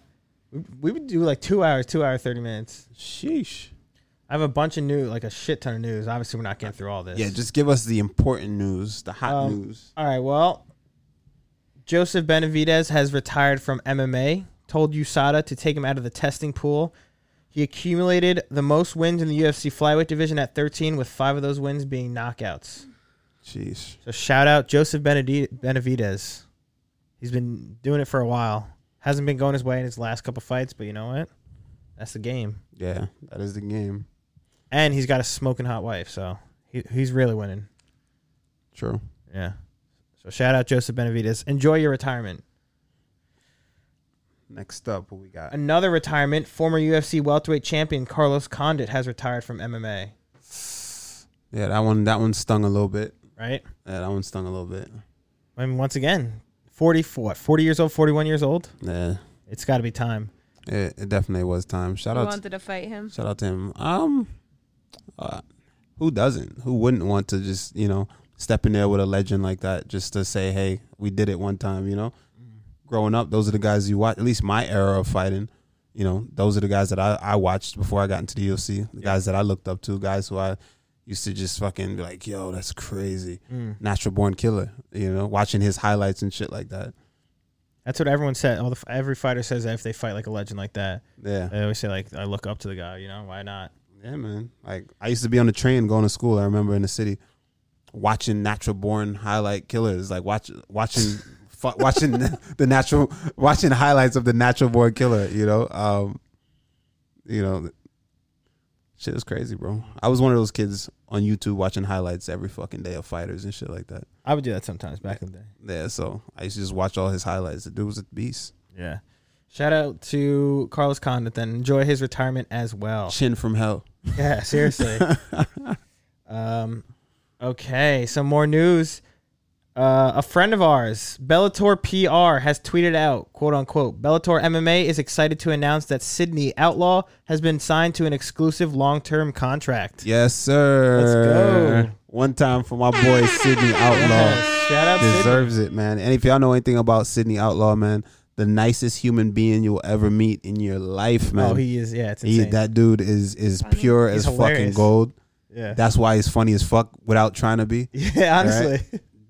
B: We, we would do like two hours, two hour, 30 minutes.
A: Sheesh.
B: I have a bunch of news, like a shit ton of news. Obviously, we're not getting through all this.
A: Yeah, just give us the important news, the hot
B: Um,
A: news.
B: All right. Well, Joseph Benavidez has retired from MMA. Told USADA to take him out of the testing pool. He accumulated the most wins in the UFC flyweight division at 13, with five of those wins being knockouts.
A: Sheesh.
B: So shout out Joseph Benedi- Benavidez. He's been doing it for a while. Hasn't been going his way in his last couple fights, but you know what? That's the game.
A: Yeah, that is the game.
B: And he's got a smoking hot wife, so he, he's really winning.
A: True.
B: Yeah. So shout out Joseph Benavides. Enjoy your retirement.
A: Next up, what we got?
B: Another retirement, former UFC welterweight champion Carlos Condit has retired from MMA,
A: Yeah, that one. That one stung a little bit.
B: right?
A: Yeah, that one stung a little bit.
B: I mean, once again, 40, what, 40 years old, 41 years old?
A: Yeah,
B: It's got to be time.
A: it, it definitely was time. Shout
C: You
A: out. To,
C: wanted to fight him.
A: shout out to him. Um, uh, who doesn't? Who wouldn't want to just you know step in there with a legend like that just to say, hey, we did it one time. You know, growing up, those are the guys you watch. At least my era of fighting. You know, those are the guys that I, I watched before I got into the UFC. The guys that I looked up to, guys who I used to just fucking be like, yo, that's crazy. Natural born killer. You know, watching his highlights and shit like that.
B: That's what everyone said. All the, every fighter says that if they fight like a legend like that.
A: Yeah.
B: They always say, like, I look up to the guy, you know, why not?
A: Yeah, man. Like I used to be on the train going to school. I remember in the city watching natural born highlight killers, like watch watching fu- watching the natural watching highlights of the natural born killer. You know, um, you know, shit is crazy, bro. I was one of those kids on YouTube watching highlights every fucking day of fighters and shit like that.
B: I would do that sometimes back in the day.
A: Yeah, so I used to just watch all his highlights. The dude was a beast.
B: Yeah. Shout out to Carlos Condit then. Enjoy his retirement as well.
A: Chin from hell.
B: Yeah, seriously. um, okay, some more news. Uh, a friend of ours, Bellator PR, has tweeted out, quote unquote, Bellator MMA is excited to announce that Sydney Outlaw has been signed to an exclusive long term contract.
A: Yes, sir.
B: Let's go.
A: One time for my boy Sydney Outlaw.
B: Yes, Shout out Sydney.
A: deserves it, man. And if y'all know anything about Sydney Outlaw, man, the nicest human being you'll ever meet in your life, man.
B: Oh, he is. Yeah, it's
A: He-
B: insane.
A: that dude is is pure
B: He's
A: as
B: hilarious.
A: fucking gold.
B: yeah.
A: That's why he's funny as fuck without trying to be.
B: yeah, honestly.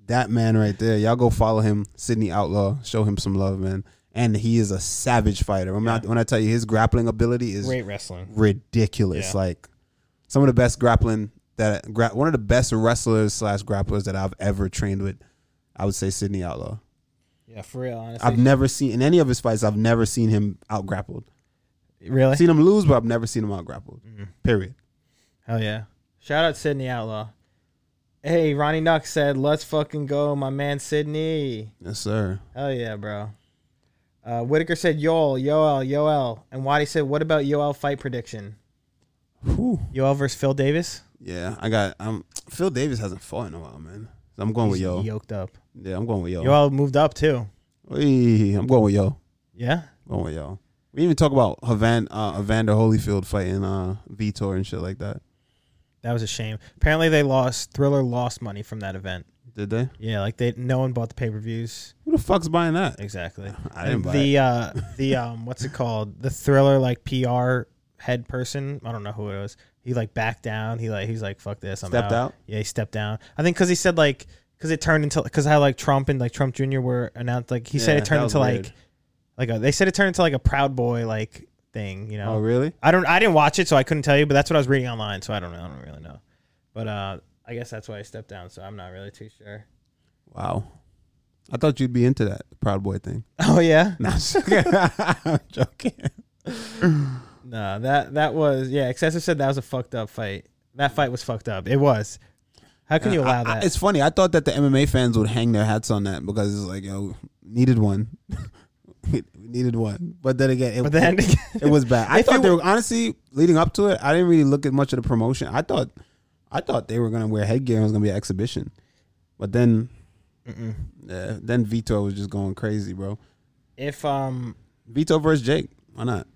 A: That man right there. Y'all go follow him, Sydney Outlaw. Show him some love, man. And he is a savage fighter. When, I, when I tell you his grappling ability is
B: Great wrestling.
A: ridiculous.
B: Yeah.
A: Like some of the best grappling that gra- one of the best wrestlers slash grapplers that I've ever trained with. I would say Sydney Outlaw.
B: Yeah, for real, honestly.
A: I've never seen in any of his fights. I've never seen him out grappled.
B: really?
A: I've seen him lose, but I've never seen him out grappled. Period.
B: Hell yeah. Shout out Sydney Outlaw. Hey, Ronnie Knox said, let's fucking go, my man Sydney.
A: Yes, sir.
B: Hell yeah, bro. Uh, Whitaker said, Yoel, Yoel, Yoel. And Waddy said, what about Yoel fight prediction?
A: Whew.
B: Yoel versus Phil Davis?
A: Yeah, I got. Um, Phil Davis hasn't fought in a while, man. So I'm going
B: He's
A: with yo.
B: Yoked up.
A: Yeah, I'm going with yo.
B: Yoel moved up too.
A: Hey, I'm going with yo.
B: Yeah?
A: Going with yo. We didn't even talk about Havan, uh, Evander Holyfield fighting uh, Vitor and shit like that.
B: That was a shame. Apparently they lost, Thriller lost money from that event.
A: Did they?
B: Yeah, like they no one bought the pay-per-views.
A: Who the fuck's buying that?
B: Exactly.
A: I didn't buy
B: the uh the um what's it called? The thriller like PR head person. I don't know who it was. He like backed down. He like he's like fuck this. I'm
A: Stepped out?
B: Yeah, he stepped down. I think because he said like because it turned into because how like Trump and like Trump Jr. were announced. Like he said
A: Yeah,
B: it
A: that
B: turned
A: was
B: into
A: weird.
B: like like a, they said it turned into like a Proud Boy like thing. You know.
A: Oh, really?
B: I don't. I didn't watch it, so I couldn't tell you. But that's what I was reading online, so I don't know. I don't really know. But uh, I guess that's why I stepped down. So I'm not really too sure.
A: Wow. I thought you'd be into that Proud Boy thing.
B: Oh yeah.
A: No, I'm joking. I'm joking.
B: No, that that was yeah. Excessive said that was a fucked up fight. That fight was fucked up. It was. How can you allow
A: I- I-
B: that?
A: it's funny. I thought that the MMA fans would hang their hats on that because it's like, yo, needed one, We needed one. But then again, it,
B: but then
A: it, was bad. I
B: If
A: thought
B: it
A: they were honestly leading up to it. I didn't really look at much of the promotion. I thought, I thought they were gonna wear headgear and it was gonna be an exhibition. But then, yeah, then Vito was just going crazy, bro.
B: if um,
A: Vito versus Jake. Why not?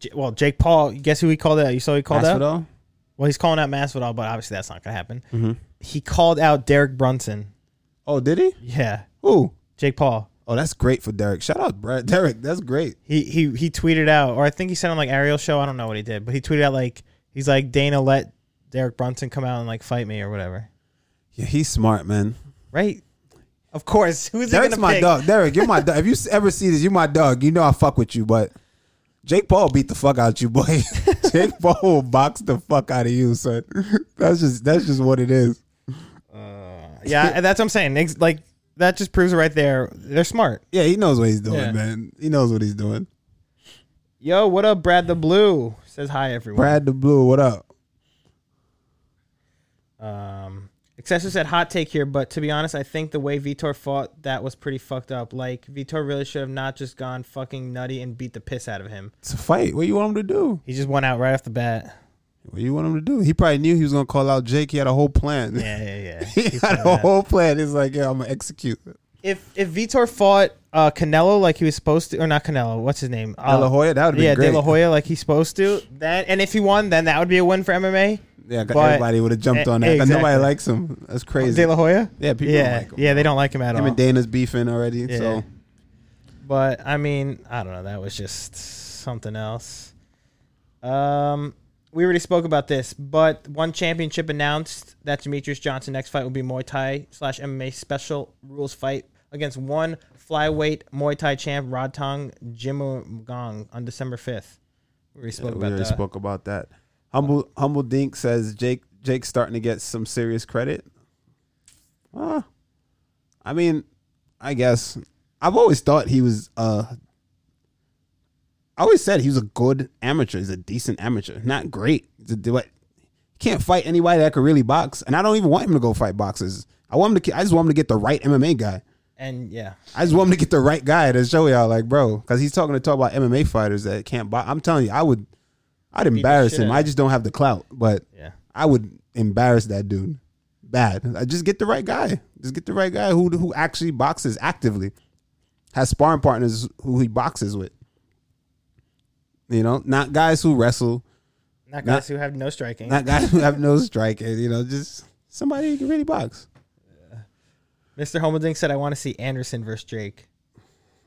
B: J- well, Jake Paul. Guess who he called out? You saw he called out.
A: Masvidal?
B: Well, he's calling out Masvidal, but obviously that's not going to happen.
A: Mm-hmm.
B: He called out Derek Brunson.
A: Oh, did he?
B: Yeah,
A: Who?
B: Jake Paul.
A: Oh, that's great for Derek. Shout out, Brad. Derek, that's great.
B: He he he tweeted out, or I think he said on like Ariel show. I don't know what he did, but he tweeted out like he's like Dana let Derek Brunson come out and like fight me or whatever.
A: Yeah, he's smart, man.
B: Right? Of course. Who's he
A: Derek's
B: gonna
A: my
B: pick?
A: dog. Derek, you're my dog. If you s- ever see this, you're my dog. You know I fuck with you, but Jake Paul beat the fuck out you, boy. Jake Paul will box the fuck out of you, son. That's just that's just what it is.
B: Yeah, and that's what I'm saying. Ex- Like that just proves it right there. They're smart.
A: Yeah, he knows what he's doing,
B: Yeah.
A: man. He knows what he's doing.
B: Yo, what up, Brad the Blue? Says hi everyone.
A: Brad the Blue, what up?
B: Um, Excessive said hot take here, but to be honest, I think the way Vitor fought that was pretty fucked up. Like Vitor really should have not just gone fucking nutty and beat the piss out of him.
A: It's a fight. What you want him to do?
B: He just went out right off the bat.
A: What you want him to do? He probably knew he was gonna call out Jake. He had a whole plan.
B: Yeah, yeah, yeah.
A: he
B: He
A: had
B: said
A: a
B: that.
A: whole plan. He's like, yeah, I'm gonna execute.
B: if if Vitor fought uh, Canelo like he was supposed to, or not Canelo, what's his name? Uh,
A: De La Hoya, that would be
B: yeah,
A: great.
B: De La Hoya like he's supposed to. That and if he won, then that would be a win for MMA.
A: Yeah,
B: But-
A: everybody would have jumped
B: E-
A: on that. 'cause Nobody
B: exactly. Oh,
A: likes him. That's crazy.
B: De La Hoya.
A: yeah, people
B: yeah,
A: don't like him.
B: yeah, they don't like him at
A: Him
B: all.
A: and Dana's beefing already.
B: Yeah.
A: So
B: But I mean, I don't know. That was just something else. Um, we already spoke about this, but one championship announced that Demetrius Johnson next fight will be Muay Thai slash MMA special rules fight against one flyweight Muay Thai champ Rodtong Jimugong on December fifth. We already spoke
A: we
B: about
A: already
B: that.
A: spoke about that. Humble Humble Dink says Jake Jake's starting to get some serious credit. Uh, I mean, I guess I've always thought he was uh I always said he was a good amateur. He's a decent amateur. Not great. He's a- do what can't fight anybody that could really box. And I don't even want him to go fight boxers. I want him to I just want him to get the right MMA guy.
B: And yeah,
A: I just want him to get the right guy to show y'all, like, bro, because he's talking to talk about MMA fighters that can't buy. I'm telling you, I would, I'd
B: the
A: embarrass
B: shit
A: him.
B: out
A: I
B: of
A: just don't have the clout, but
B: yeah.
A: I would embarrass that dude bad. I just get the right guy. Just get the right guy who who actually boxes actively, has sparring partners who he boxes with. You know, not guys who wrestle, Not-
B: Not guys who have no striking.
A: not guys who have no striking. You know, just somebody who can really box.
B: Mr. Homodink said, "I want to see Anderson versus Drake."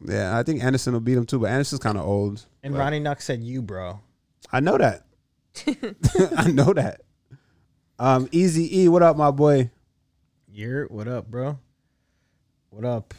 A: Yeah, I think Anderson will beat him too, but Anderson's kind of old.
B: And
A: but-
B: Ronnie Nuck said, "You, bro."
A: I know that. I know that. Um, Easy E, what up, my boy?
B: You're what up, bro? What up?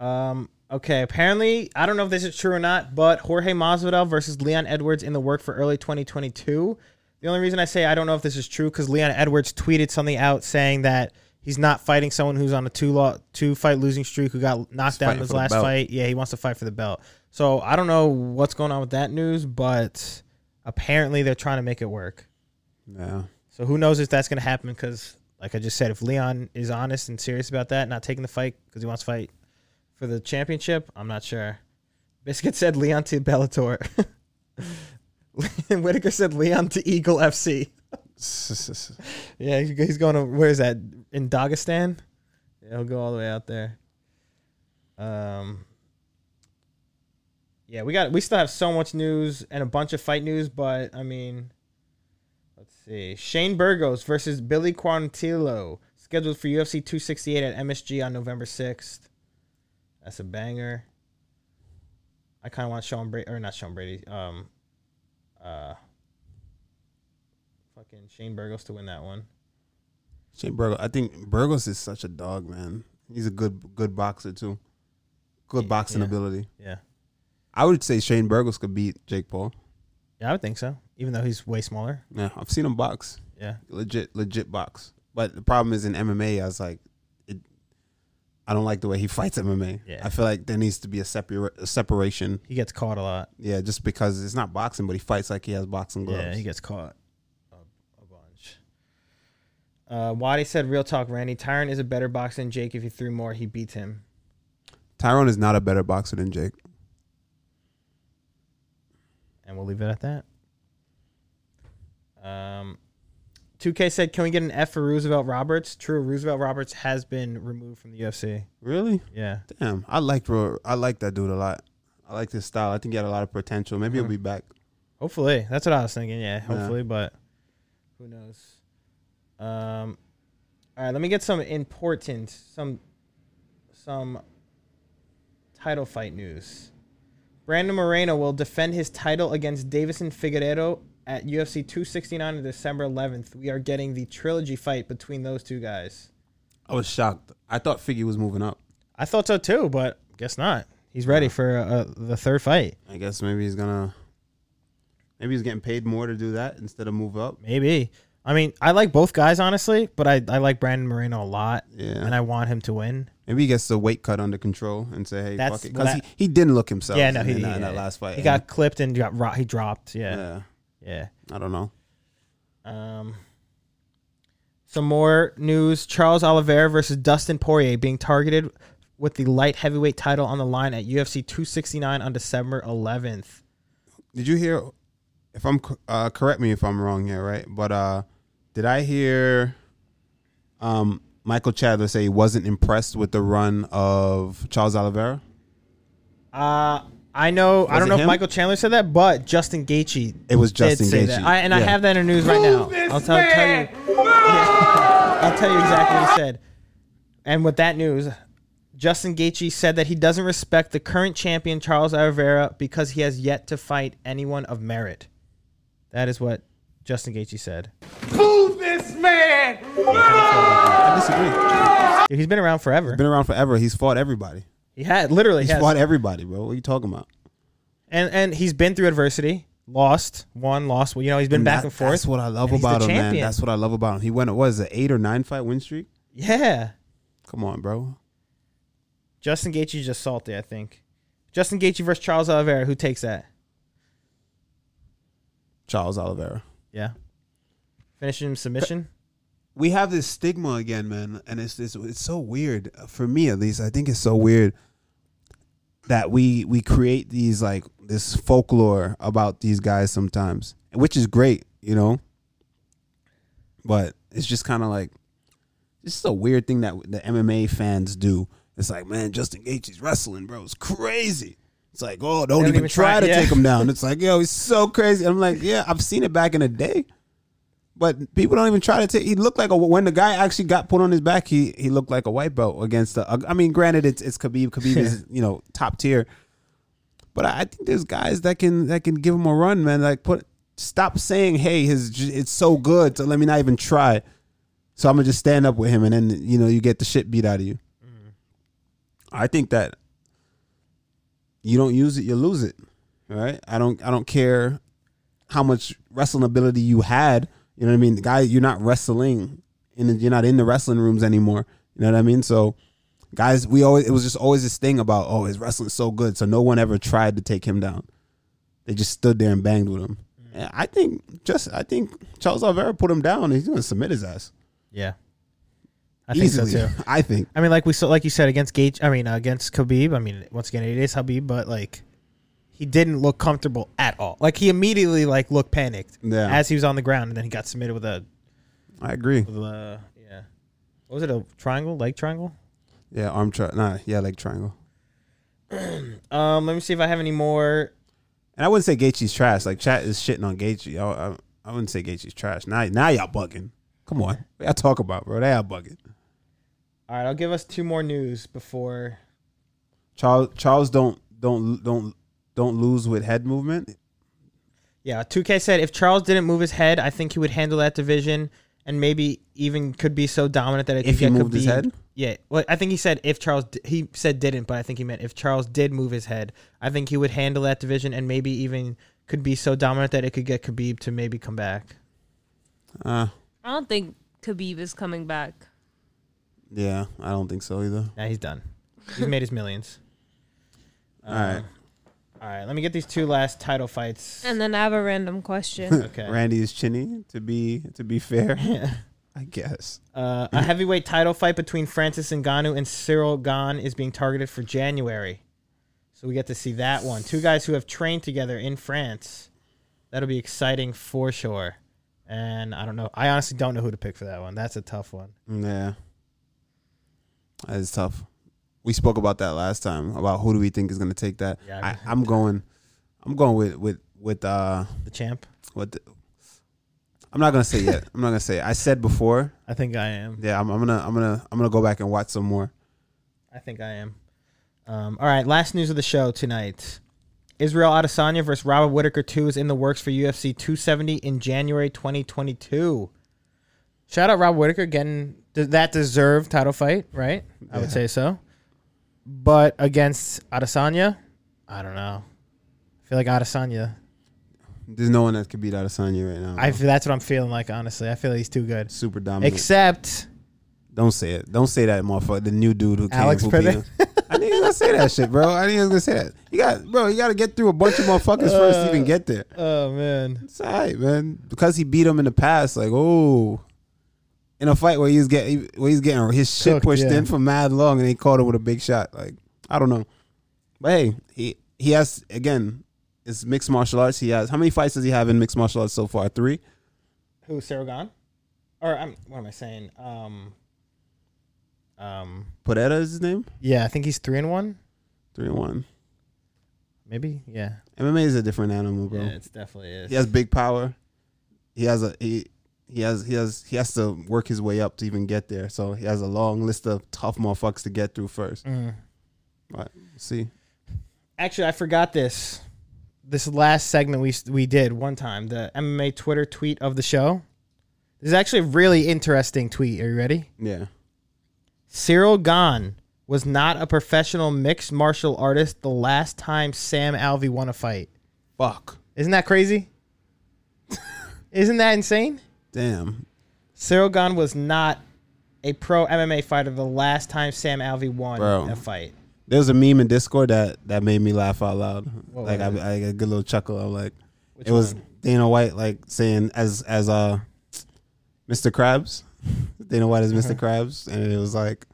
B: Um, okay, apparently, I don't know if this is true or not, but Jorge Masvidal versus Leon Edwards in the work for early 2022. The only reason I say I don't know if this is true because Leon Edwards tweeted something out saying that he's not fighting someone who's on a two law two fight losing streak who got knocked out in
A: fighting
B: his
A: for the
B: last
A: belt.
B: fight. Yeah, he wants to fight for the belt. So I don't know what's going on with that news, but apparently they're trying to make it work.
A: Yeah,
B: So who knows if that's going to happen? Because like I just said, if Leon is honest and serious about that, not taking the fight because he wants to fight for the championship, I'm not sure. Biscuit said Leon to Bellator. and Whitaker said Leon to Eagle FC. Yeah, he- he's going to where is that in Dagestan? Yeah, he'll go all the way out there. Um. Yeah, we got we still have so much news and a bunch of fight news, but I mean, let's see. Shane Burgos versus Billy Quarantillo scheduled for UFC 268 at MSG on November 6th. That's a banger. I kind of want Sean Brady or not Sean Brady. Um, uh, fucking Shane Burgos to win that one.
A: Shane Burgos. I think Burgos is such a dog, man. He's a good good boxer too. Good
B: Yeah,
A: boxing
B: yeah.
A: ability.
B: Yeah.
A: I would say Shane Burgos could beat Jake Paul.
B: Yeah, I would think so. Even though he's way smaller.
A: Yeah, I've seen him box.
B: Yeah.
A: Legit, legit box. But the problem is in MMA, I was like, it, I don't like the way he fights MMA.
B: Yeah.
A: I feel like there needs to be a, separa- a separation.
B: He gets caught a lot.
A: Yeah, just because it's not boxing, but he fights like he has boxing gloves.
B: Yeah, he gets caught a, a bunch. Uh, Wadi said, "Real talk, Randy. Tyron is a better boxer than Jake. If he threw more, he beats him."
A: Tyrone is not a better boxer than Jake.
B: And we'll leave it at that. Um, 2K said, "Can we get an F for Roosevelt Roberts?" True, Roosevelt Roberts has been removed from the UFC.
A: Really?
B: Yeah,
A: Damn. I liked Ro- I like that dude a lot. I like his style. I think he had a lot of potential. Maybe he'll be back.
B: hopefully. That's what I was thinking. Yeah, hopefully, but who Who knows? Um, all right, let me get some important, some, some title fight news. Brandon Moreno will defend his title against Davison Figueredo at UFC 269 on December 11th. We are getting the trilogy fight between those two guys.
A: I was shocked. I thought Figgy was moving up.
B: I thought so too, but guess not. He's ready for uh, the third fight.
A: I guess maybe he's gonna. Maybe he's getting paid more to do that instead of move up.
B: Maybe. I mean, I like both guys honestly, but I, I like Brandon Moreno a lot,
A: Yeah.
B: and I want him to win.
A: Maybe he gets the weight cut under control and say, "Hey,
B: That's
A: fuck it,"
B: what
A: because
B: I-
A: he, he didn't look himself.
B: yeah, no,
A: in,
B: he
A: in
B: yeah,
A: that, in that
B: yeah.
A: last fight.
B: He
A: And-
B: got clipped and got ro- he dropped. Yeah,
A: Yeah,
B: yeah.
A: I don't know.
B: Um, some more news: Charles Oliveira versus Dustin Poirier being targeted with the light heavyweight title on the line at UFC 269 on December 11th.
A: Did you hear? If I'm co- uh, correct me if I'm wrong here, right? But uh, did I hear um, Michael Chandler say he wasn't impressed with the run of Charles Oliveira?
B: Uh, I know. I
A: Was
B: don't
A: it
B: know if
A: him?
B: Michael Chandler said that, but Justin Gaethje.
A: It was Justin
B: did say
A: Gaethje.
B: that. I, and I
A: Yeah.
B: have that in the news right now. I'll tell, tell you. Yeah. I'll tell you exactly what he said. And with that news, Justin Gaethje said that he doesn't respect the current champion Charles Oliveira because he has yet to fight anyone of merit. That is what Justin Gaethje said.
D: Fool this man!
A: I disagree.
B: Dude, he's been around forever.
A: Been around forever. He's fought everybody.
B: He had literally
A: He's
B: has.
A: fought everybody, bro. What are you talking about?
B: and and he's been through adversity, lost, won, lost. Well, you know, he's been back
A: That-
B: and forth.
A: That's what I love
B: And he's the
A: about him, man.
B: champion.
A: That's what I love about him. He went what is it, eight or nine fight win streak?
B: Yeah.
A: Come on, bro.
B: Justin Gaethje's just salty, I think. Justin Gaethje versus Charles Oliveira, who takes that?
A: Charles Oliveira.
B: Yeah. Finishing him submission.
A: we have this stigma again, man, and it's it's, it's so weird for me at least. I think it's so weird that we we create these like this folklore about these guys sometimes, which is great, you know. But it's just kind of like this is a weird thing that the MMA fans do. It's like, man, Justin Gaethje's wrestling, bro, it's crazy. It's like, oh, don't, even, try, to
B: yeah.
A: take him down. It's like, yo, he's so crazy. I'm like, yeah, I've seen it back in the day. But people don't even try to take. He looked like a when the guy actually got put on his back. He he looked like a white belt against the. I mean, granted, it's it's Khabib. Khabib is you know top tier, but I, I think there's guys that can that can give him a run, man. Like put stop saying, hey, his j- it's so good, so let me not even try. So I'm gonna just stand up with him, and then you know you get the shit beat out of you. I think that you don't use it, you lose it. Right? I don't I don't care how much wrestling ability you had. You know what I mean? The guy, you're not wrestling, and you're not in the wrestling rooms anymore. You know what I mean? So, guys, we always it was just always this thing about oh, his wrestling's so good, so no one ever tried to take him down. They just stood there and banged with him. And I think just I think Charles Oliveira put him down. and He's gonna submit his ass
B: Yeah. I
A: easily.
B: think so too.
A: I think
B: I mean, like we saw, like you said, against Gage. I mean, uh, against Khabib. I mean, once again, it is Khabib, but like he didn't look comfortable at all. Like he immediately like looked panicked
A: Yeah.
B: as he was on the ground, and then he got submitted with a
A: I agree.
B: with a yeah. What was it? A triangle, leg triangle.
A: Yeah, arm tri- nah, yeah, leg triangle.
B: Um, let me see if I have any more.
A: And I wouldn't say Gaethje's trash. Like chat is shitting on Gaethje. I, I, I wouldn't say Gaethje's trash. Now, now y'all bugging. Come on, what y'all talk about, bro. They y'all bugging.
B: All right, I'll give us two more news before.
A: Charles Charles don't don't don't don't lose with head movement.
B: Yeah, 2K said if Charles didn't move his head, I think he would handle that division and maybe even could be so dominant that it
A: If
B: could
A: he
B: get
A: moved his
B: Khabib.
A: head?
B: Yeah, well, I think he said if Charles di- he said didn't, but I think he meant if Charles did move his head, I think he would handle that division and maybe even could be so dominant that it could get Khabib to maybe come back.
A: Uh
C: I don't think Khabib is coming back.
A: yeah, I don't think so either.
B: Now he's done. He's made his millions. Um,
A: All right,
B: All right, let me get these two last title fights.
C: And then I have a random question.
B: Okay.
A: Randy is chinny to be to be fair. I guess.
B: Uh, a heavyweight title fight between Francis Ngannou and Cyril Gahn is being targeted for January. So we get to see that one. Two guys who have trained together in France. That'll be exciting for sure. And I don't know. I honestly don't know who to pick for that one. That's a tough one.
A: Yeah, that is tough. We spoke about that last time about who do we think is going to take that.
B: Yeah, I
A: I, I'm going, I'm going with with with uh
B: The champ.
A: with. The, I'm not gonna say yet. I'm not gonna say. It. I said before.
B: I think I am.
A: Yeah, I'm, I'm gonna I'm gonna I'm gonna go back and watch some more.
B: I think I am. Um, all right, last news of the show tonight. Israel Adesanya versus Robert Whitaker 2 is in the works for UFC 270 in January 2022. Shout out Rob Whitaker getting th- that deserved title fight, right? I would say so. But against Adesanya, I don't know. I feel like Adesanya.
A: There's no one that could beat Adesanya right now.
B: I feel that's what I'm feeling like. Honestly, I feel he's too good.
A: super dominant.
B: Except
A: Don't say it. Don't say that, motherfucker. The new dude who came.
B: Alex
A: who
B: Perez.
A: beat him. I think he's gonna say that shit, bro. I think he's gonna say that. You got, bro. You got to get through a bunch of motherfuckers first to even get there.
B: Oh man.
A: It's all right, man. Because he beat him in the past, like oh, in a fight where he's getting where he's getting his shit
B: Cooked,
A: pushed
B: yeah.
A: in for mad long, and they caught him with a big shot. Like I don't know, but hey, he he has again. It's mixed martial arts. He has how many fights does he have in mixed martial arts so far? Three.
B: Who, Saragon? Or I'm what am I saying? Um Um
A: Pereira is his name.
B: Yeah, I think he's three and one.
A: Three and one.
B: Maybe? Yeah.
A: MMA is a different animal, bro.
B: Yeah, it's definitely is.
A: he has big power. He has a he he has he has he has to work his way up to even get there. So he has a long list of tough motherfuckers to get through first.
B: Mm.
A: But see,
B: Actually I forgot this. This last segment we we did one time, the MMA Twitter tweet of the show. This is actually a really interesting tweet. Are you ready?
A: yeah,
B: Cyril Gahn was not a professional mixed martial artist the last time Sam Alvey won a fight.
A: fuck,
B: Isn't that crazy? Isn't that insane?
A: damn,
B: Cyril Gahn was not a pro MMA fighter the last time Sam Alvey won
A: Bro.
B: a fight.
A: there's a meme in Discord that that made me laugh out loud.
B: What
A: like I,
B: was it?
A: I got a good little chuckle. I'm like, it was Dana White like saying as as uh Mr. Krabs, Dana White is Mr. Krabs, and it was like.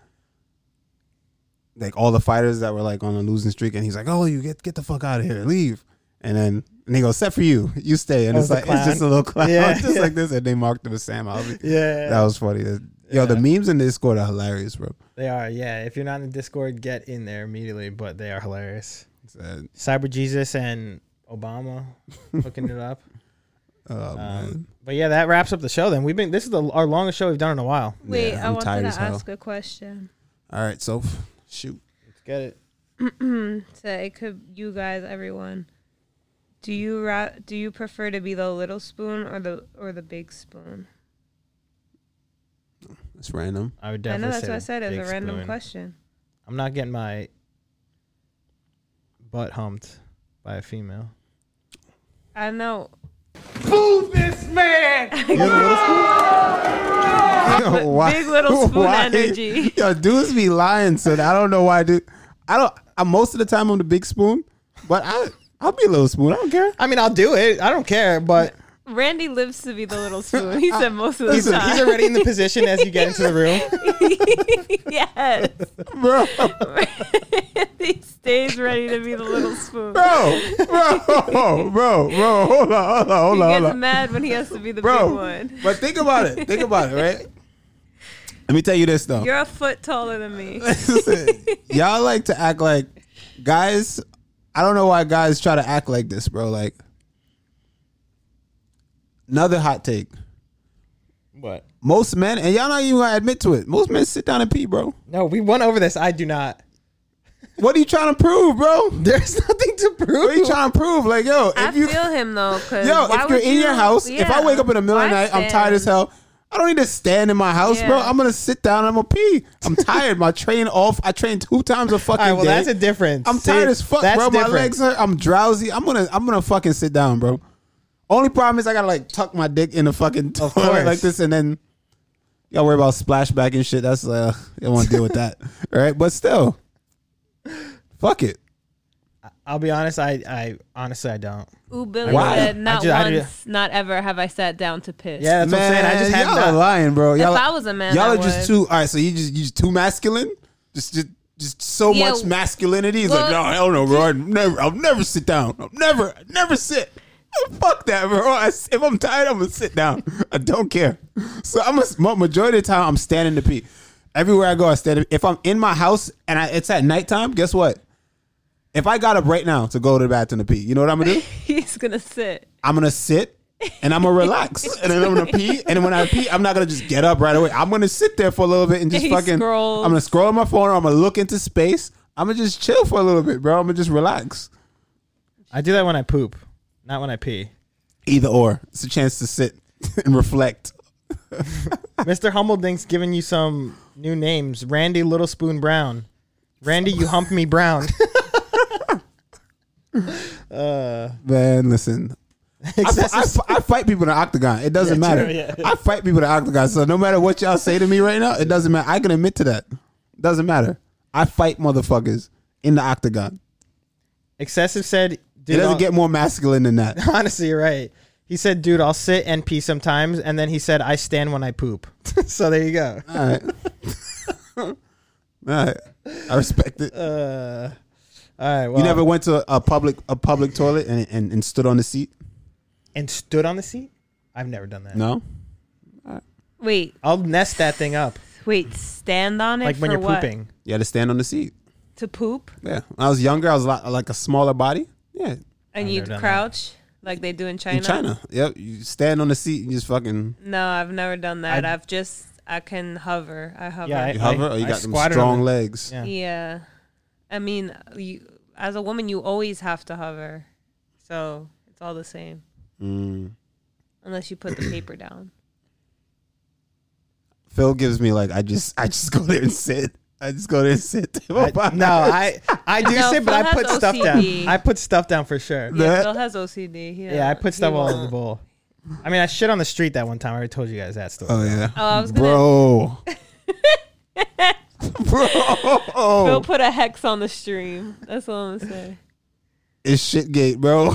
A: Like all the fighters that were like on a losing streak, and he's like, "Oh, you get get the fuck out of here, leave." And then and he goes, "Set for you, you stay." And
B: That
A: it's
B: was
A: like
B: the
A: it's just a little clown,
B: Yeah.
A: just like this. And they marked him as Sam Alvey.
B: Yeah.
A: that was funny. Yo, the memes in Discord are hilarious, bro.
B: They are, yeah. If you're not in the Discord, get in there immediately, but they are hilarious.
A: It's, uh,
B: Cyber Jesus and Obama hooking it up.
A: oh, man.
B: Um, but yeah, that wraps up the show then. We've been this is the, our longest show we've done in a while.
C: Wait,
A: Yeah,
C: I
A: I'm tired
C: wanted
A: as
C: to
A: hell.
C: ask a question.
A: All right, so f- shoot.
B: Let's get it.
C: So it could you guys, everyone. Do you ra- do you prefer to be the little spoon or the or the big spoon?
A: It's random.
B: I would
C: I
B: definitely
C: know that's
B: say
C: what I said. It was
B: Big
C: a random
B: Spoon.
C: question.
B: I'm not getting my butt humped by a female.
C: I know.
D: Boo this man!
A: Yo, why-
C: big little spoon
A: why-
C: energy.
A: Yo, dudes be lying, so I don't know why. Dude, I don't. I most of the time I'm the big spoon, but I I'll be a little spoon. I don't care.
B: I mean, I'll do it. I don't care, but
C: Randy lives to be the little spoon. He said most of the
A: Listen,
C: time.
B: he's already in the position as you get into the room.
C: yes.
A: Bro,
C: he stays ready to be the little spoon.
A: bro, bro, bro, bro. Hold on, hold on, hold
C: He
A: on, hold
C: gets
A: on.
C: mad when he has to be the big
A: bro.
C: one.
A: But think about it. Think about it, right? Let me tell you this though.
C: You're a foot taller than me.
A: Listen, y'all like to act like guys. I don't know why guys try to act like this, bro. Like another hot take.
B: What?
A: Most men, and y'all not even gonna admit to it. Most men sit down and pee, bro.
B: No, we went over this. I do not.
A: What are you trying to prove, bro?
B: There's nothing to
A: What are you
B: prove.
A: trying to prove? Like, yo, if
C: I
A: you,
C: feel him though, cause
A: yo,
C: why
A: if you're
C: would
A: in your
C: you-
A: house, if I
C: Yeah.
A: wake up in the middle of the
C: Why
A: night, I'm tired
C: stand?
A: as hell. I don't need to stand in my house, bro.
C: Yeah.
A: I'm gonna sit down. I'm gonna pee. I'm tired. my train off. I train two times a fucking
B: All right, well,
A: day.
B: that's a difference.
A: I'm
B: See,
A: tired as fuck,
B: that's
A: bro.
B: different.
A: My legs hurt. I'm drowsy. I'm gonna I'm gonna fucking sit down, bro. Only problem is I gotta like tuck my dick in the fucking toilet
B: course.
A: like this, and then you gotta worry about splashback and shit. That's uh, I don't want to deal with that, all right? But still, fuck it.
B: I'll be honest. I, I honestly, I don't.
C: Ooh, Billy
A: Why?
C: said, not
B: I ju- I ju-
C: once, not ever have I sat down to piss.
B: Yeah, that's what I'm saying. I just
A: y'all
B: have
A: are
B: not.
A: lying, bro. Y'all,
C: I was a man,
A: y'all
C: I
A: are just
C: would.
A: too. All right, so you just you just too masculine. Just just just so
C: Yeah,
A: much masculinity. It's like, no,
C: well-
A: hell no, bro. I never, I'll never sit down. I'll never, never sit. Oh, Fuck that, bro. I, if I'm tired, I'm gonna sit down. I don't care. So I'm a ma- majority of the time I'm standing to pee. Everywhere I go, I stand. If I'm in my house and I, it's at nighttime, guess what? If I got up right now to go to the bathroom to pee, you know what I'm gonna do?
C: he's gonna sit.
A: I'm gonna sit. and I'm gonna relax, and then I'm gonna pee, and then when I pee, I'm not gonna just get up right away. I'm gonna sit there for a little bit and just
C: He
A: fucking.
C: scrolls.
A: I'm gonna scroll on my phone. I'm gonna look into space. I'm gonna just chill for a little bit, bro. I'm gonna just relax.
B: I do that when I poop, not when I pee.
A: Either or, it's a chance to sit and reflect.
B: Mr. Humbledinks giving you some new names. Randy Little Spoon Brown. Randy, you hump me brown. Uh,
A: Man, listen. I, I, I fight people in the octagon. It doesn't matter.
B: true, yeah.
A: I fight people in the octagon. So no matter what y'all say to me right now, it doesn't matter. I can admit to that. Doesn't matter. I fight motherfuckers in the octagon.
B: Excessive said,
A: It
B: dude,
A: doesn't
B: I'll-
A: get more masculine than that.
B: honestly, you're right. He said, dude, I'll sit and pee sometimes. And then he said, I stand when I poop. so there you go.
A: All right. All right. I respect it.
B: Uh, all right. Well,
A: you never went to a public a public toilet and, and, and stood on the seat?
B: and stood on the seat? I've never done that.
A: No.
C: Wait,
B: I'll nest that thing up,
C: wait, stand on it
B: like when
C: for
B: you're
C: what?
B: pooping.
A: You had to stand on the seat.
C: To poop
A: Yeah. When I was younger, I was like, like a smaller body. Yeah.
C: and
B: I've
C: you
B: never done that.
C: crouch like they do in China.
A: In China. Yep. You stand on the seat and just fucking
C: No, I've never done that.
B: I-
C: I've just I can hover. I hover.
B: Yeah, I-
A: you hover or you
B: I
A: got them
B: squatted on
A: strong
B: the-
A: legs.
B: Yeah.
C: Yeah. I mean, you as a woman, you always have to hover, so it's all the same.
A: Mm.
C: Unless you put the paper down.
A: Phil gives me like I just I just go there and sit. I just go there and sit.
B: I- no, I I do
C: No,
B: sit, but
C: Phil
B: I put
C: has
B: stuff down.
C: OCD.
B: I put stuff down for sure.
A: That-
C: Yeah, Phil has OCD. He
B: Yeah, I
C: don't-
B: put
C: he
B: stuff all over
C: won't.
B: the bowl. I mean, I shit on the street that one time. I already told you guys that story.
A: Oh yeah.
C: Oh, I was gonna.
A: Bro.
C: Phil
A: Bro.
C: put a hex on the stream. That's all I'm gonna say.
A: It's shitgate, bro.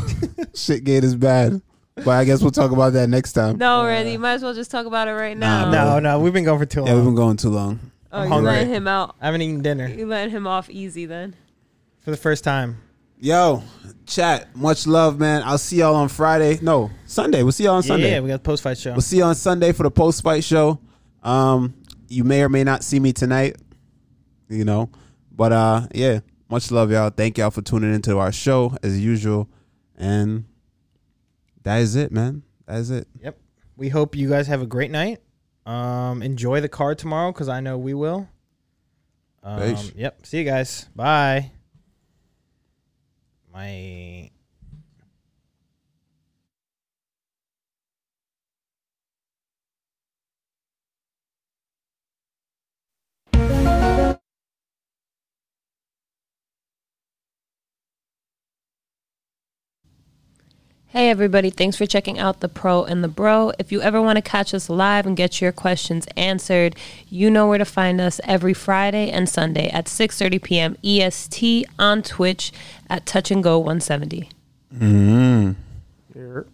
A: shitgate is bad. But I guess we'll talk about that next time.
C: No, Randy, you might as well just talk about it right
A: Nah,
C: now.
B: No, no, we've been going for too long.
A: Yeah, we've been going too long.
C: Oh,
B: I'm
C: you letting
B: hungry.
C: him out.
B: I haven't eaten dinner
C: You letting him off easy then.
B: for the first time.
A: Yo, chat. Much love, man. I'll see y'all on Friday. No, Sunday. We'll see y'all on Sunday.
B: Yeah, we got the post fight show.
A: We'll see you on Sunday for the post fight show. Um, you may or may not see me tonight, you know, but uh, yeah, much love, y'all. Thank y'all for tuning into our show as usual, and that is it, man. That is it.
B: Yep. We hope you guys have a great night. Um, enjoy the car tomorrow because I know we will. Um,
A: Thanks.
B: yep. See you guys. Bye. My.
C: Hey everybody, thanks for checking out The Pro and the Bro. If you ever want to catch us live and get your questions answered, you know where to find us every Friday and Sunday at 6:30 p.m.
A: Mm-hmm.
C: EST on Twitch at Touch and Go 170.
B: Here.